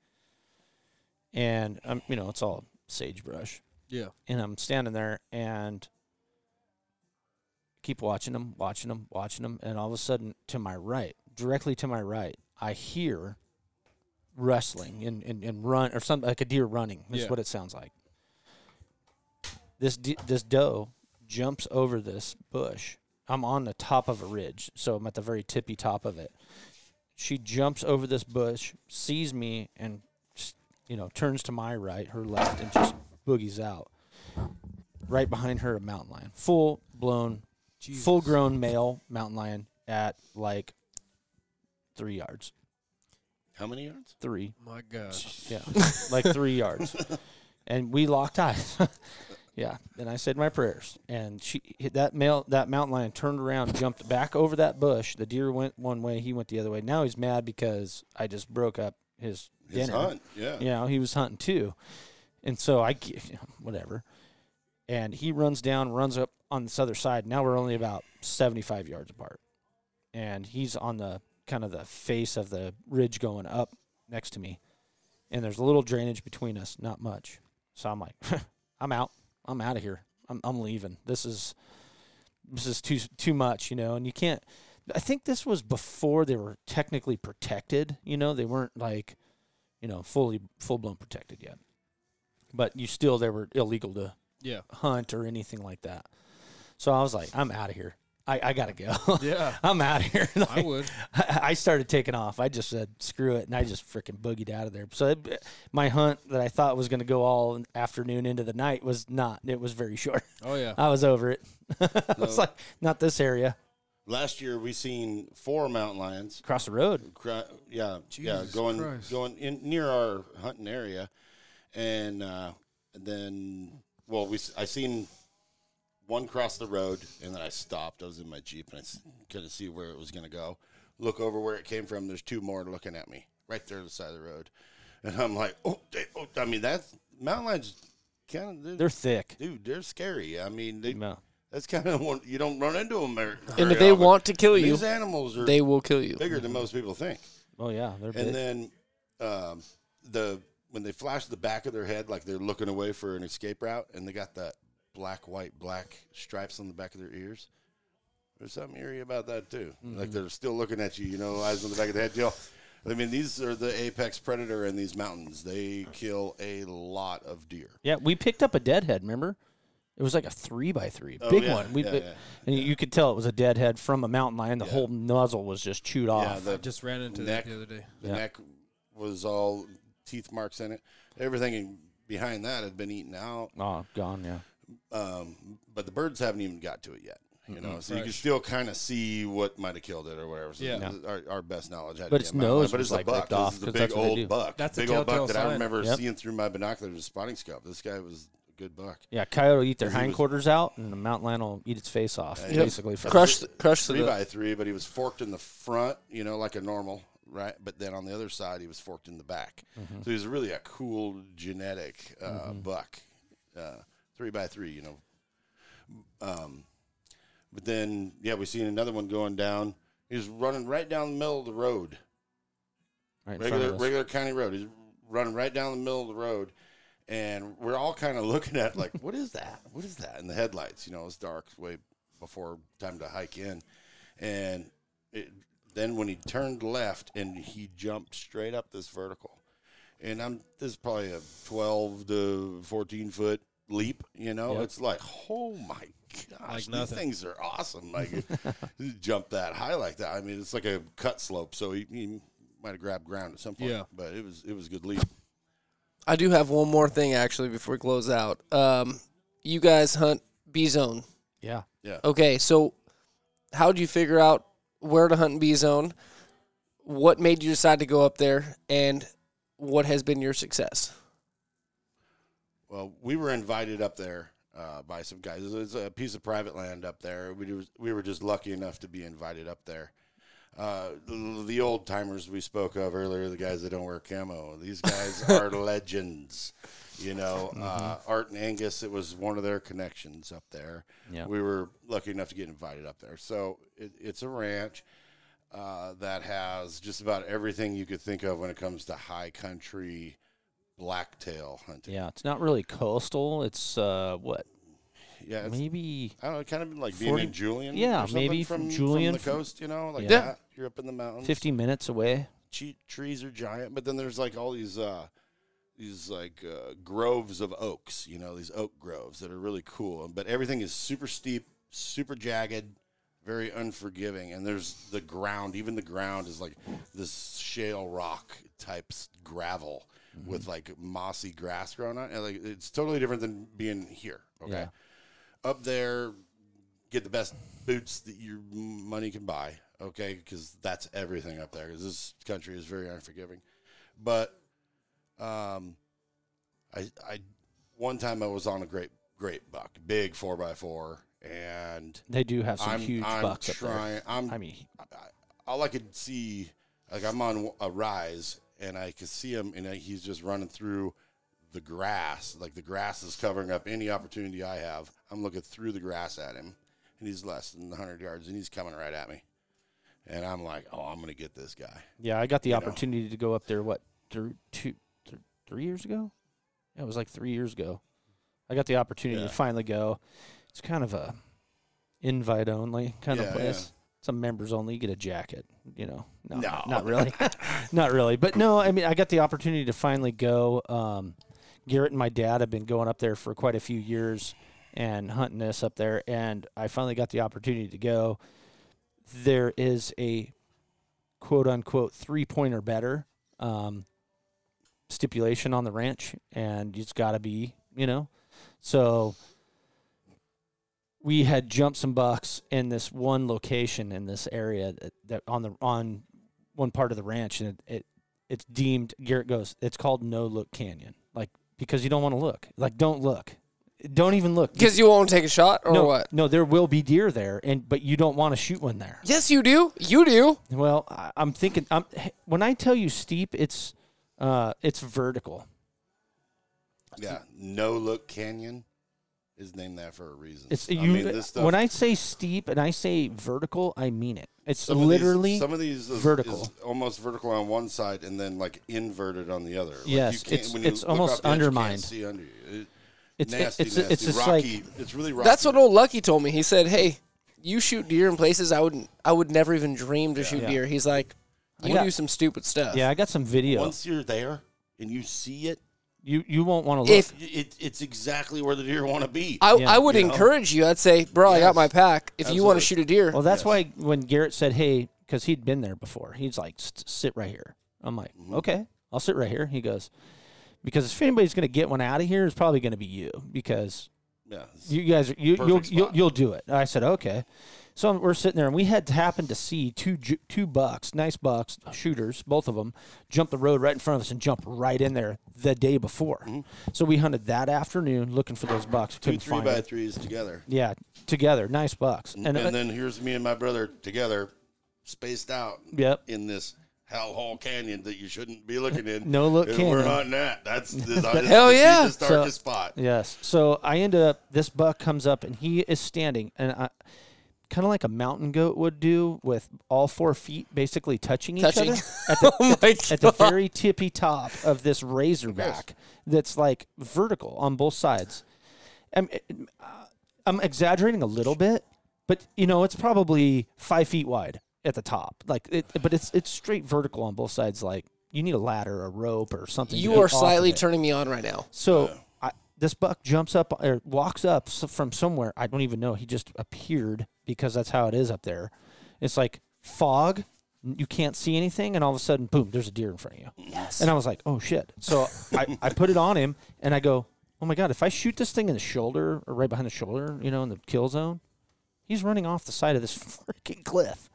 Speaker 7: And I'm you know it's all sagebrush
Speaker 8: Yeah.
Speaker 7: and I'm standing there and keep watching them, watching them, watching them, and all of a sudden, to my right, directly to my right, I hear wrestling and, and, and run or something like a deer running. That's
Speaker 8: Yeah.
Speaker 7: what it sounds like. This de- this doe jumps over this bush. I'm on the top of a ridge, so I'm at the very tippy top of it. She jumps over this bush, sees me, and s- you know turns to my right, her left, and just boogies out. Right behind her, a mountain lion, full blown, full grown male mountain lion at like three yards,
Speaker 6: How many yards?
Speaker 7: three
Speaker 8: My God.
Speaker 7: yeah, like three yards, and we locked eyes. yeah, and I said my prayers, and she that male that mountain lion turned around, jumped back over that bush. The deer went one way, he went the other way. Now he's mad because I just broke up his,
Speaker 6: His
Speaker 7: dinner.
Speaker 6: hunt. Yeah.
Speaker 7: You know, he was hunting too, and so I g- whatever, and he runs down, runs up on this other side. Now we're only about seventy five yards apart, and he's on the kind of the face of the ridge going up next to me and there's a little drainage between us, not much. So I'm like, I'm out. I'm out of here. I'm I'm leaving. This is this is too too much, you know. And you can't. I think this was before they were technically protected. You know, they weren't like, you know, fully full blown protected yet. But you still they were illegal to
Speaker 8: Yeah.
Speaker 7: hunt or anything like that. So I was like, I'm out of here. I, I gotta go.
Speaker 8: Yeah.
Speaker 7: I'm out of here.
Speaker 8: I
Speaker 7: Like,
Speaker 8: would.
Speaker 7: I I started taking off. I just said screw it, and I just freaking boogied out of there. So it, my hunt that I thought was going to go all afternoon into the night was not. It was very short.
Speaker 8: Oh, yeah.
Speaker 7: I was over it. I was
Speaker 6: So-
Speaker 7: like, not this area.
Speaker 6: Last year we seen four mountain lions.
Speaker 7: Across the road.
Speaker 6: cra- yeah, yeah,
Speaker 8: Jesus
Speaker 6: going
Speaker 8: Christ.
Speaker 6: going in near our hunting area, and uh, then well, we s- I seen one cross the road, and then I stopped. I was in my jeep, and I s- couldn't see where it was gonna go. Look over where it came from. There's two more looking at me right there on the side of the road, and I'm like, oh, they, oh I mean that's mountain lions, kind of
Speaker 7: They're thick.
Speaker 6: dude, they're scary. I mean, they,
Speaker 7: No.
Speaker 6: that's kind of one you don't run into them. Very
Speaker 5: And if they want to kill you,
Speaker 6: these animals are
Speaker 5: they will kill you.
Speaker 6: bigger than most people think.
Speaker 7: Oh yeah, they're big.
Speaker 6: And then um, the when they flash the back of their head like they're looking away for an escape route, and they got that black, white, black stripes on the back of their ears. There's something eerie about that too.
Speaker 7: Mm-hmm.
Speaker 6: Like they're still looking at you, you know, eyes on the back of the head. You know, I mean, these are the apex predator in these mountains. They kill a lot of deer.
Speaker 7: yeah, we picked up a deadhead. Remember, it was like a three by three,
Speaker 6: Oh,
Speaker 7: big
Speaker 6: yeah,
Speaker 7: one. We,
Speaker 6: yeah,
Speaker 7: it-
Speaker 6: yeah,
Speaker 7: and you could tell it was a deadhead from a mountain lion. The whole nozzle was just chewed
Speaker 6: Yeah,
Speaker 7: off.
Speaker 6: Uh, the,
Speaker 8: Just ran into
Speaker 6: neck.
Speaker 8: that the other day.
Speaker 6: the
Speaker 7: Yeah.
Speaker 6: neck was all teeth marks in it. Everything in- behind that had been eaten out.
Speaker 7: oh, gone. Yeah.
Speaker 6: um, but the birds haven't even got to it yet. You know, so you can
Speaker 8: Fresh.
Speaker 6: still kind of see what might have killed it or whatever. So
Speaker 8: Yeah.
Speaker 6: th- our, our best knowledge. Had
Speaker 7: But
Speaker 6: to
Speaker 7: its
Speaker 6: be a mountain lion,
Speaker 7: nose
Speaker 6: but
Speaker 7: was,
Speaker 6: it's a
Speaker 7: like,
Speaker 6: buck.
Speaker 7: ripped off,
Speaker 6: This is
Speaker 7: 'cause
Speaker 6: a
Speaker 7: that's
Speaker 6: big
Speaker 7: what they
Speaker 6: old
Speaker 7: do.
Speaker 6: buck.
Speaker 8: That's a
Speaker 6: big old
Speaker 8: telltale
Speaker 6: buck that I
Speaker 8: sign.
Speaker 6: remember
Speaker 7: Yep.
Speaker 6: seeing through my binoculars with spotting scope. This guy was a good buck.
Speaker 7: Yeah, coyote will eat their
Speaker 6: Because he was-
Speaker 7: hindquarters out, and the mountain lion will eat its face off,
Speaker 6: Yep.
Speaker 7: basically. For
Speaker 5: Crush, the, crush
Speaker 6: Three
Speaker 5: the.
Speaker 6: by three, but he was forked in the front. You know, like a normal. Right, but then on the other side, he was forked in the back.
Speaker 5: Mm-hmm.
Speaker 6: So he was really a cool genetic uh, buck, uh, three by three. You know, Um, But then, yeah, we seen another one going down. He's running right down the middle of the road,
Speaker 7: right in front
Speaker 6: regular
Speaker 7: of us.
Speaker 6: regular county road. He's running right down the middle of the road, and we're all kind of looking at like, what is that? What is that? And the headlights, you know, it's dark way before time to hike in, and it, then when he turned left and he jumped straight up this vertical, and I'm this is probably a twelve to fourteen foot leap. You know,
Speaker 8: Yep.
Speaker 6: it's like, oh my gosh,
Speaker 8: Like
Speaker 6: these
Speaker 8: nothing.
Speaker 6: things are awesome. Like you jump that high like that. I mean, it's like a cut slope, so he, he might have grabbed ground at some point.
Speaker 8: Yeah.
Speaker 6: but it was it was a good leap.
Speaker 5: I do have one more thing actually before we close out. Um, you guys hunt B zone.
Speaker 7: Yeah.
Speaker 5: Okay, so how did you figure out where to hunt in B zone? What made you decide to go up there, and what has been your success?
Speaker 6: Well, we were invited up there uh, by some guys. It was a piece of private land up there. We was, we were just lucky enough to be invited up there. Uh, the, the old timers we spoke of earlier, the guys that don't wear camo, these guys are legends. You know,
Speaker 7: Mm-hmm.
Speaker 6: uh, Art and Angus, it was one of their connections up there.
Speaker 7: Yeah.
Speaker 6: We were lucky enough to get invited up there. So it, it's a ranch uh, that has just about everything you could think of when it comes to high country blacktail hunting.
Speaker 7: Yeah. It's not really coastal. It's uh, what?
Speaker 6: yeah it's-
Speaker 7: Maybe.
Speaker 6: I don't know, kind of like being
Speaker 7: 40
Speaker 6: in Julian.
Speaker 7: Yeah,
Speaker 6: or something
Speaker 7: maybe from
Speaker 6: from,
Speaker 7: Julian,
Speaker 6: from the
Speaker 7: from-
Speaker 6: coast. You know, like
Speaker 7: Yeah.
Speaker 6: that. You're up in the mountains.
Speaker 7: 50 minutes away.
Speaker 6: che- trees are giant, but then there's like all these uh, these like uh, groves of oaks. You know, these oak groves that are really cool. But everything is super steep, super jagged, very unforgiving. And there's the ground. Even the ground is like this shale rock type s- gravel
Speaker 7: Mm-hmm.
Speaker 6: with like mossy grass growing on. it. And like it's totally different than being here. Okay,
Speaker 7: Yeah.
Speaker 6: up there, get the best boots that your money can buy. Okay, because that's everything up there. 'cause this country is very unforgiving. But um, I I one time I was on a great great buck, big four by four, and
Speaker 7: They do have some
Speaker 6: I'm
Speaker 7: huge
Speaker 6: I'm
Speaker 7: bucks up there.
Speaker 6: trying. I'm
Speaker 7: I mean,
Speaker 6: I, all I could see, like I'm on a rise, and I could see him, and I, he's just running through the grass. Like the grass is covering up any opportunity I have. I'm looking through the grass at him, and he's less than 100 yards, and he's coming right at me. And I'm like, oh, I'm gonna get this guy.
Speaker 7: yeah, I got the
Speaker 6: you know.
Speaker 7: opportunity to go up there, what, through two, th- three years ago? Yeah, it was like three years ago. I got the opportunity
Speaker 6: Yeah.
Speaker 7: to finally go. It's kind of a invite only kind
Speaker 6: Yeah, yeah.
Speaker 7: of place. Some members only. You get a jacket, you know. No,
Speaker 6: No.
Speaker 7: not really. not really. But no, I mean, I got the opportunity to finally go. Um, Garrett and my dad have been going up there for quite a few years and hunting this up there. And I finally got the opportunity to go. There is a quote unquote three pointer better um, stipulation on the ranch, and it's got to be, you know. So we had jumped some bucks in this one location in this area that, that on the on one part of the ranch, and it, it it's deemed Garrett goes. It's called No Look Canyon, like because you don't want to look. Like don't look, don't even look.
Speaker 5: Because you won't take a shot or
Speaker 7: no,
Speaker 5: what?
Speaker 7: no, there will be deer there, and but you don't want to shoot one there.
Speaker 5: Yes, you do. You do.
Speaker 7: Well, I, I'm thinking. I'm when I tell you steep, it's uh, it's vertical.
Speaker 6: Yeah, no look canyon is named that for a reason.
Speaker 7: It's
Speaker 6: I
Speaker 7: you.
Speaker 6: mean, this stuff-
Speaker 7: when I say steep and I say vertical, I mean it. It's
Speaker 6: some of these-
Speaker 7: literally
Speaker 6: some of these is,
Speaker 7: vertical.
Speaker 6: is almost vertical on one side and then like inverted on the other. Like, you
Speaker 7: Yes,
Speaker 6: can't-
Speaker 7: it's-
Speaker 6: when you
Speaker 7: it's
Speaker 6: look
Speaker 7: almost
Speaker 6: off the edge, you can't
Speaker 7: undermined.
Speaker 6: see under you. It-
Speaker 7: it's
Speaker 6: nasty,
Speaker 7: it's
Speaker 6: nasty.
Speaker 7: it's just
Speaker 6: rocky.
Speaker 7: like
Speaker 6: it's really rocky.
Speaker 5: That's what old Lucky told me. He said, "Hey, you shoot deer in places I would not I would never even dream to shoot
Speaker 7: Yeah.
Speaker 5: deer." He's like, "You
Speaker 7: got-
Speaker 5: do some stupid stuff."
Speaker 7: yeah. I got some video.
Speaker 6: once you're there and you see it,
Speaker 7: you you won't want to look.
Speaker 5: If
Speaker 6: y- it, it's exactly where the deer want to be.
Speaker 5: I,
Speaker 7: Yeah.
Speaker 5: I would
Speaker 6: You know?
Speaker 5: encourage you. I'd say, bro, I got
Speaker 6: Yes.
Speaker 5: my pack. If you want
Speaker 6: Absolutely.
Speaker 5: to shoot a deer,
Speaker 7: well, that's why when Garrett said, "Hey," because he'd been there before. He's like, "S- "Sit right here." I'm like,
Speaker 6: Mm-hmm.
Speaker 7: "Okay, I'll sit right here." He goes, "Because if anybody's going to get one out of here, it's probably going to be you because
Speaker 6: yeah, it's-
Speaker 7: you guys are- you you'll,
Speaker 6: Perfect
Speaker 7: you'll
Speaker 6: spot.
Speaker 7: you'll do it. I said okay. So I'm- we're sitting there, and we had happened to see two ju- two bucks, nice bucks, shooters, both of them, jump the road right in front of us and jump right in there the day before. So we hunted that afternoon looking for those bucks.
Speaker 6: Mm-hmm. two
Speaker 7: Couldn't
Speaker 6: three
Speaker 7: find
Speaker 6: by
Speaker 7: them.
Speaker 6: threes together,
Speaker 7: Yeah, together, nice bucks.
Speaker 6: and,
Speaker 7: And, uh,
Speaker 6: then here's me and my brother together, spaced out
Speaker 7: yep,
Speaker 6: in this hellhole canyon that you shouldn't be looking in.
Speaker 7: No look
Speaker 6: and
Speaker 7: canyon.
Speaker 6: We're hunting that. That's this,
Speaker 5: Hell yeah.
Speaker 6: The darkest spot.
Speaker 7: yes. So I end up this buck comes up and he is standing and I. Kind of like a mountain goat would do, with all four feet basically touching,
Speaker 5: Touching.
Speaker 7: each other at the,
Speaker 5: oh my
Speaker 7: at the very tippy top of this razorback that's like vertical on both sides. I'm, uh, I'm exaggerating a little bit, but you know it's probably five feet wide at the top. Like, it, but it's it's straight vertical on both sides. Like you need a ladder, a rope, or something. to
Speaker 5: you
Speaker 7: get
Speaker 5: are
Speaker 7: off of
Speaker 5: slightly
Speaker 7: it.
Speaker 5: turning me on right now.
Speaker 7: So I, This buck jumps up or walks up s- from somewhere. I don't even know. He just appeared because that's how it is up there. It's like fog. You can't see anything, and all of a sudden, boom! There's a deer in front of you. Yes. And I was like, "Oh shit!" So I, I put it on him, and I go, "Oh my god! If I shoot this thing in the shoulder or right behind the shoulder, you know, in the kill zone, he's running off the side of this freaking cliff.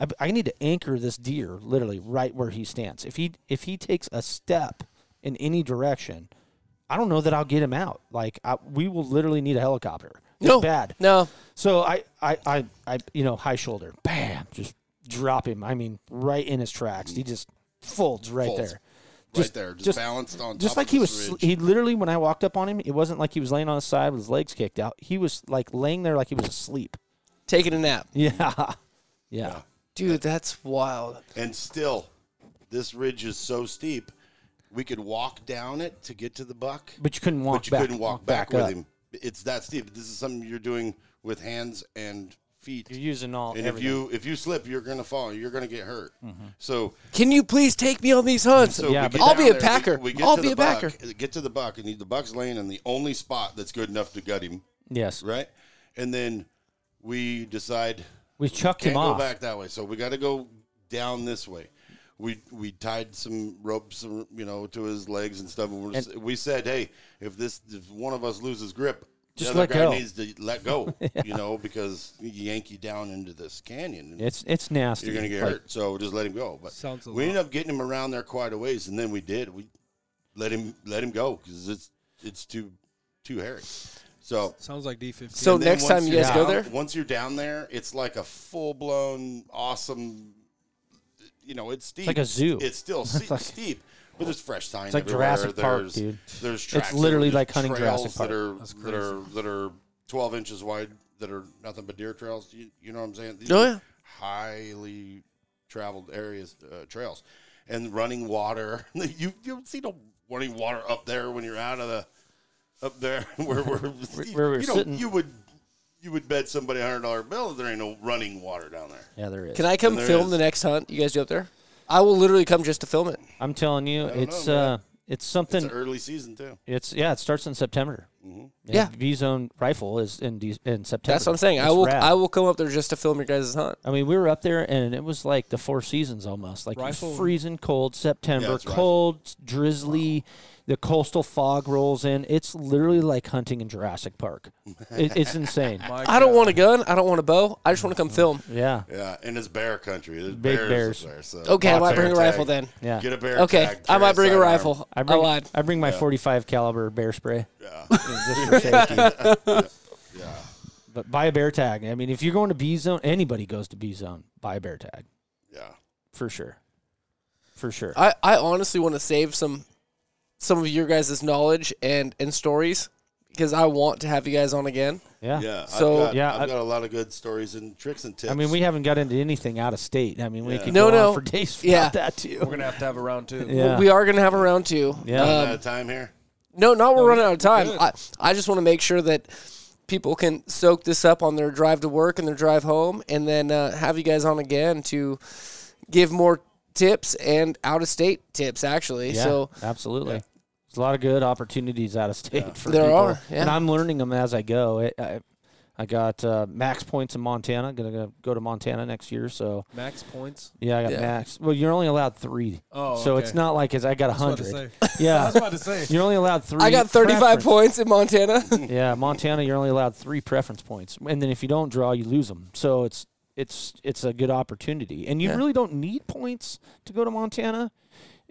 Speaker 7: I, I need to anchor this deer literally right where he stands. If he if he takes a step in any direction, I don't know that I'll get him out. Like I, we will literally need a helicopter. It's
Speaker 5: No.
Speaker 7: bad.
Speaker 5: No.
Speaker 7: So I, I I I you know high shoulder, bam, just drop him. I mean, right in his tracks. He just folds right
Speaker 6: Folds.
Speaker 7: there.
Speaker 6: there, just balanced on
Speaker 7: Just
Speaker 6: top
Speaker 7: like
Speaker 6: of
Speaker 7: he was,
Speaker 6: this
Speaker 7: sl-
Speaker 6: ridge.
Speaker 7: he literally when I walked up on him, it wasn't like he was laying on his side with his legs kicked out. He was like laying there like he was asleep.
Speaker 5: Taking a nap.
Speaker 7: Yeah. Yeah.
Speaker 5: Dude, that's wild.
Speaker 6: And still, this ridge is so steep, we could walk down it to get to the buck,
Speaker 7: But you couldn't walk
Speaker 6: but you
Speaker 7: back.
Speaker 6: couldn't walk back,
Speaker 7: up.
Speaker 6: with him. It's that steep. This is something you're doing with hands and feet.
Speaker 7: You're using all
Speaker 6: and if
Speaker 7: everything.
Speaker 6: you if you slip, you're gonna fall. You're gonna get hurt. So
Speaker 5: Can you please take me on these hunts?
Speaker 6: So
Speaker 7: Yeah,
Speaker 6: we get
Speaker 7: but-
Speaker 5: I'll
Speaker 6: down
Speaker 5: be a
Speaker 6: there,
Speaker 5: packer.
Speaker 6: We, we get
Speaker 5: I'll
Speaker 6: to
Speaker 5: be
Speaker 6: the
Speaker 5: a packer.
Speaker 6: Buck, get to the buck, and the buck's laying in the only spot that's good enough to gut him,
Speaker 7: Yes.
Speaker 6: right? And then we decide
Speaker 7: We chucked
Speaker 6: can't
Speaker 7: him
Speaker 6: go
Speaker 7: off.
Speaker 6: back that way, so we got to go down this way. We we tied some ropes, some, you know, to his legs and stuff, and, we're, s- we said, hey, if this if one of us loses grip.
Speaker 7: Just
Speaker 6: the other
Speaker 7: let
Speaker 6: guy
Speaker 7: go.
Speaker 6: needs to let go, you know, because you yank you down into this canyon. and
Speaker 7: It's it's nasty.
Speaker 6: you're gonna get
Speaker 7: Like,
Speaker 6: hurt. So just let him go. But
Speaker 8: Sounds a
Speaker 6: we
Speaker 8: lot.
Speaker 6: ended up getting him around there quite a ways, and then we did. We let him let him go because it's it's too too hairy. So
Speaker 8: Sounds like D15.
Speaker 5: So
Speaker 6: and then
Speaker 5: next
Speaker 6: once
Speaker 5: time you
Speaker 6: you're
Speaker 5: guys go
Speaker 6: down-
Speaker 5: there,
Speaker 6: once you're down there, it's like a full blown awesome. You know, it's steep.
Speaker 7: like a zoo.
Speaker 6: It's still se-
Speaker 7: like-
Speaker 6: steep. But there's fresh sign.
Speaker 7: like
Speaker 6: everywhere.
Speaker 7: Jurassic Park,
Speaker 6: there's,
Speaker 7: dude.
Speaker 6: There's tracks.
Speaker 7: literally
Speaker 6: there's
Speaker 7: like hunting
Speaker 6: trails
Speaker 7: Jurassic Park.
Speaker 6: that are that are that are 12 inches wide that are nothing but deer trails. You, you know what I'm saying? These
Speaker 5: Oh,
Speaker 6: are
Speaker 5: yeah.
Speaker 6: Highly traveled areas, uh, trails, and running water. you you don't see no running water up there when you're out of the up there where we're
Speaker 7: where we're
Speaker 6: you don't-
Speaker 7: sitting.
Speaker 6: You would you would bet somebody a hundred dollar bill that there ain't no running water down there.
Speaker 7: yeah, there is.
Speaker 5: Can I come
Speaker 6: There
Speaker 5: film
Speaker 6: is.
Speaker 5: the next hunt you guys do up there? I will literally come just to film it.
Speaker 7: I'm telling you,
Speaker 6: don't
Speaker 7: it's
Speaker 6: know, man.
Speaker 7: uh it's
Speaker 6: It's
Speaker 7: something
Speaker 6: an early season too.
Speaker 7: it's yeah, it starts in September.
Speaker 5: Yeah.
Speaker 7: V zone rifle is in de- in September.
Speaker 5: Mm-hmm. That's what I'm saying. I
Speaker 7: It's
Speaker 5: will
Speaker 7: rad.
Speaker 5: I will come up there just to film your guys' hunt.
Speaker 7: I mean, we were up there and it was like the four seasons almost. Like it was
Speaker 8: Rifle-
Speaker 7: freezing cold, September,
Speaker 6: Yeah, it's rifle.
Speaker 7: cold, drizzly, the coastal fog rolls in. It's literally like hunting in Jurassic Park. It, it's insane.
Speaker 5: I don't want a gun. I don't want a bow. I just want to
Speaker 6: Mm.
Speaker 5: come film.
Speaker 7: yeah.
Speaker 6: Yeah, and it's bear country. There's
Speaker 7: Big
Speaker 6: bears, up
Speaker 7: bears.
Speaker 6: there. So
Speaker 5: Okay, I might
Speaker 6: Bear
Speaker 5: bring a
Speaker 6: tag.
Speaker 5: rifle then.
Speaker 7: Yeah.
Speaker 6: Get a bear.
Speaker 5: Okay,
Speaker 6: tag,
Speaker 5: I
Speaker 6: carry
Speaker 5: might bring a
Speaker 6: sidearm.
Speaker 5: rifle.
Speaker 7: I bring,
Speaker 5: I lied.
Speaker 7: I bring my 45 caliber bear spray.
Speaker 6: Yeah.
Speaker 7: just for safety.
Speaker 6: Yeah.
Speaker 7: But buy a bear tag. I mean, if you're going to B zone, anybody goes to B zone, buy a bear tag
Speaker 6: Yeah.
Speaker 7: for sure, for sure.
Speaker 5: I, I honestly want to save some some of your guys' knowledge and and stories because I want to have you guys on again.
Speaker 7: yeah.
Speaker 6: Yeah.
Speaker 5: So-
Speaker 6: I've got,
Speaker 7: Yeah,
Speaker 6: I've
Speaker 7: I-
Speaker 6: got a lot of good stories and tricks and tips.
Speaker 7: I mean, we haven't got into anything out of state. I mean, we could
Speaker 5: No,
Speaker 7: go
Speaker 5: no.
Speaker 7: on for days without
Speaker 5: Yeah.
Speaker 7: that too.
Speaker 8: We're gonna have to have a round two.
Speaker 7: yeah.
Speaker 5: We are gonna have a round two. Um,
Speaker 7: Yeah.
Speaker 6: Running out of time here.
Speaker 5: No, not we're running out of time.
Speaker 8: good.
Speaker 5: I, I just want to make sure that people can soak this up on their drive to work and their drive home, and then uh, have you guys on again to give more tips and out of state tips. Actually,
Speaker 7: Yeah,
Speaker 5: so
Speaker 7: absolutely. There's a lot of good opportunities out of state for
Speaker 5: There
Speaker 7: people.
Speaker 5: are, yeah.
Speaker 7: and I'm learning them as I go. It, I, I got uh, max points in Montana. Gonna, gonna go to Montana next year, so
Speaker 8: Max points.
Speaker 7: yeah, I got
Speaker 5: Yeah.
Speaker 7: max. Well, you're only allowed three,
Speaker 8: Oh,
Speaker 7: so it's
Speaker 8: okay.
Speaker 7: not like it's I
Speaker 8: I
Speaker 7: got a
Speaker 8: was about to
Speaker 7: hundred.
Speaker 8: say. I
Speaker 7: Yeah,
Speaker 8: was about to say.
Speaker 7: you're only allowed three.
Speaker 5: I got 35
Speaker 7: preference-
Speaker 5: points in Montana.
Speaker 7: Yeah, Montana, you're only allowed three preference points, and then if you don't draw, you lose them. So it's it's it's a good opportunity, and you really don't need points to go to Montana.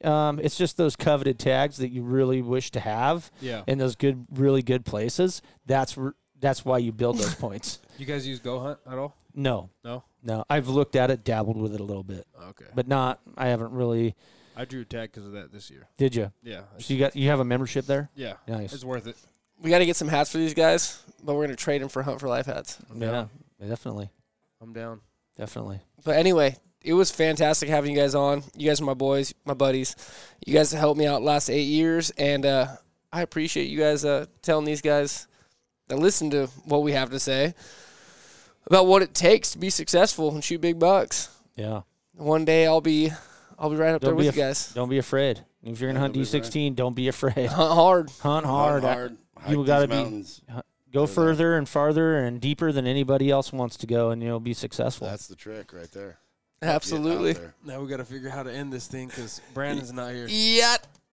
Speaker 7: Um, it's just those coveted tags that you really wish to have,
Speaker 8: Yeah.
Speaker 7: in those good, really good places. That's where that's why you build those points.
Speaker 8: You guys use Go Hunt at all?
Speaker 7: No,
Speaker 8: No.
Speaker 7: no, I've looked at it, dabbled with it a little bit,
Speaker 8: Okay.
Speaker 7: but not. I haven't really.
Speaker 8: I drew a tag because of that this year.
Speaker 7: Did you?
Speaker 8: Yeah.
Speaker 7: So you got you have a membership there?
Speaker 8: yeah.
Speaker 7: Nice.
Speaker 8: It's worth it.
Speaker 5: we got to get some hats for these guys, but we're gonna trade them for Hunt for Life hats.
Speaker 7: Yeah, definitely,
Speaker 8: I'm down.
Speaker 7: definitely.
Speaker 5: But anyway, it was fantastic having you guys on. You guys are my boys, my buddies. You guys have helped me out last eight years, and uh, I appreciate you guys uh, telling these guys that listen to what we have to say about what it takes to be successful and shoot big bucks.
Speaker 7: Yeah.
Speaker 5: One day I'll be, I'll be right up there
Speaker 7: Don't be
Speaker 5: with you
Speaker 7: af-
Speaker 5: guys.
Speaker 7: Don't be afraid. If you're gonna hunt
Speaker 6: don't be
Speaker 7: D16, don't be afraid.
Speaker 5: Hunt hard.
Speaker 7: Hunt hard.
Speaker 6: Hunt hard. Hike
Speaker 7: you
Speaker 6: these
Speaker 7: got to be
Speaker 6: mountains.
Speaker 7: go
Speaker 6: that.
Speaker 7: further and farther and deeper than anybody else wants to go, and you'll be successful.
Speaker 6: That's the trick right there. Get out
Speaker 5: Absolutely.
Speaker 6: there.
Speaker 8: Now we got to figure out how to end this thing because Brandon's not here.
Speaker 5: Yet.